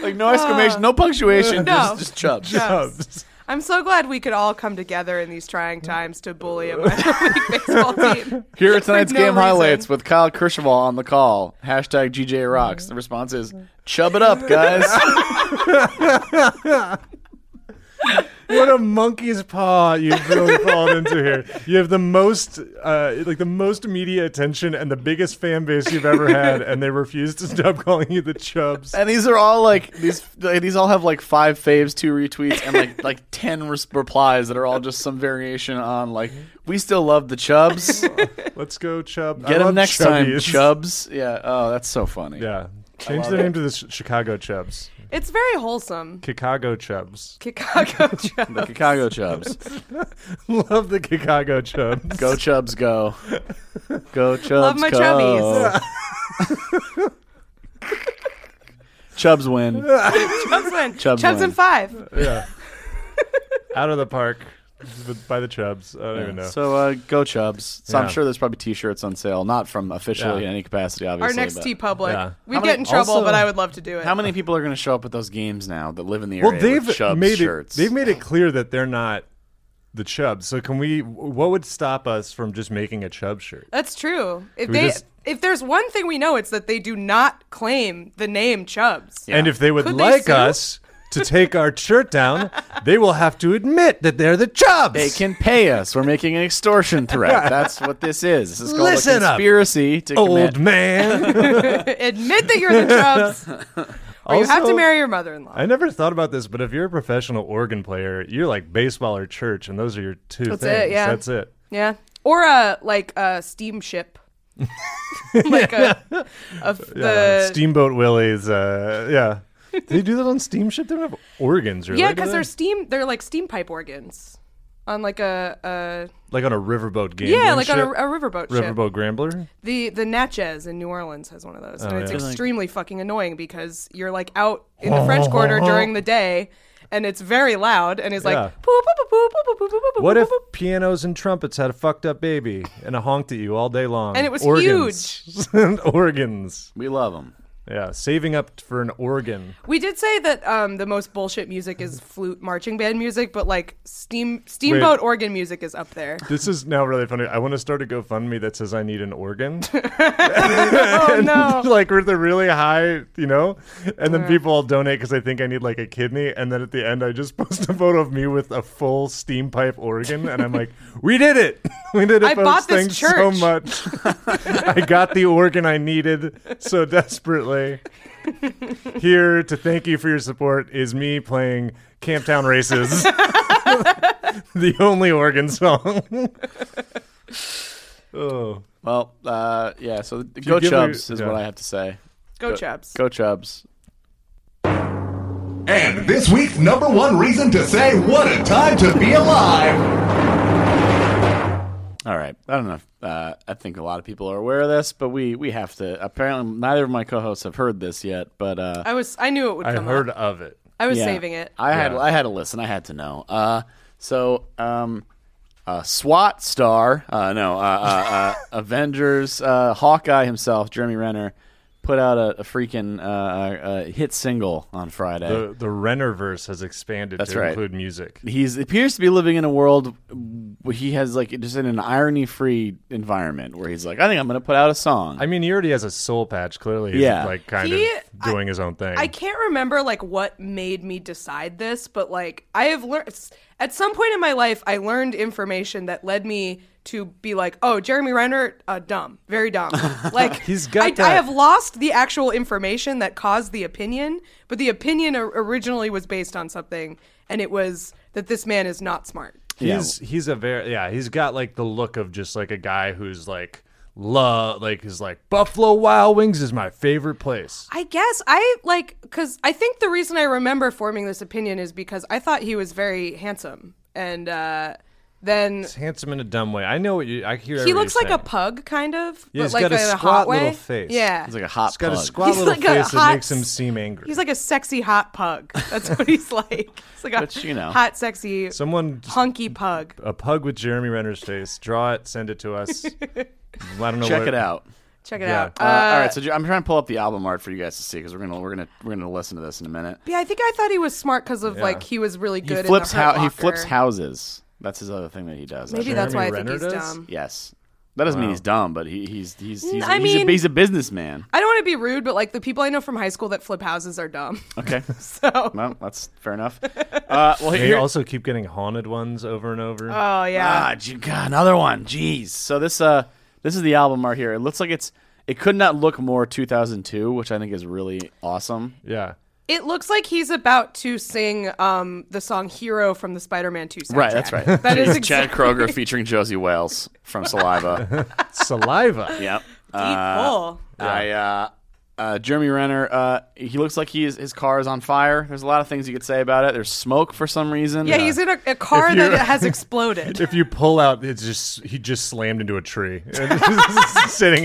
Speaker 1: like no exclamation, no punctuation,
Speaker 2: No.
Speaker 1: just, just Chubbs.
Speaker 3: Chubs.
Speaker 2: I'm so glad we could all come together in these trying times to bully a minor league baseball team.
Speaker 1: Here are tonight's
Speaker 2: no
Speaker 1: game
Speaker 2: reason.
Speaker 1: highlights with Kyle Kershaw on the call. Hashtag GJ Rocks. The response is Chub it up, guys.
Speaker 3: what a monkey's paw you've really fallen into here. You have the most, uh, like the most media attention and the biggest fan base you've ever had, and they refuse to stop calling you the Chubs.
Speaker 1: and these are all like these. These all have like five faves, two retweets, and like like ten res- replies that are all just some variation on like
Speaker 3: Mm-hmm.
Speaker 1: we still love the Chubs.
Speaker 3: Let's go, Chub. I
Speaker 1: Get
Speaker 3: love
Speaker 1: them next time,
Speaker 3: Chubbies.
Speaker 1: Chubs. Yeah. Oh, that's so funny.
Speaker 3: Yeah. Change their name to the Ch- Chicago Chubs.
Speaker 2: It's very wholesome.
Speaker 3: Chicago Chubs.
Speaker 2: Chicago Chubs.
Speaker 1: The Chicago Chubs.
Speaker 3: Love the Chicago Chubs.
Speaker 1: Go Chubs, go. Go Chubs,
Speaker 2: Love my
Speaker 1: go.
Speaker 2: Chubbies.
Speaker 1: Chubs win.
Speaker 2: Chubs win.
Speaker 1: Chubs
Speaker 2: Chubs,
Speaker 1: win.
Speaker 2: in five.
Speaker 3: yeah. Out of the park with- by the Chubs. I don't even know.
Speaker 1: So uh, go Chubs. So
Speaker 3: Yeah.
Speaker 1: I'm sure there's probably T-shirts on sale, not from officially
Speaker 3: Yeah.
Speaker 1: in any capacity, obviously.
Speaker 2: Our next
Speaker 1: but-
Speaker 2: T public.
Speaker 3: Yeah.
Speaker 1: How
Speaker 2: We'd
Speaker 1: many-
Speaker 2: get in trouble,
Speaker 3: also-
Speaker 2: but I would love to do it.
Speaker 1: How many people are going to show up at those games now that live in the area
Speaker 3: well, they've
Speaker 1: with Chubs
Speaker 3: made
Speaker 1: shirts?
Speaker 3: it. They've made it clear that they're not the Chubs. So can we? What would stop us from just making a Chub shirt?
Speaker 2: That's true. If
Speaker 3: we
Speaker 2: they
Speaker 3: just-
Speaker 2: if there's one thing we know, it's that they do not claim the name Chubbs.
Speaker 1: Yeah.
Speaker 3: And if they would
Speaker 2: Could they
Speaker 3: like
Speaker 2: sue?
Speaker 3: us to take our shirt down, they will have to admit that they're the Chubs.
Speaker 1: They can pay us. We're making an extortion threat. That's what this is. This is called
Speaker 3: Listen
Speaker 1: a
Speaker 3: up,
Speaker 1: conspiracy to
Speaker 3: Old
Speaker 1: commit.
Speaker 3: man.
Speaker 2: Admit that you're the Chubbs, or you have to
Speaker 3: Also-
Speaker 2: marry your mother-in-law.
Speaker 3: I never thought about this, but if you're a professional organ player, you're like baseball or church, and those are your two
Speaker 2: That's it,
Speaker 3: things.
Speaker 2: yeah.
Speaker 3: That's it.
Speaker 2: yeah, or a like a steamship, like a of
Speaker 3: Yeah,
Speaker 2: the
Speaker 3: Uh, Steamboat Willie's. Uh, yeah, they do that on steamship. They don't have organs, really.
Speaker 2: yeah,
Speaker 3: do
Speaker 2: because
Speaker 3: they?
Speaker 2: they're steam. They're like steam pipe organs on like a,
Speaker 3: like on a riverboat game.
Speaker 2: a yeah, like on a, a riverboat, ship.
Speaker 3: riverboat grambler.
Speaker 2: The the Natchez in New Orleans has one of those, and it's
Speaker 3: Oh, yeah.
Speaker 2: extremely fucking annoying because you're like out in the French Quarter during the day. and it's very loud and is
Speaker 3: Yeah.
Speaker 2: like "Poo, poo, poo, poo, poo, poo, poo, poo, poo,
Speaker 3: What
Speaker 2: poo,
Speaker 3: if
Speaker 2: poo."
Speaker 3: pianos and trumpets had a fucked up baby and a honked at you all day long?
Speaker 2: And it was
Speaker 3: organs. huge. organs.
Speaker 1: We love them.
Speaker 3: Yeah, saving up for an organ.
Speaker 2: we did say that um, the most bullshit music is flute marching band music, but like steam steamboat organ music is up there.
Speaker 3: This is now really funny. I want to start a GoFundMe that says I need an organ.
Speaker 2: Oh no!
Speaker 3: like with a really high, you know, and then people all donate because they think I need like a kidney, and then at the end I just post a photo of me with a full steam pipe organ, and I'm like, we did it, we did it.
Speaker 2: I
Speaker 3: folks.
Speaker 2: bought this
Speaker 3: Thanks so
Speaker 2: church."
Speaker 3: much. I got the organ I needed so desperately. Here to thank you for your support is me playing Camptown Races, the only organ song. oh.
Speaker 1: Well, uh, yeah. So the go
Speaker 3: give
Speaker 1: Chubs
Speaker 3: her-
Speaker 1: is
Speaker 3: yeah.
Speaker 1: what I have to say.
Speaker 2: Go Chubs.
Speaker 1: Go Chubs.
Speaker 4: And this week's number one reason to say what a time to be alive.
Speaker 1: All right. I don't know. If, uh, I think a lot of people are aware of this, but we we have to. Apparently, neither of my co-hosts have heard this yet, but uh,
Speaker 2: I was I knew it would
Speaker 3: I
Speaker 2: come
Speaker 3: heard
Speaker 2: up.
Speaker 3: of it.
Speaker 2: I was
Speaker 1: yeah.
Speaker 2: saving it.
Speaker 1: I had
Speaker 3: Yeah.
Speaker 1: I had a listen. I had to know. Uh, so um, uh, SWAT star, uh, no, uh, uh, uh, Avengers, uh, Hawkeye himself, Jeremy Renner, put out a, a freaking uh, uh, hit single on Friday.
Speaker 3: The the Rennerverse has expanded
Speaker 1: That's
Speaker 3: to
Speaker 1: right.
Speaker 3: include music.
Speaker 1: He's appears to be living in a world where he has like just in an irony free environment where he's like, I think I'm gonna put out a song.
Speaker 3: I mean, he already has a soul patch. Clearly, he's
Speaker 1: Yeah.
Speaker 3: like kind
Speaker 2: He-
Speaker 3: of doing his own thing.
Speaker 2: I can't remember like what made me decide this, but like I have learned at some point in my life, I learned information that led me to be like, oh, Jeremy Renner, uh, dumb, very dumb. Like
Speaker 3: He's got
Speaker 2: I,
Speaker 3: that-
Speaker 2: I have lost the actual information that caused the opinion, but the opinion or- originally was based on something, and it was that this man is not smart.
Speaker 3: he's he's a very yeah. He's got like the look of just like a guy who's like love like is like Buffalo Wild Wings is my favorite place.
Speaker 2: I guess I like because I think the reason I remember forming this opinion is because I thought he was very handsome, and uh, then
Speaker 3: It's handsome in a dumb way. I know what you. I hear.
Speaker 2: he
Speaker 3: everything
Speaker 2: looks
Speaker 3: you're
Speaker 2: like a
Speaker 3: saying.
Speaker 2: pug, kind of, but
Speaker 3: Yeah, he's
Speaker 2: like
Speaker 3: got a
Speaker 2: in a
Speaker 3: squat
Speaker 2: hot way.
Speaker 3: little face.
Speaker 2: Yeah,
Speaker 1: he's like a hot.
Speaker 3: He's got a
Speaker 1: plug.
Speaker 3: squat
Speaker 2: He's
Speaker 3: little
Speaker 2: like a
Speaker 3: face that
Speaker 2: hot
Speaker 3: makes him
Speaker 2: s-
Speaker 3: seem angry.
Speaker 2: He's like a sexy hot pug. That's what he's like. He's like a
Speaker 1: But, you know.
Speaker 2: hot, sexy,
Speaker 3: someone
Speaker 2: hunky pug.
Speaker 3: a pug with Jeremy Renner's face. Draw it, send it to us. I don't know.
Speaker 1: Check
Speaker 3: what-
Speaker 1: it out.
Speaker 2: Check it
Speaker 3: Yeah.
Speaker 2: out.
Speaker 1: Uh,
Speaker 2: Uh,
Speaker 1: all right, so Ju- I'm trying to pull up the album art for you guys to see because we're gonna we're gonna we're gonna listen to this in a minute.
Speaker 2: yeah, I think I thought he was smart because of like he was really
Speaker 1: He
Speaker 2: good.
Speaker 1: flips
Speaker 2: in the Hurt
Speaker 1: how he
Speaker 2: Locker.
Speaker 1: flips houses. That's his other thing that he does.
Speaker 2: Maybe
Speaker 1: That's-
Speaker 2: that's why I think
Speaker 3: Jeremy
Speaker 2: he's
Speaker 3: Renner does?
Speaker 2: dumb.
Speaker 1: yes. That doesn't mean he's dumb, but he, he's he's he's,
Speaker 2: Mm, I
Speaker 1: he's,
Speaker 2: mean-
Speaker 1: a, he's a businessman.
Speaker 2: I don't want to be rude, but like the people I know from high school that flip houses are dumb.
Speaker 1: Okay,
Speaker 2: So,
Speaker 1: well that's fair enough. Uh, well,
Speaker 3: They
Speaker 1: here,
Speaker 3: also keep getting haunted ones over and over.
Speaker 2: oh yeah.
Speaker 1: Ah, gee, God, another one. Jeez. So this uh this is the album right here. It looks like it's it could not look more 2002, which I think is really awesome.
Speaker 3: yeah.
Speaker 2: It looks like he's about to sing um, the song "Hero" from the Spider-Man Two soundtrack.
Speaker 1: Right, that's right.
Speaker 2: That is
Speaker 1: Chad
Speaker 2: exactly
Speaker 1: Kroger featuring Josie Wales from Saliva.
Speaker 3: Saliva.
Speaker 1: yep.
Speaker 2: full.
Speaker 1: I uh, uh, Jeremy Renner. Uh, he looks like he is, his car is on fire. There's a lot of things you could say about it. There's smoke for some reason. Uh,
Speaker 2: Yeah, he's in a, a car
Speaker 3: If you're-
Speaker 2: that has exploded.
Speaker 3: If you pull out, it's just he just slammed into a tree, sitting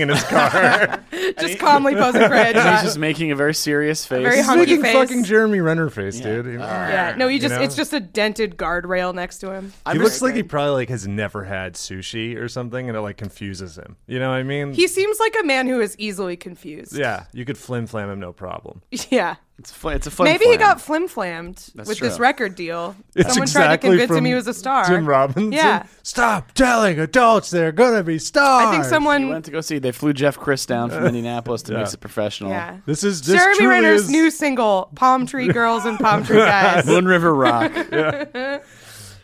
Speaker 3: in his car.
Speaker 2: just calmly posing for a
Speaker 1: He's
Speaker 2: headshot.
Speaker 1: just making a very serious face.
Speaker 2: very
Speaker 3: He's
Speaker 2: Hunky
Speaker 3: making
Speaker 2: face.
Speaker 3: fucking Jeremy Renner face, dude.
Speaker 2: yeah, no, he
Speaker 3: you
Speaker 2: just
Speaker 3: know?
Speaker 2: it's just a dented guardrail next to him.
Speaker 3: he looks like he probably like has never had sushi or something, and it like confuses him. You know what I mean?
Speaker 2: He seems like a man who is easily confused.
Speaker 3: yeah, you could flim flam him, no problem.
Speaker 2: Yeah.
Speaker 1: It's, fl- it's a flim
Speaker 2: Maybe he
Speaker 1: flam.
Speaker 2: got flim flammed with
Speaker 1: true.
Speaker 2: this record deal.
Speaker 3: It's
Speaker 2: Someone tried to
Speaker 3: exactly
Speaker 2: convince
Speaker 3: from
Speaker 2: him he was a star.
Speaker 3: Tim Robinson.
Speaker 2: Yeah.
Speaker 3: Stop telling adults they're gonna be stars.
Speaker 2: I think
Speaker 1: He
Speaker 2: someone.
Speaker 1: went to go see. They flew Jeff Chris down from Indianapolis to mix it professional.
Speaker 2: Yeah.
Speaker 3: This is this
Speaker 2: Jeremy
Speaker 3: truly
Speaker 2: Renner's
Speaker 3: is-
Speaker 2: new single, "Palm Tree Girls and Palm Tree Guys."
Speaker 1: Moon River Rock.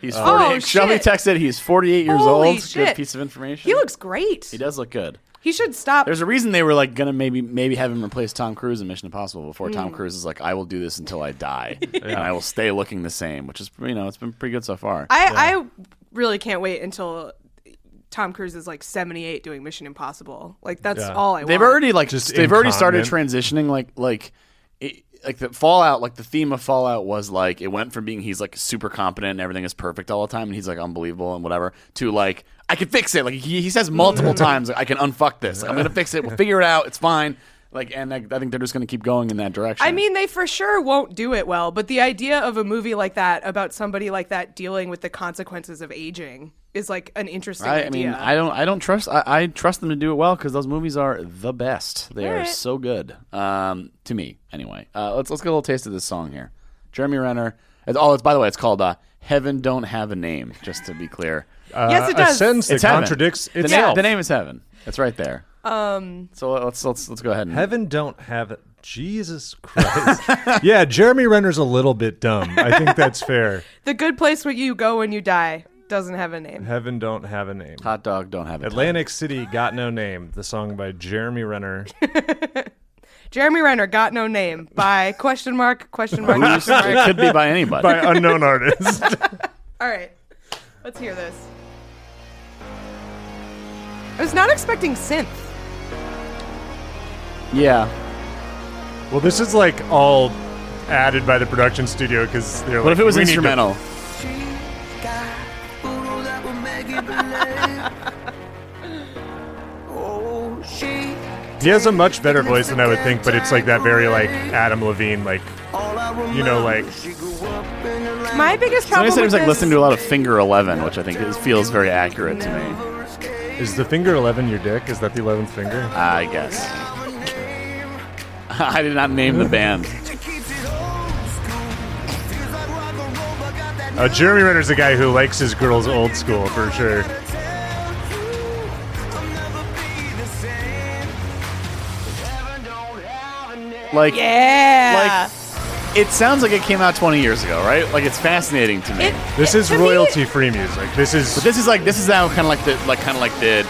Speaker 1: He's 48.
Speaker 2: Oh,
Speaker 1: Shelby
Speaker 2: shit.
Speaker 1: texted he's 48 years
Speaker 2: Holy
Speaker 1: old. Good
Speaker 2: shit.
Speaker 1: piece of information.
Speaker 2: He looks great.
Speaker 1: He does look good.
Speaker 2: He should stop.
Speaker 1: There's a reason they were like gonna maybe maybe have him replace Tom Cruise in Mission Impossible before Tom
Speaker 2: Hmm.
Speaker 1: Cruise is like I will do this until I die and I will stay looking the same, which is you know it's been pretty good so far.
Speaker 2: I, I really can't wait until Tom Cruise is like 78 doing Mission Impossible. Like that's
Speaker 3: Yeah.
Speaker 2: all I
Speaker 1: they've
Speaker 2: want.
Speaker 1: already like
Speaker 3: Just
Speaker 1: they've already started
Speaker 3: incontinent.
Speaker 1: transitioning like like it, like the Fallout like the theme of Fallout was like it went from being he's like super competent and everything is perfect all the time and he's like unbelievable and whatever to like I can fix it like he, he says multiple times like, I can unfuck this like, I'm gonna fix it we'll figure it out it's fine Like, and I, I think they're just going to keep going in that direction.
Speaker 2: I mean, they for sure won't do it well, but the idea of a movie like that about somebody like that dealing with the consequences of aging is like an interesting
Speaker 1: I, I
Speaker 2: idea.
Speaker 1: mean, I don't, I don't trust. I, I trust them to do it well because those movies are the best. They are
Speaker 2: Alright.
Speaker 1: so good. Um, to me, anyway. Uh, let's let's get a little taste of this song here. Jeremy Renner. It's, oh, it's by the way, it's called uh, "Heaven Don't Have a Name." Just to be clear,
Speaker 2: yes,
Speaker 1: Uh,
Speaker 2: it
Speaker 3: Uh, a
Speaker 2: does.
Speaker 3: sentence that
Speaker 1: It's heaven.
Speaker 3: contradicts
Speaker 1: the, na-
Speaker 3: itself.
Speaker 1: the name is Heaven. It's right there. Um. So let's let's let's go ahead and
Speaker 3: Heaven don't have it. Jesus Christ. yeah, Jeremy Renner's a little bit dumb. I think that's fair.
Speaker 2: the good place where you go when you die doesn't have a name.
Speaker 3: Heaven don't have a name.
Speaker 1: hot dog don't have a tongue.
Speaker 3: Atlantic City got no name. The song by Jeremy Renner.
Speaker 2: Jeremy Renner got no name by question mark question mark. question mark.
Speaker 1: It could be by anybody.
Speaker 3: by unknown artist.
Speaker 2: All right, let's hear this. I was not expecting synth.
Speaker 1: yeah.
Speaker 3: well, this is like all added by the production studio because they're like.
Speaker 1: What if it was
Speaker 3: "We need to-"
Speaker 1: instrumental?
Speaker 3: he has a much better voice than I would think, but it's like that very like Adam Levine like. You know, like
Speaker 2: My biggest
Speaker 1: Somebody
Speaker 2: problem
Speaker 1: said it was
Speaker 2: with
Speaker 1: like
Speaker 2: this-
Speaker 1: listening to a lot of Finger Eleven, which I think is, feels very accurate to me.
Speaker 3: is the finger eleven your dick? Is that the eleventh finger?
Speaker 1: I guess. I did not name the band.
Speaker 3: Uh, Jeremy Renner's a guy who likes his girls old school for sure.
Speaker 1: Like,
Speaker 2: Yeah.
Speaker 1: it sounds like it came out 20 years ago, right? Like, it's fascinating to me.
Speaker 2: It-
Speaker 3: This
Speaker 2: it-
Speaker 3: is
Speaker 2: to me-
Speaker 3: royalty free music. This is
Speaker 1: this is like this is now kind of like the like kind of like the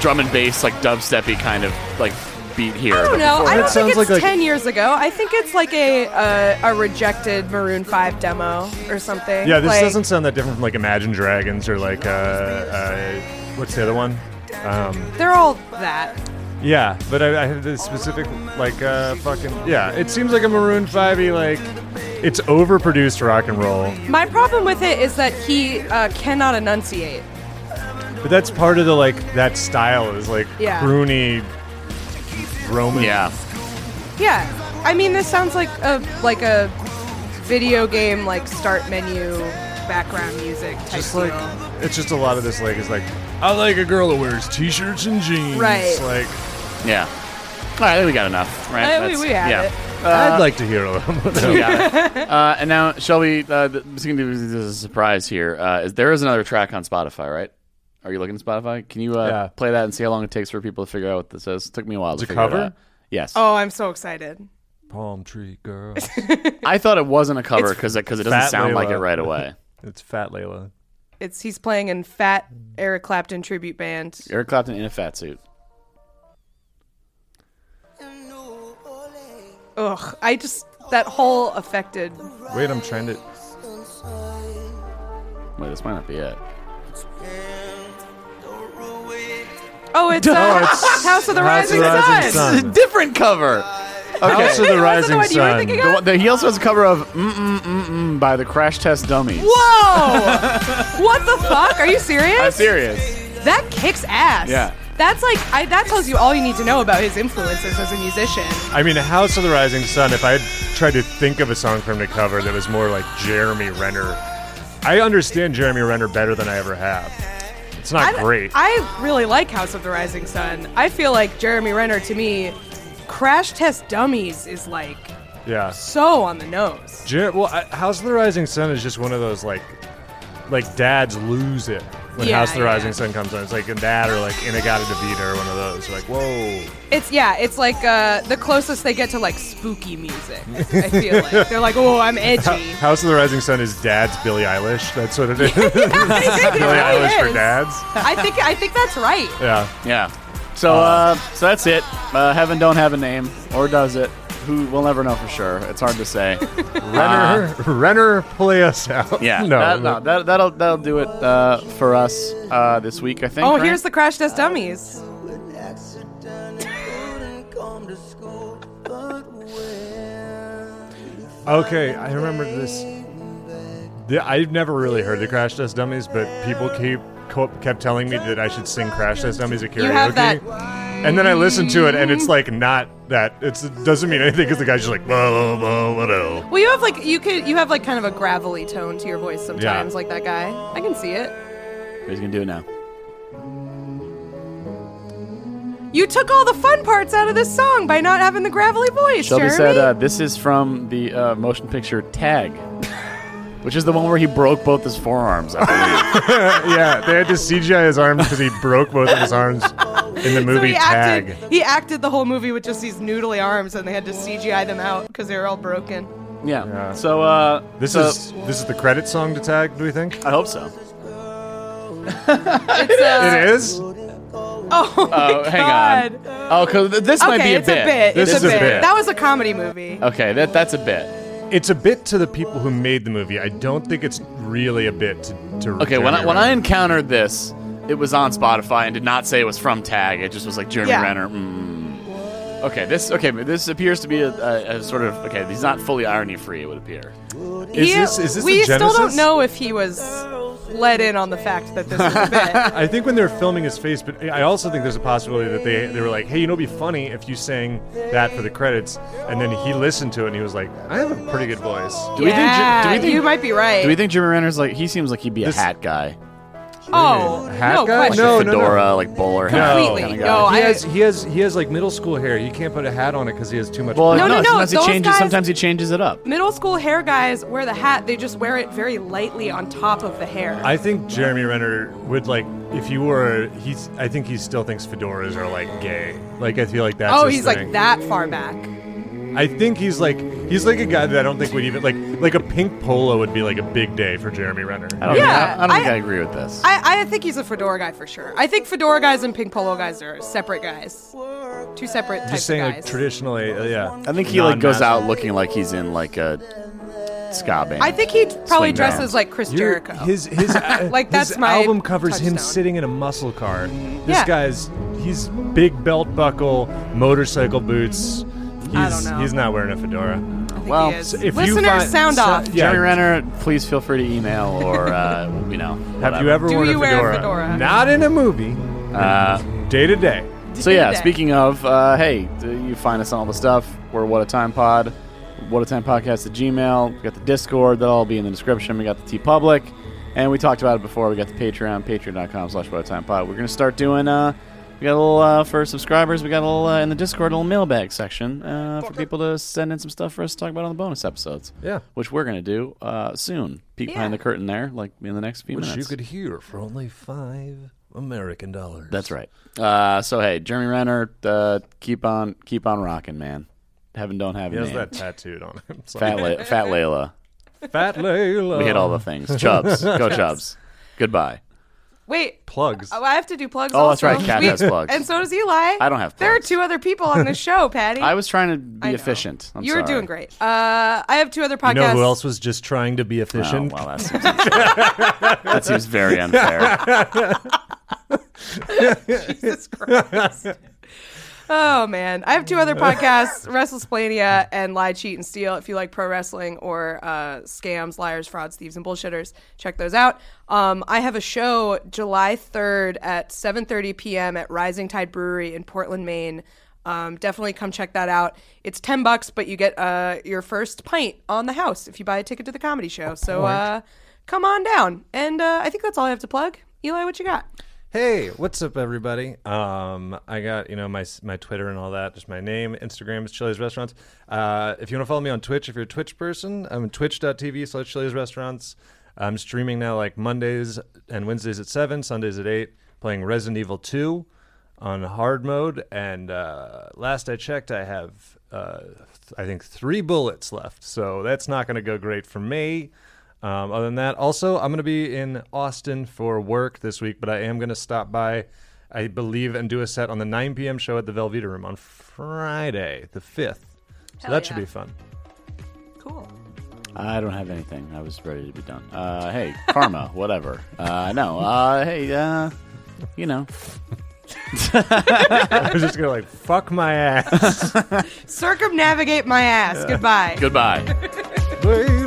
Speaker 1: drum and bass like dubsteppy kind of like beat here.
Speaker 2: I don't
Speaker 1: but
Speaker 2: know.
Speaker 1: before
Speaker 2: I
Speaker 1: that-
Speaker 2: don't think
Speaker 3: sounds
Speaker 2: it's
Speaker 3: like a-
Speaker 2: ten years ago. I think it's like a a, a rejected Maroon Five demo or something.
Speaker 3: yeah. This
Speaker 2: Like,
Speaker 3: doesn't sound that different from like Imagine Dragons or like uh, uh what's the other one? Um,
Speaker 2: They're all that.
Speaker 3: yeah, but I, I have this specific like uh fucking yeah. It seems like a Maroon Fivey like it's overproduced rock and roll,
Speaker 2: My problem with it is that he uh, cannot enunciate.
Speaker 3: but that's part of the like that style is like
Speaker 2: Yeah.
Speaker 3: croony Roman.
Speaker 1: yeah.
Speaker 2: Yeah, I mean this sounds like a like a video game like start menu background music type
Speaker 3: Just
Speaker 2: deal.
Speaker 3: like it's just a lot of this like is like I like a girl who wears t-shirts and jeans.
Speaker 2: Right.
Speaker 3: Like
Speaker 1: Yeah. All right, I think we got enough. Right?
Speaker 2: Uh, we-
Speaker 1: That's-
Speaker 2: we had
Speaker 1: yeah.
Speaker 2: it.
Speaker 3: I'd like to hear a little. more.
Speaker 1: We got it. Uh, and now, Shelby, uh, th- this is going to be this is a surprise here. Uh, is- there is another track on Spotify, right? Are you looking at Spotify? Can you uh,
Speaker 3: Yeah.
Speaker 1: play that and see how long it takes for people to figure out what this is? took me a while to
Speaker 3: it
Speaker 1: figure
Speaker 3: cover?
Speaker 1: it out. Yes.
Speaker 2: oh, I'm so excited.
Speaker 3: Palm tree girl.
Speaker 1: I thought it wasn't a cover because it, 'cause it doesn't
Speaker 3: Fat
Speaker 1: sound like it
Speaker 3: Layla.
Speaker 1: right away.
Speaker 3: it's Fat Layla.
Speaker 2: It's he's playing in Fat Eric Clapton tribute band.
Speaker 1: Eric Clapton in a fat suit.
Speaker 2: Ugh, I just that whole affected.
Speaker 3: Wait, I'm trying to.
Speaker 1: Wait, this might not be it.
Speaker 2: Oh, it's, uh, House of the
Speaker 3: House of
Speaker 2: Rising
Speaker 3: the Rising
Speaker 2: Sun.
Speaker 3: Sun.
Speaker 1: This is a different cover. Okay.
Speaker 3: House of the
Speaker 2: Wasn't
Speaker 3: Rising
Speaker 2: the one you were
Speaker 3: Sun.
Speaker 2: thinking
Speaker 1: The
Speaker 2: of?
Speaker 1: one- the- he also has a cover of Mm Mm Mm Mm by the Crash Test Dummies.
Speaker 2: Whoa! what the fuck? Are you serious?
Speaker 1: I'm serious.
Speaker 2: That kicks ass.
Speaker 1: Yeah.
Speaker 2: That's like I, that tells you all you need to know about his influences as a musician.
Speaker 3: I mean, House of the Rising Sun. If I had tried to think of a song for him to cover that was more like Jeremy Renner, I understand Jeremy Renner better than I ever have. It's not
Speaker 2: I-
Speaker 3: great.
Speaker 2: I really like House of the Rising Sun. I feel like Jeremy Renner to me, Crash Test Dummies is like
Speaker 3: yeah.
Speaker 2: so on the nose.
Speaker 3: Jer- well, I, House of the Rising Sun is just one of those like, like dads lose it when
Speaker 2: Yeah,
Speaker 3: House of the
Speaker 2: yeah.
Speaker 3: Rising Sun comes on. It's like a dad or like Inagata DeVita or one of those. Like, whoa.
Speaker 2: It's yeah, it's like uh, the closest they get to like spooky music. I feel like they're like, oh, I'm edgy.
Speaker 3: House of the Rising Sun is dad's Billie Eilish. That's what it is. Billie
Speaker 2: It really
Speaker 3: Eilish for
Speaker 2: is.
Speaker 3: dads.
Speaker 2: I think I think that's right.
Speaker 3: Yeah.
Speaker 1: Yeah. So, uh, so that's it. Uh, heaven don't have a name, or does it? Who we'll never know for sure. It's hard to say. Uh,
Speaker 3: Renner, Renner, play us out.
Speaker 1: yeah.
Speaker 3: No.
Speaker 1: That, no, that, that'll that'll do it uh, for us uh, this week. I think.
Speaker 2: Oh,
Speaker 1: right?
Speaker 2: here's the Crash Test Dummies.
Speaker 3: Okay, I remember this. The, I've never really heard the Crash Test Dummies, but people keep co- kept telling me that I should sing Crash Test Dummies at karaoke.
Speaker 2: You have that
Speaker 3: And then I listen to it, and it's like not that. It's, it doesn't mean anything because the guy's just like, blah, blah, blah, whatever.
Speaker 2: Well, you have like you could you have like kind of a gravelly tone to your voice sometimes, like that guy. I can see it.
Speaker 1: He's gonna do it now.
Speaker 2: You took all the fun parts out of this song by not having the gravelly voice,
Speaker 1: Shelby
Speaker 2: Jeremy.
Speaker 1: said, uh, "This is from the uh, motion picture Tag, which is the one where he broke both his forearms." I believe.
Speaker 3: yeah, they had to CGI his arms because he broke both of his arms in the
Speaker 2: so
Speaker 3: movie
Speaker 2: he
Speaker 3: Tag.
Speaker 2: acted he acted the whole movie with just these noodly arms, and they had to CGI them out because they were all broken.
Speaker 1: yeah.
Speaker 3: Yeah.
Speaker 1: So uh,
Speaker 3: This
Speaker 1: so-
Speaker 3: is this is the credit song to Tag. Do we think
Speaker 1: I hope so.
Speaker 2: It's, uh,
Speaker 3: it is?
Speaker 2: Oh, my
Speaker 1: Oh, hang on.
Speaker 2: God.
Speaker 1: Oh, because this might
Speaker 2: okay,
Speaker 1: be a
Speaker 2: it's
Speaker 1: bit. Uh,
Speaker 2: a bit.
Speaker 3: This
Speaker 2: it's
Speaker 3: is a bit.
Speaker 2: That was a comedy movie.
Speaker 1: Okay, that that's a bit.
Speaker 3: It's a bit to the people who made the movie. I don't think it's really a bit to. to
Speaker 1: Okay, when I,
Speaker 3: Jeremy
Speaker 1: when I
Speaker 3: Renner.
Speaker 1: encountered this, it was on Spotify and did not say it was from Tag. It just was like Jeremy
Speaker 2: Yeah.
Speaker 1: Renner. Mm. Okay, this okay. but This appears to be a, a, a sort of okay. He's not fully irony free. It would appear.
Speaker 3: Is
Speaker 2: He-
Speaker 3: this- is this
Speaker 2: we
Speaker 3: the
Speaker 2: still don't
Speaker 3: Genesis?
Speaker 2: know if he was let in on the fact that this is a bit.
Speaker 3: I think when they were filming his face, but I also think there's a possibility that they they were like, "Hey, you know, it'd be funny if you sang that for the credits," and then he listened to it and he was like, "I have a pretty good voice."
Speaker 1: Do we think?
Speaker 2: yeah,
Speaker 1: Jer- Do we think?
Speaker 2: you might be right.
Speaker 1: do we think Jeremy Renner's like he seems like he'd be a
Speaker 3: This-
Speaker 1: hat guy,
Speaker 2: oh,
Speaker 3: Hat
Speaker 2: no
Speaker 3: guy?
Speaker 1: like
Speaker 2: question.
Speaker 3: No,
Speaker 1: a fedora, like bowler hat.
Speaker 2: Completely.
Speaker 1: kinda
Speaker 2: No,
Speaker 1: guy.
Speaker 2: I-
Speaker 3: he has he has he has like middle school hair. You can't put a hat on it because he has too much.
Speaker 1: Well,
Speaker 2: No,
Speaker 1: no,
Speaker 2: no, no,
Speaker 1: Sometimes
Speaker 2: those
Speaker 1: he changes.
Speaker 2: guys-
Speaker 1: Sometimes he changes it up.
Speaker 2: Middle school hair guys wear the hat. They just wear it very lightly on top of the hair.
Speaker 3: I think Jeremy Renner would like if you were he's. I think he still thinks fedoras are like gay. Like I feel like that's.
Speaker 2: oh,
Speaker 3: his
Speaker 2: he's
Speaker 3: thing.
Speaker 2: like that far back.
Speaker 3: I think he's like he's like a guy that I don't think would even like like a pink polo would be like a big day for Jeremy Renner.
Speaker 1: I don't, think,
Speaker 2: Yeah,
Speaker 1: I, I don't think
Speaker 2: I-
Speaker 1: I agree with this.
Speaker 2: I, I think he's a fedora guy for sure. I think fedora guys and pink polo guys are separate guys. Two separate types
Speaker 3: Just saying
Speaker 2: of
Speaker 3: like
Speaker 2: guys.
Speaker 3: traditionally, uh, yeah.
Speaker 1: I think he like goes
Speaker 3: Non-masculine.
Speaker 1: out looking like he's in like a ska band.
Speaker 2: I think he probably
Speaker 1: Swing
Speaker 2: dresses
Speaker 1: bands.
Speaker 2: like Chris
Speaker 3: Your-
Speaker 2: Jericho.
Speaker 3: His his uh,
Speaker 2: Like,
Speaker 3: his
Speaker 2: that's my
Speaker 3: album covers him
Speaker 2: touchstone. Mm-hmm.
Speaker 3: sitting in a muscle car. This
Speaker 2: Yeah.
Speaker 3: guy's he's big belt buckle, motorcycle boots. He's,
Speaker 2: don't know.
Speaker 3: he's not wearing a fedora.
Speaker 2: I think
Speaker 1: well,
Speaker 2: he is.
Speaker 3: so if you
Speaker 2: Listeners,
Speaker 3: find-
Speaker 2: sound
Speaker 3: so-
Speaker 2: off.
Speaker 3: Yeah.
Speaker 1: Jeremy Renner, please feel free to email or uh, you know.
Speaker 3: Have you
Speaker 1: whatever.
Speaker 3: ever
Speaker 2: Do
Speaker 3: worn
Speaker 2: you
Speaker 3: a,
Speaker 2: wear a
Speaker 3: fedora?
Speaker 2: fedora?
Speaker 3: Not in a movie.
Speaker 1: Uh,
Speaker 3: Day to day.
Speaker 1: so yeah,
Speaker 2: Day.
Speaker 1: speaking of, uh, hey, d- you find us on all the stuff. We're What a Time Pod, What a Time Podcast at Gmail. We got the Discord. That'll all be in the description. We got the T Public, and we talked about it before. We got the Patreon, Patreon.com/slash What a Time Pod. We're gonna start doing. Uh, we got a little uh, for subscribers. We got a little uh, in the Discord, a little mailbag section uh, for people to send in some stuff for us to talk about on the bonus episodes.
Speaker 3: Yeah.
Speaker 1: which we're gonna do uh, soon. Peek behind the curtain there, like in the next few minutes.
Speaker 3: hear for only five American dollars.
Speaker 1: That's right. Uh, so hey, Jeremy Renner, uh, keep on keep on rocking, man. Heaven don't have
Speaker 3: He
Speaker 1: a
Speaker 3: has
Speaker 1: name.
Speaker 3: that tattooed on him. It's
Speaker 1: Fat,
Speaker 3: like,
Speaker 1: La- Fat Layla.
Speaker 3: Fat Layla.
Speaker 1: We hit all the things. Chubs, go Chubs. Goodbye.
Speaker 2: Wait.
Speaker 3: plugs.
Speaker 2: Oh, I have to do plugs.
Speaker 1: Oh, that's
Speaker 2: also.
Speaker 1: right. Kat
Speaker 2: We-
Speaker 1: has plugs.
Speaker 2: And so does Eli.
Speaker 1: I don't have
Speaker 2: There are
Speaker 1: plugs.
Speaker 2: two other people on this show, Patty.
Speaker 1: I was trying to
Speaker 2: I
Speaker 1: be
Speaker 2: know.
Speaker 1: efficient. I'm
Speaker 2: you were
Speaker 1: sorry.
Speaker 2: doing great. Uh, I have two other podcasts.
Speaker 3: You know who else was just trying to be
Speaker 1: Oh,
Speaker 3: efficient?
Speaker 1: well, that seems, that seems very unfair.
Speaker 2: Jesus Christ. Oh man, I have two other podcasts: Wrestlesplania and Lie, Cheat, and Steal. If you like pro wrestling or uh, scams, liars, frauds, thieves, and bullshitters, check those out. Um, I have a show July third at 7:30 p.m. at Rising Tide Brewery in Portland, Maine. Um, definitely come check that out. It's ten bucks, but you get uh, your first pint on the house if you buy a ticket to the comedy show. So uh, come on down. And uh, I think that's all I have to plug. Eli, what you got?
Speaker 3: Hey, what's up, everybody? Um, I got you know my my Twitter and all that. Just my name, Instagram is Chili's Restaurants. Uh, if you want to follow me on Twitch, if you're a Twitch person, I'm Twitch.tv/slash Chili's Restaurants. I'm streaming now like Mondays and Wednesdays at seven, Sundays at eight. Playing Resident Evil Two on hard mode, and uh, last I checked, I have uh, th- I think three bullets left. So that's not going to go great for me. Um, other than that, also, I'm going to be in Austin for work this week, but I am going to stop by, I believe, and do a set on the 9 p.m. show at the Velveeta Room on Friday, the 5th. So
Speaker 2: Hell
Speaker 3: that should
Speaker 2: yeah.
Speaker 3: be fun.
Speaker 2: Cool.
Speaker 1: I don't have anything. I was ready to be done. Uh, hey, karma, whatever. Uh, no. Uh, hey, uh, you know,
Speaker 3: I was just going to like, fuck my ass.
Speaker 2: Circumnavigate my ass. Goodbye.
Speaker 1: goodbye.
Speaker 3: Wait.